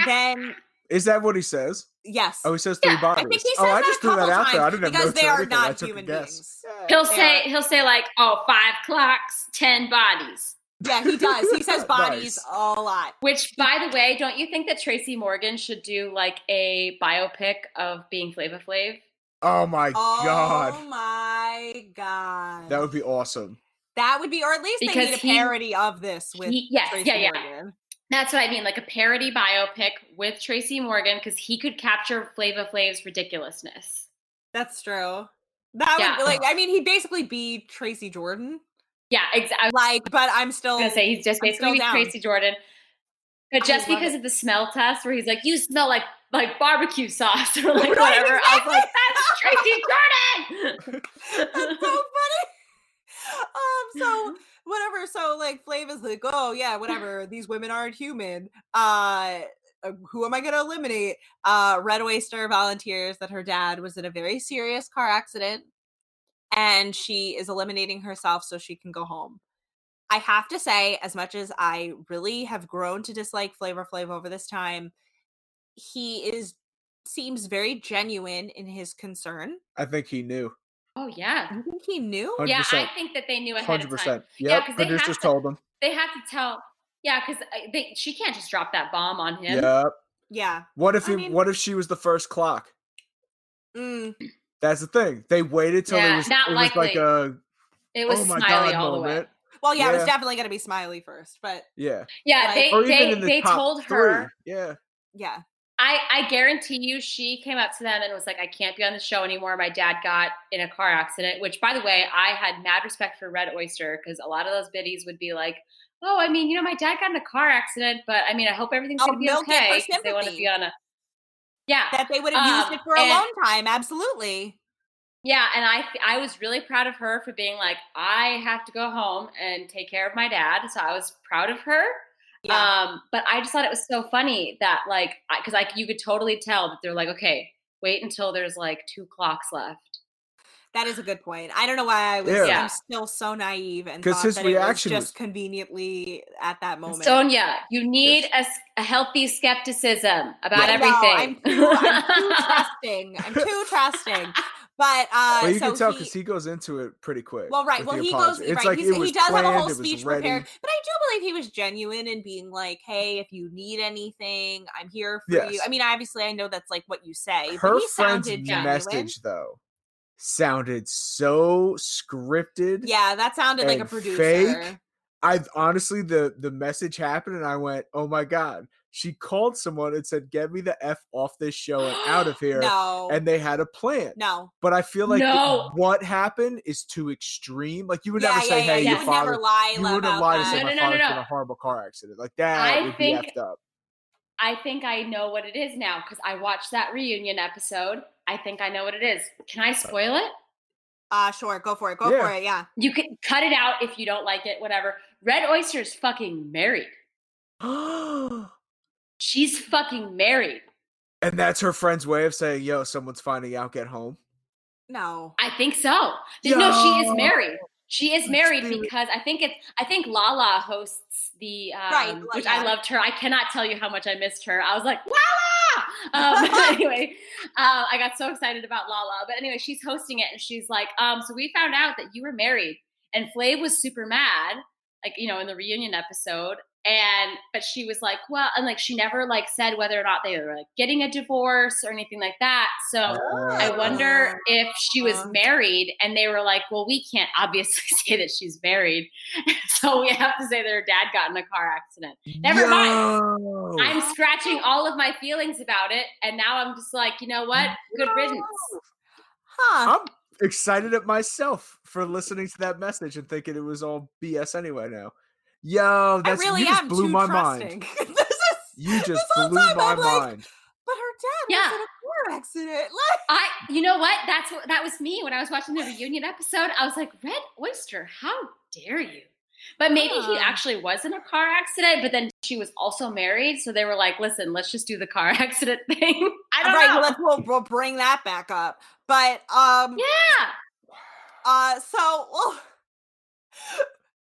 B: Then
A: Is that what he says?
B: yes,
A: Oh, he says three
C: Yeah, I
A: bodies.
B: I think he says
A: oh, I
B: that
A: just
B: a
A: threw that
B: couple
A: out there. I
B: times
A: didn't have
B: because
A: notes
B: they
A: or
B: are
A: anything. I
B: not
A: took a
B: human
A: guess.
B: beings.
C: he'll
B: They
C: say he'll say like oh five clocks ten bodies
B: Yeah, he does. He says bodies
A: Nice.
B: a lot.
C: which by the way don't you think that tracy morgan should do like a biopic of being flava flav
A: Oh my
B: Oh
A: god,
B: my god.
A: that would be awesome.
B: That would be, or at least they
C: Because
B: need a
C: he-
B: parody of this with
C: He- yes
B: Tracy
C: yeah yeah
B: Morgan.
C: That's what I mean, like a parody biopic with Tracy Morgan, because he could capture Flava Flav's ridiculousness.
B: That's true. That
C: Yeah.
B: would like I mean he'd basically be Tracy Jordan.
C: Yeah, exactly. I was
B: Like, but I'm still
C: gonna say he's just
B: I'm still
C: basically
B: down.
C: Tracy Jordan,
B: I
C: but just
B: love
C: because
B: it.
C: of the smell test, where he's like, "You smell like like barbecue sauce" or
B: Right,
C: like whatever, I was
B: exactly.
C: like, "That's Tracy
B: That's so
C: Jordan."
B: funny. Um, so whatever. So like, Flav is like, oh yeah, whatever. These women aren't human. Uh, uh, who am I going to eliminate? Uh, Red Oyster volunteers that her dad was in a very serious car accident, and she is eliminating herself so she can go home. I have to say, as much as I really have grown to dislike Flavor Flav over this time, he is seems very genuine in his concern.
A: I think he knew.
C: oh yeah,
B: I think he knew.
C: yeah. I
A: 100%.
C: think that they knew ahead
A: Hundred
C: of
A: percent.
C: time. Yeah,
A: Yep,
C: 'cause they have
A: producers
C: to-
A: told him.
C: They have to tell. Yeah, because they she can't just drop that bomb on him.
A: Yep.
B: Yeah.
A: What if
B: I
A: he,
B: mean-
A: what if she was the first clock?
B: Mm,
A: That's the thing. They waited till
C: Yeah,
A: it was
C: not
A: it was like
C: likely.
A: a
C: It was
A: oh my
C: smiley
A: god
C: all the way.
A: moment.
B: Well, yeah, it was
A: Yeah.
B: definitely going to be Smiley first, but
A: Yeah,
C: Yeah,
B: Like-
C: they
A: or even
C: they,
A: in the
C: they
A: top
C: told
A: three.
C: her.
A: Yeah,
B: yeah,
C: I I guarantee you, she came up to them and was like, "I can't be on the show anymore. My dad got in a car accident." Which, by the way, I had mad respect for Red Oyster because a lot of those biddies would be like, "Oh, I mean, you know, my dad got in a car accident, but I mean, I hope everything's
B: Oh,
C: gonna be
B: milk it for
C: okay." 'cause They want to
B: sympathy.
C: be on a yeah,
B: that they would have used
C: Um,
B: it for a
C: and-
B: long time. Absolutely.
C: yeah, and I I was really proud of her for being like, "I have to go home and take care of my dad," so I was proud of her.
B: Yeah.
C: Um, but I just thought it was so funny that like, because like you could totally tell that they're like, okay, wait until there's like two clocks left.
B: that is a good point. I don't know why I was.
A: Yeah.
C: Yeah.
B: I'm still so naive and
A: 'Cause
B: thought
A: his
B: that it was
A: reaction was-
B: just conveniently at that moment.
C: Sonia, you need a s- a, healthy skepticism about
B: I know,
C: everything.
B: I'm too, I'm too trusting. I'm too trusting. But uh,
A: but you
B: so
A: can tell
B: he-
A: because he, goes into it pretty quick.
B: Well, right.
A: with
B: Well,
A: the
B: he
A: apology.
B: goes
A: It's
B: right.
A: like
B: he's,
A: it
B: he
A: was
B: does have a
A: planned,
B: whole
A: it was
B: speech
A: ready.
B: prepared, but I do believe he was genuine in being like, "Hey, if you need anything, I'm here for you."
A: Yes.
B: I mean, obviously, I know that's like what you say,
A: Her
B: but he
A: friend's
B: sounded genuine.
A: message though sounded so scripted.
B: Yeah, that sounded like a
A: and
B: producer.
A: fake. I honestly the the message happened and I went, oh my god. She called someone and said, get me the f off this show and out of here.
B: No,
A: And they had a plan.
B: no.
A: But I feel like th-
C: No.
A: what happened is too extreme. Like you would
B: yeah,
A: never say,
B: yeah, yeah,
A: hey,
B: you
A: your
B: would
A: father.
B: never lie
A: you
B: about
A: wouldn't lie to
B: that.
A: say
C: No,
A: my
C: no, no, no,
A: father's
C: no.
A: in a horrible car accident. Like that
C: I
A: would
C: think-
A: be effed up.
C: I think I know what it is now because I watched that reunion episode. I think I know what it is. Can I spoil it?
B: Uh, sure, go for it. Go
A: Yeah.
B: for it. Yeah.
C: You can cut it out if you don't like it, whatever. Red Oyster's fucking married. She's fucking married.
A: and that's her friend's way of saying, yo, someone's finding out, get home. Oh,
B: No.
C: I think so. Th- No, she is
A: Yo.
C: married. She is married
A: really-
C: because I think it's I think Lala hosts the um,
B: Right, La-
C: which
B: yeah.
C: I loved her. I cannot tell you how much I missed her. I was like Lala. Um, anyway, uh, I got so excited about Lala. But anyway, she's hosting it and she's like, um, so we found out that you were married, and Flav was super mad, like you know, in the reunion episode. And but she was like, well, and like she never like said whether or not they were like getting a divorce or anything like that. So.
B: Oh,
C: I
B: Uh,
C: wonder if she was
B: uh.
C: married and they were like, well, we can't obviously say that she's married. so we have to say that her dad got in a car accident. never mind.
A: Yo.
C: I'm scratching all of my feelings about it. And now I'm just like, you know what? Good riddance.
B: Huh.
A: I'm excited at myself for listening to that message and thinking it was all BS anyway now. Yo,
B: I
A: that's
B: really
A: you just
B: am
A: blew
B: too
A: my
B: trusting.
A: mind.
B: this is
A: You just
B: whole
A: blew
B: time
A: my
B: I'm like-
A: mind.
B: But her dad
C: Yeah.
B: was in a car accident. Like,
C: I, you know what? That's what, that was me when I was watching the reunion episode. I was like, Red Oyster, how dare you? But maybe he
B: Huh.
C: actually was in a car accident, but then she was also married. So they were like, listen, let's just do the car accident thing. I don't
B: right,
C: know.
B: let's we'll, we'll bring that back up. But um,
C: yeah.
B: uh, so well,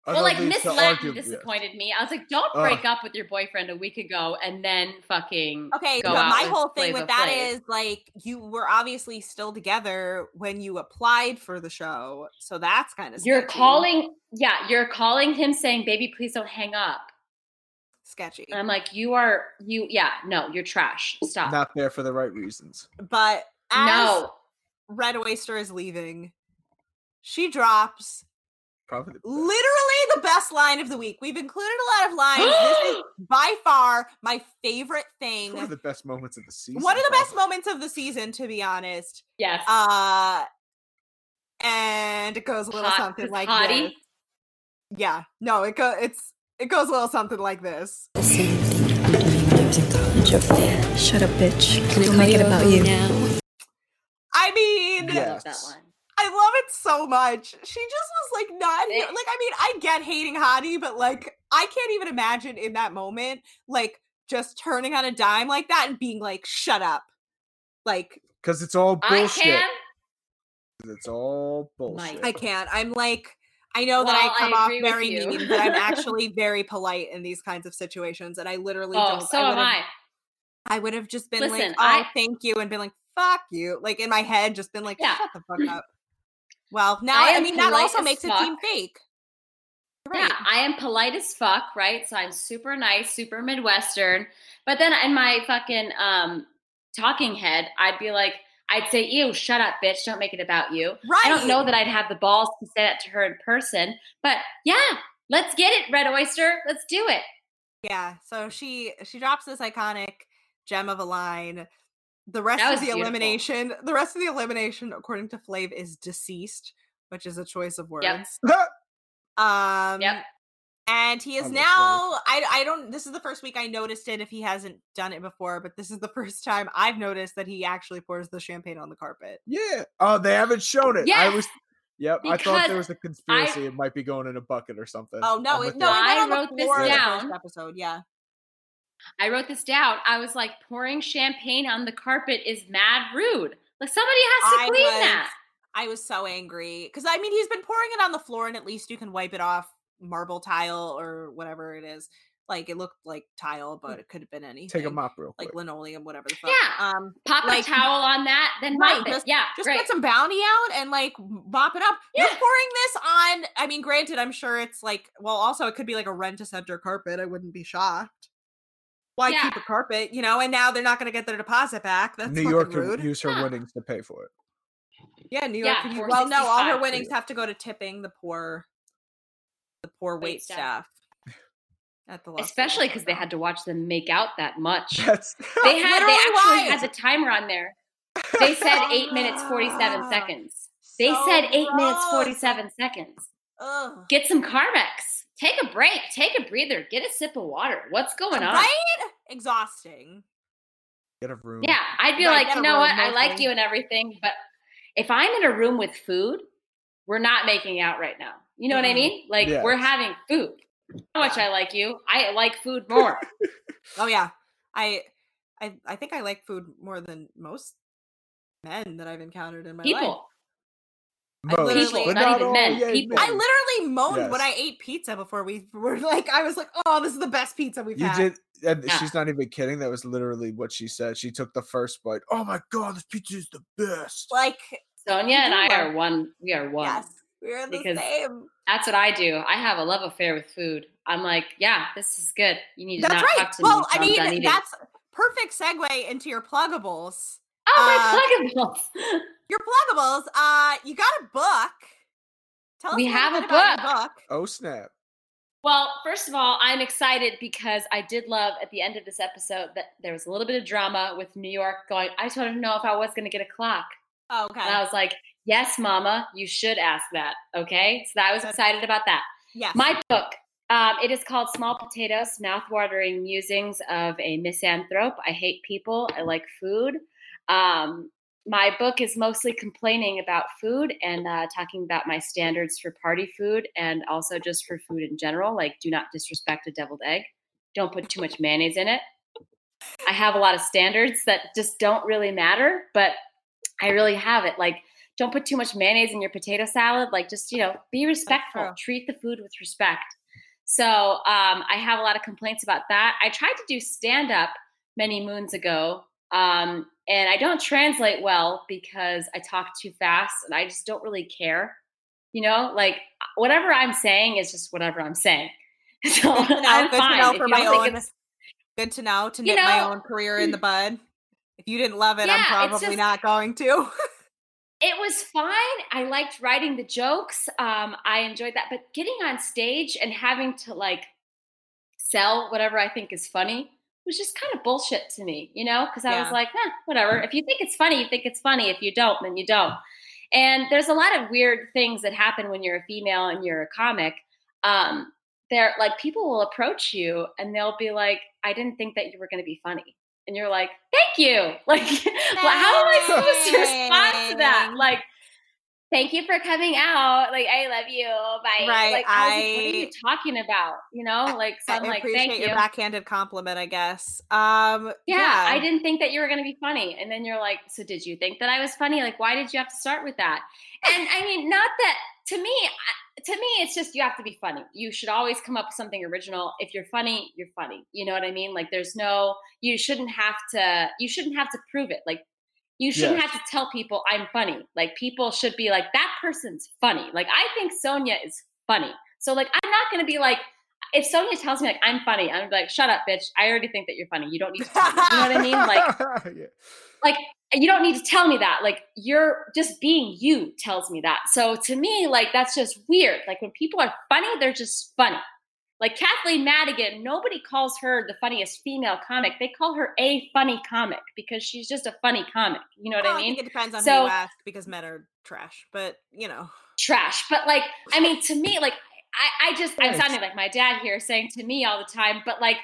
A: I
C: well,
A: don't
C: like
A: need
C: Miss
A: to
C: Latin
A: argue Uh. with.
C: disappointed me. I was like, "Don't
A: Ugh.
C: break up with your boyfriend a week ago and then fucking
B: okay.
C: Go
B: but
C: out
B: my
C: with
B: whole thing
C: Flava
B: with that
C: Flav.
B: is like you were obviously still together when you applied for the show, so that's kind of
C: you're calling." Yeah, you're calling him saying, "Baby, please don't hang up."
B: sketchy.
C: And I'm like, "You are you? Yeah, no, you're trash.
B: Ah.
C: Stop.
A: Not there for the right reasons.
B: But as
C: no,
B: Red Oyster is leaving, she drops
A: Probably. the best.
B: literally the best line of the week. We've included a lot of lines. this is by far my favorite
A: It's
B: thing.
A: One of the best moments of the season.
B: One of the best
A: probably.
B: moments of the season, to be honest.
C: yes,
B: Uh and it goes a little
C: Hot-
B: something like
C: hottie.
B: this. Yeah. No, it go it's it goes a little something like this.
F: The same thing I'm doing in terms of college over there. Shut up, bitch. Don't make it about you.
B: I mean,
C: I love that
A: Yes.
C: one.
B: I love it so much. She just was like not here-
C: It-
B: like I mean, I get hating Hottie, but like I can't even imagine in that moment like just turning on a dime like that and being like, shut up. Like
A: Because it's all
C: I
A: bullshit.
C: can.
A: It's all bullshit.
B: I can't. I'm like, I know that
C: Well,
B: I
C: I
B: come off
C: agree with
B: very
C: you.
B: mean, but I'm actually very polite in these kinds of situations, and I literally
C: Oh,
B: don't.
C: so
B: I
C: am
B: would've-
C: I.
B: I would have just been like,
C: Listen,
B: "Oh,
C: I-
B: thank you," and been like, "Fuck you," like in my head, just been like,
C: Yeah.
B: "Shut the fuck up." Well, now I,
C: am
B: mean that
C: polite
B: also
C: as
B: makes it
C: fuck.
B: seem fake. You're Right.
C: Yeah, I am polite as fuck, right? So I'm super nice, super Midwestern. But then in my fucking um talking head, I'd be like, I'd say, ew, shut up, bitch. Don't make it about you.
B: Right.
C: I don't know that I'd have the balls to say that to her in person, but yeah, let's get it, Red Oyster. Let's do it.
B: Yeah. So she she drops this iconic gem of a line. The rest
C: That
B: of the
C: was beautiful.
B: elimination, the rest of the elimination, according to Flav, is deceased, which is a choice of words. Um,
C: Yep.
B: And he is
A: I'm with Flav.
B: now. I I don't. This is the first week I noticed it. If he hasn't done it before, but this is the first time I've noticed that he actually pours the champagne on the carpet.
A: yeah. Oh, they haven't shown it. I
C: Yes!
A: was. Yep. I thought there
C: Because
A: was a conspiracy. it might be going in a bucket or something.
B: Oh no!
A: I'm
B: It,
A: with
B: no,
A: that.
B: it went
C: I
B: on the
C: wrote this
B: floor the first
C: down.
B: Episode, yeah.
C: I wrote this down. I was like, pouring champagne on the carpet is mad rude. Like somebody has to
B: I
C: clean
B: was-
C: that.
B: I was so angry because I mean he's been pouring it on the floor, and at least you can wipe it off marble tile or whatever it is. Like it looked like tile, but it could have been anything.
A: Hmm. Take a mop real quick.
B: like linoleum, whatever the fuck.
C: Yeah.
B: Um,
C: Pop
B: Like-
C: a towel on that, then
B: Right,
C: mop it. yeah,
B: just
C: right.
B: get some bounty out and like mop it up. You're
C: Yeah.
B: pouring this on. I mean, granted, I'm sure it's like well, also it could be like a rent a center carpet. I wouldn't be shocked. Why
C: Yeah.
B: keep a carpet, you know? And now they're not going to get their deposit back. That's
A: New
B: fucking
A: York
B: rude.
A: can use her
C: Yeah.
A: winnings to pay for it.
B: yeah, New York.
C: Yeah,
B: can use, well, no, all
C: 465
B: her
C: for
B: winnings have to go to tipping the poor, the poor wait, staff.
C: Waitstaff.
B: At the Los
C: Especially
B: Angeles
C: because they
B: Hotel.
C: had to watch them make out that much.
A: That's
C: They had they
B: literally
C: actually
B: why.
C: had the timer on there. They said eight minutes forty seven
B: Ah,
C: seconds. They
B: So
C: said eight minutes
B: gross.
C: forty seven seconds.
B: Ugh.
C: Get some Carmex. Take a break. Take a breather. Get a sip of water. What's going on?
B: Right? Exhausting.
A: get a room.
C: Yeah, I'd be
B: Right,
C: like,
B: get a
C: you know what?
B: room,
C: I like
B: mostly.
C: you and everything, but if I'm in a room with food, we're not making out right now. You know what I
B: Mhm.
C: mean? Like
A: Yeah.
C: we're having food. How much I like you? I like food more.
B: Oh yeah. I I I think I like food more than most men that I've encountered in my life.
C: People.
B: I
A: Most, but
B: literally- People, not
C: even
A: all
C: men,
A: yay
C: people.
B: I
A: men.
B: literally moaned when I
A: Yes.
B: ate pizza before we were like I was like, "Oh, this is the best pizza we've
A: You
B: had."
A: did, and
C: Yeah.
A: she's not even kidding. That was literally what she said. She took the first bite. Oh my god, this pizza is the best.
B: Like,
C: Sonia and I
B: do
C: are
B: love-
C: one. We are one.
B: yes, we are the
C: Because-
B: same.
C: That's what I do. I have a love affair with food. I'm like, yeah, this is good. You need to
B: That's
C: not
B: right.
C: talk to me.
B: Well, I
C: until I'm done
B: mean,
C: eating.
B: that's perfect segue into your pluggables.
C: oh
B: uh,
C: my pluggables.
B: Your pluggables, uh, you got a book. Tell us
C: We
B: a little
C: have a
B: bit about your book.
A: Oh snap!
C: Well, first of all, I'm excited because I did love at the end of this episode that there was a little bit of drama with New York going, I just wanted to know if I was going to get a clock.
B: Oh, okay.
C: And I was like, yes, mama, you should ask that. Okay. So I was
B: That's-
C: excited about that.
B: yes.
C: My book, um, it is called Small Potatoes Mouthwatering Musings of a Misanthrope. I hate people. I like food. Um, my book is mostly complaining about food and uh, talking about my standards for party food and also just for food in general. Like, do not disrespect a deviled egg, don't put too much mayonnaise in it. I have a lot of standards that just don't really matter, but I really have it. Like, don't put too much mayonnaise in your potato salad. Like, just, you know, be respectful,
B: true.
C: treat the food with respect. So, um, I have a lot of complaints about that. I tried to do stand up many moons ago, um, and I don't translate well because I talk too fast and I just don't really care. You know, like whatever I'm saying is just whatever I'm saying. So,
B: good to know,
C: I'm
B: good
C: fine.
B: to know
C: If
B: for
C: you don't
B: my
C: think
B: own.
C: it's-
B: Good to know to
C: You
B: nip my
C: know- mm.
B: own career in the bud. If you didn't love it,
C: Yeah,
B: I'm
C: it's
B: probably
C: just-
B: not going to.
C: it was fine. I liked writing the jokes. Um, I enjoyed that. But getting on stage and having to like sell whatever I think is funny was just kind of bullshit to me, you know? Because I
B: Yeah.
C: was like, eh, whatever. If you think it's funny, you think it's funny. If you don't, then you don't. And there's a lot of weird things that happen when you're a female and you're a comic. Um, they're like people will approach you and they'll be like, I didn't think that you were gonna be funny. And you're like, thank you. Like, well, how am I supposed to respond to that?
B: Thanks.
C: Like, thank you for coming out. Like, I love you. Bye.
B: Right,
C: Like, I was like, what are you
B: I-
C: talking about? You know, like, so
B: I
C: I'm like,
B: appreciate
C: thank you.
B: your backhanded compliment, I guess. Um,
C: yeah, I didn't think that you were going to be funny. And then you're like, so did you think that I was funny? Like, why did you have to start with that? And I mean, not that to me, I- to me, it's just you have to be funny. You should always come up with something original. If you're funny, you're funny. You know what I mean? Like, there's no, you shouldn't have to, you shouldn't have to prove it. Like, you shouldn't
A: Yes.
C: have to tell people I'm funny. Like, people should be like, that person's funny. Like, I think Sonia is funny. So, like, I'm not going to be like, if Sonia tells me like I'm funny, I'm gonna be like, shut up, bitch. I already think that you're funny. You don't need to tell me. You know what I mean? Like
A: yeah.
C: you don't need to tell me that. Like you're just being you tells me that. So to me, like that's just weird. Like when people are funny, they're just funny. Like Kathleen Madigan, nobody calls her the funniest female comic. They call her a funny comic because she's just a funny comic. You know what
B: well,
C: I mean?
B: think it depends on who
C: So-
B: you ask because men are trash, but you know.
C: trash. But like, I mean, to me, like, I, I just I'm
A: Thanks.
C: sounding like my dad here, saying to me all the time, but like,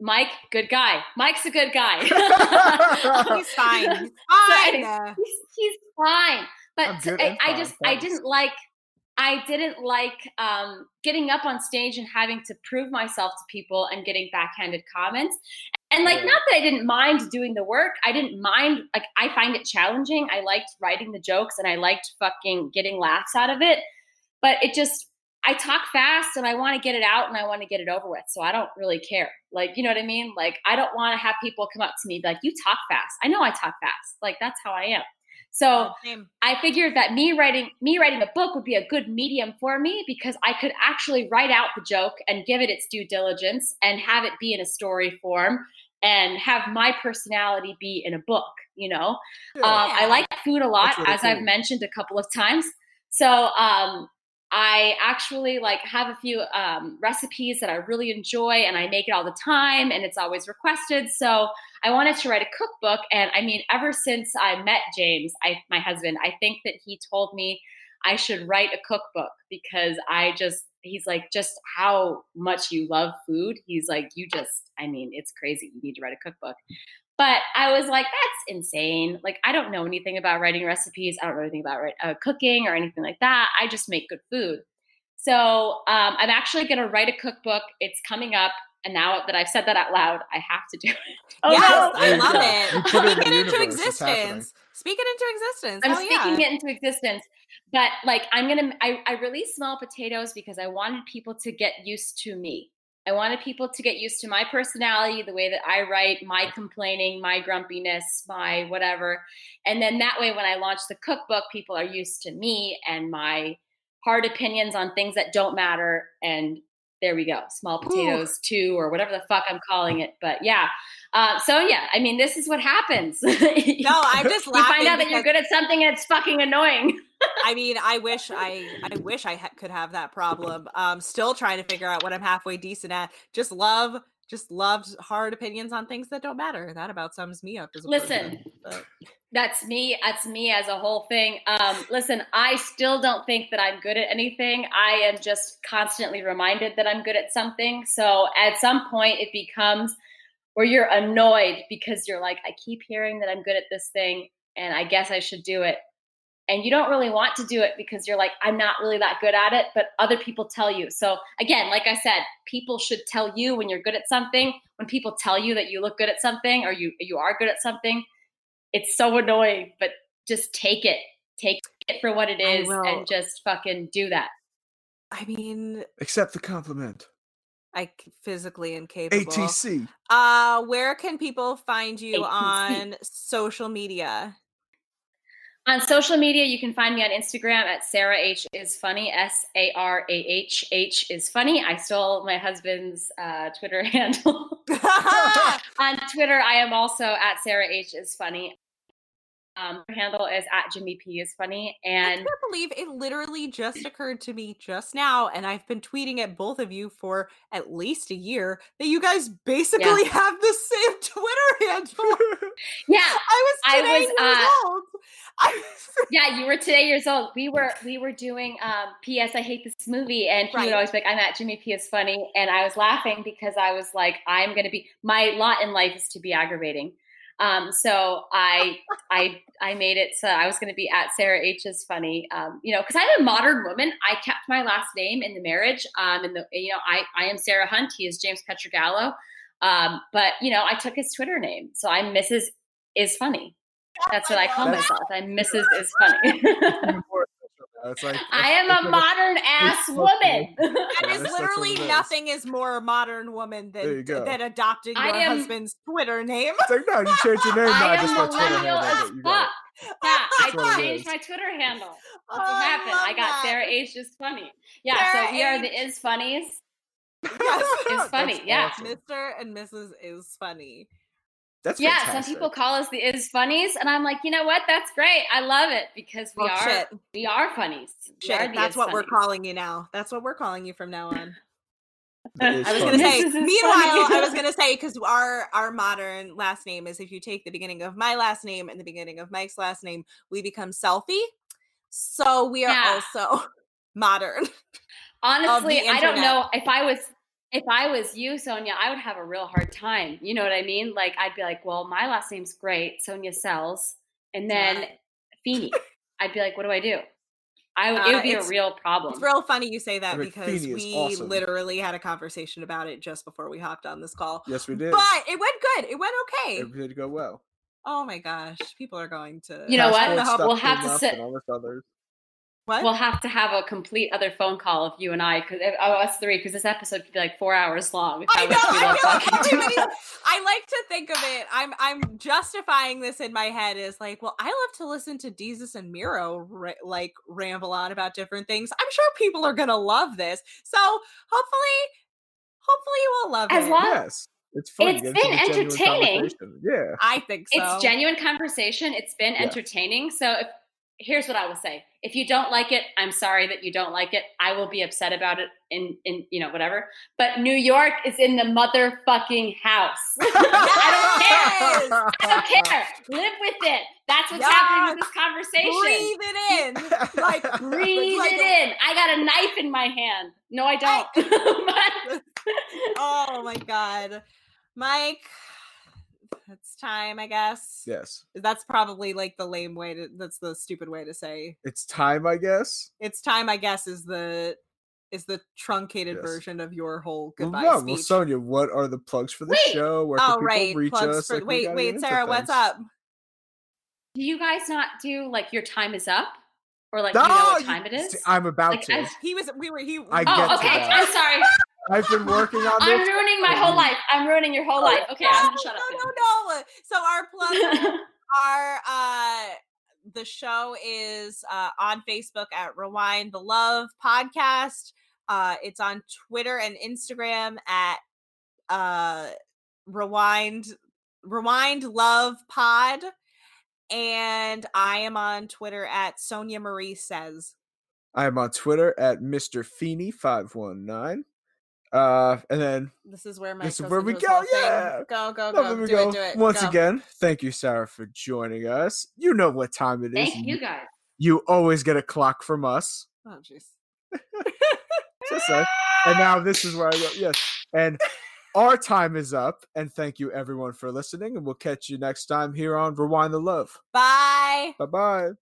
C: Mike, good guy. Mike's a good guy.
B: He's fine. He's
C: anyway,
B: fine. uh,
C: he's, he's fine.
A: I'm
C: But
A: good
C: I,
A: and
C: I
A: fine,
C: just I
A: thanks.
C: didn't like I didn't like um, getting up on stage and having to prove myself to people and getting backhanded comments. And like,
A: Yeah.
C: not that I didn't mind doing the work. I didn't mind. Like, I find it challenging. I liked writing the jokes and I liked fucking getting laughs out of it. But it just I talk fast and I want to get it out and I want to get it over with. So I don't really care. Like, you know what I mean? Like, I don't want to have people come up to me like, you talk fast. I know I talk fast. Like, that's how I am. So
B: Same.
C: I figured that me writing me writing a book would be a good medium for me because I could actually write out the joke and give it its due diligence and have it be in a story form and have my personality be in a book, you know? Um, I like food a lot,
A: That's really
C: as I've
A: cool.
C: mentioned a couple of times. So um, I actually like have a few um, recipes that I really enjoy, and I make it all the time, and it's always requested. So I wanted to write a cookbook, and I mean, ever since I met James, I, my husband, I think that he told me I should write a cookbook because I just he's like just how much you love food. He's like you just I mean it's crazy. You need to write a cookbook. But I was like that's insane. Like I don't know anything about writing recipes. I don't know anything about write, uh, cooking or anything like that. I just make good food. So um, I'm actually going to write a cookbook. It's coming up. And now that I've said that out loud, I have to do it. Oh,
B: yes,
A: no.
B: I
A: There you
B: love
A: go. You
B: it.
A: put it in
B: Speak it
A: the
B: into
A: universe. It's happening.
B: existence. Speak it into existence.
C: I'm
B: Hell
C: speaking
B: Oh, yeah.
C: it into existence. But like I'm gonna I, I released small potatoes because I wanted people to get used to me. I wanted people to get used to my personality, the way that I write, my complaining, my grumpiness, my whatever. And then that way when I launch the cookbook, people are used to me and my hard opinions on things that don't matter. And there we go. Small potatoes two or whatever the fuck I'm calling it. But yeah. Uh, so yeah, I mean this is what happens.
B: No, I'm just
C: you
B: laughing.
C: find out that
B: because-
C: you're good at something and it's fucking annoying.
B: I mean, I wish I, I wish I ha- could have that problem. Um, still trying to figure out what I'm halfway decent at. Just love, just loved hard opinions on things that don't matter. That about sums me up. As a person,
C: Listen.
B: but-
C: That's me. That's me as a whole thing. Um, listen, I still don't think that I'm good at anything. I am just constantly reminded that I'm good at something. So at some point, it becomes where you're annoyed because you're like, I keep hearing that I'm good at this thing, and I guess I should do it. And you don't really want to do it because you're like, I'm not really that good at it, but other people tell you. So again, like I said, people should tell you when you're good at something. When people tell you that you look good at something or you you are good at something, it's so annoying, but just take it. Take it for what it
B: I
C: is
B: will.
C: and just fucking do that.
B: I mean,
A: Accept the compliment.
B: I c- physically incapable.
A: ATC.
B: Uh, where can people find you
C: ATC.
B: on social media?
C: On social media, you can find me on Instagram at Sarah H is funny. S A R A H H is funny. I stole my husband's uh, Twitter handle. on Twitter, I am also at Sarah H is funny. Um, her handle is at Jimmy P is funny.
B: I
C: And
B: can't believe it literally just occurred to me just now, and I've been tweeting at both of you for at least a year that you guys basically have the same Twitter handle.
C: yeah,
B: I was
C: I
B: today
C: was,
B: years
C: uh,
B: old. I was-
C: Yeah, you were today years old. We were we were doing um, P.S. I hate this movie, and he
B: Right.
C: would always be like, "I'm at Jimmy P is funny," and I was laughing because I was like, "I'm gonna be my lot in life is to be aggravating." Um, so I I I made it so I was gonna be at Sarah H is funny, um, you know, because I'm a modern woman. I kept my last name in the marriage, um, and the you know I I am Sarah Hunt. He is James Petrogallo, um, but you know I took his Twitter name, so I'm Mrs. Is funny. That's what I call
A: That's-
C: myself. I'm Mrs. Is funny.
A: Even more official now. It's like
C: I
A: it's-
C: am
A: it's
C: a
A: like
C: modern ass
A: so
C: woman.
B: that is
A: that's- that's what
B: literally
A: it is.
B: nothing is more a modern woman
A: There you
B: than
A: go.
B: than adopting your
C: I am-
B: husband's Twitter name.
A: It's like no, you changed your name. now.
C: I
A: I
C: am
A: just want Twitter
C: millennial
A: handle.
C: as
A: but you got
C: fuck.
A: it.
C: Yeah,
A: That's what
C: I
A: it
C: changed
A: is.
C: my Twitter handle.
B: Oh,
C: That's what happened. I,
B: love
C: got
B: that.
C: Sarah H is funny. Yeah,
B: Sarah
C: so we are
B: H.
C: the is funnies.
B: Yes.
C: It's funny.
A: That's
C: yeah.
A: awesome.
B: Mr. and Mrs. is funny.
A: That's
C: yeah,
A: fantastic.
C: some people call us the is funnies, and I'm like, you know what? That's great. I love it because we
B: Well,
C: are
B: shit.
C: we are funnies. We are
B: Shit,
C: the
B: that's
C: is
B: what we're
C: funnies.
B: calling you now. That's what we're calling you from now on.
A: That is
B: I was
A: funny.
B: gonna say.
C: Mrs. is funny.
B: Meanwhile, I was gonna say because our our modern last name is if you take the beginning of my last name and the beginning of Mike's last name, we become selfie. So we are
C: Yeah.
B: also modern.
C: Honestly, I
B: internet.
C: don't know if I was if I was you, Sonia, I would have a real hard time. You know what I mean? Like I'd be like, well, my last name's great, Sonia Sells, and then
B: Not-
C: Feeney. I'd be like, what do I do? I
B: Uh,
C: it would be a
B: it's-
C: real
B: It's
C: problem.
B: real funny you say that
A: Eric
B: because
A: Feeney is
B: we
A: awesome.
B: literally had a conversation about it just before we hopped on this call.
A: Yes, we did.
B: But it went good. It went okay.
A: it did go well.
B: Oh my gosh, people are going to
C: You know what?
A: Passport
B: The
A: stuff
B: hub-
C: We'll have
A: came
C: to
A: up
C: sit-
A: and all this others.
B: What?
C: We'll have to have a complete other phone call of you and I, because oh, us three, because this episode could be like four hours long. with
B: I
C: how
B: know.
C: much we
B: I
C: love
B: feel like
C: talking to
B: everybody.
C: them.
B: I like to think of it. I'm I'm justifying this in my head is like, well, I love to listen to Jesus and Miro ra- like ramble on about different things. I'm sure people are gonna love this. So hopefully, hopefully you will love
C: As
B: it.
C: long-
A: Yes, it's fun.
C: It's
A: Get
C: been
A: into the genuine
C: entertaining.
A: conversation. Yeah,
B: I think so.
C: It's genuine conversation. It's been
A: Yeah.
C: entertaining. So if, here's what I will say: If you don't like it, I'm sorry that you don't like it. I will be upset about it. In in you know whatever. But New York is in the motherfucking house. I don't care. I don't care. Live with it. That's what's happening with this conversation.
B: Breathe it in. Like
C: Breathe
B: like-
C: it in. I got a knife in my hand. No, I don't. But-
B: Oh my god, Mike. It's time, I guess.
A: Yes,
B: That's probably like the lame way to. That's the stupid way to say
A: it's time, I guess.
B: it's time i guess is the is the truncated
A: Yes.
B: version of your whole
A: Well,
B: goodbye
A: no,
B: speech
A: well, Sonia, what are the plugs for the
C: Wait.
A: show? Where can
B: oh
A: people
B: right
A: reach
B: plugs
A: us?
B: for-
A: Like, we
B: wait
A: gotta get
B: wait
A: into
B: sarah what's
A: things.
B: up
C: do you guys not do like your time is up, or like you know
A: No,
C: what time it is?
A: Ah, See, I'm about
C: Like,
A: to.
C: as-
B: he was we were he
A: I
C: oh,
A: get to
C: okay.
A: that.
C: I'm sorry.
A: I've been working on
C: I'm
A: this.
C: ruining my whole life. I'm ruining your whole life. Okay, I'm gonna
B: no,
C: shut up.
B: um, oh, no, no, no. So our plugs
C: then.
B: are uh the show is uh on Facebook at Rewind the Love Podcast. Uh it's on Twitter and Instagram at uh Rewind Rewind Love Pod. And I am on Twitter at Sonia Marie Says.
A: I'm on Twitter at Mr. Feeney 519. Uh, and then,
B: This is where my
A: This is where we go, yeah.
B: Go, go,
A: oh, there
B: go.
A: we
B: Do
A: go.
B: it, do it.
A: Once
B: go.
A: again, thank you, Sarah, for joining us. You know what time it is.
C: Thank you guys.
A: You always get a clock from us.
B: Oh jeez.
A: So say. And now this is where I go. Yes. And our time is up. And thank you, everyone, for listening. And we'll catch you next time here on Rewind the Love.
B: Bye.
A: Bye bye.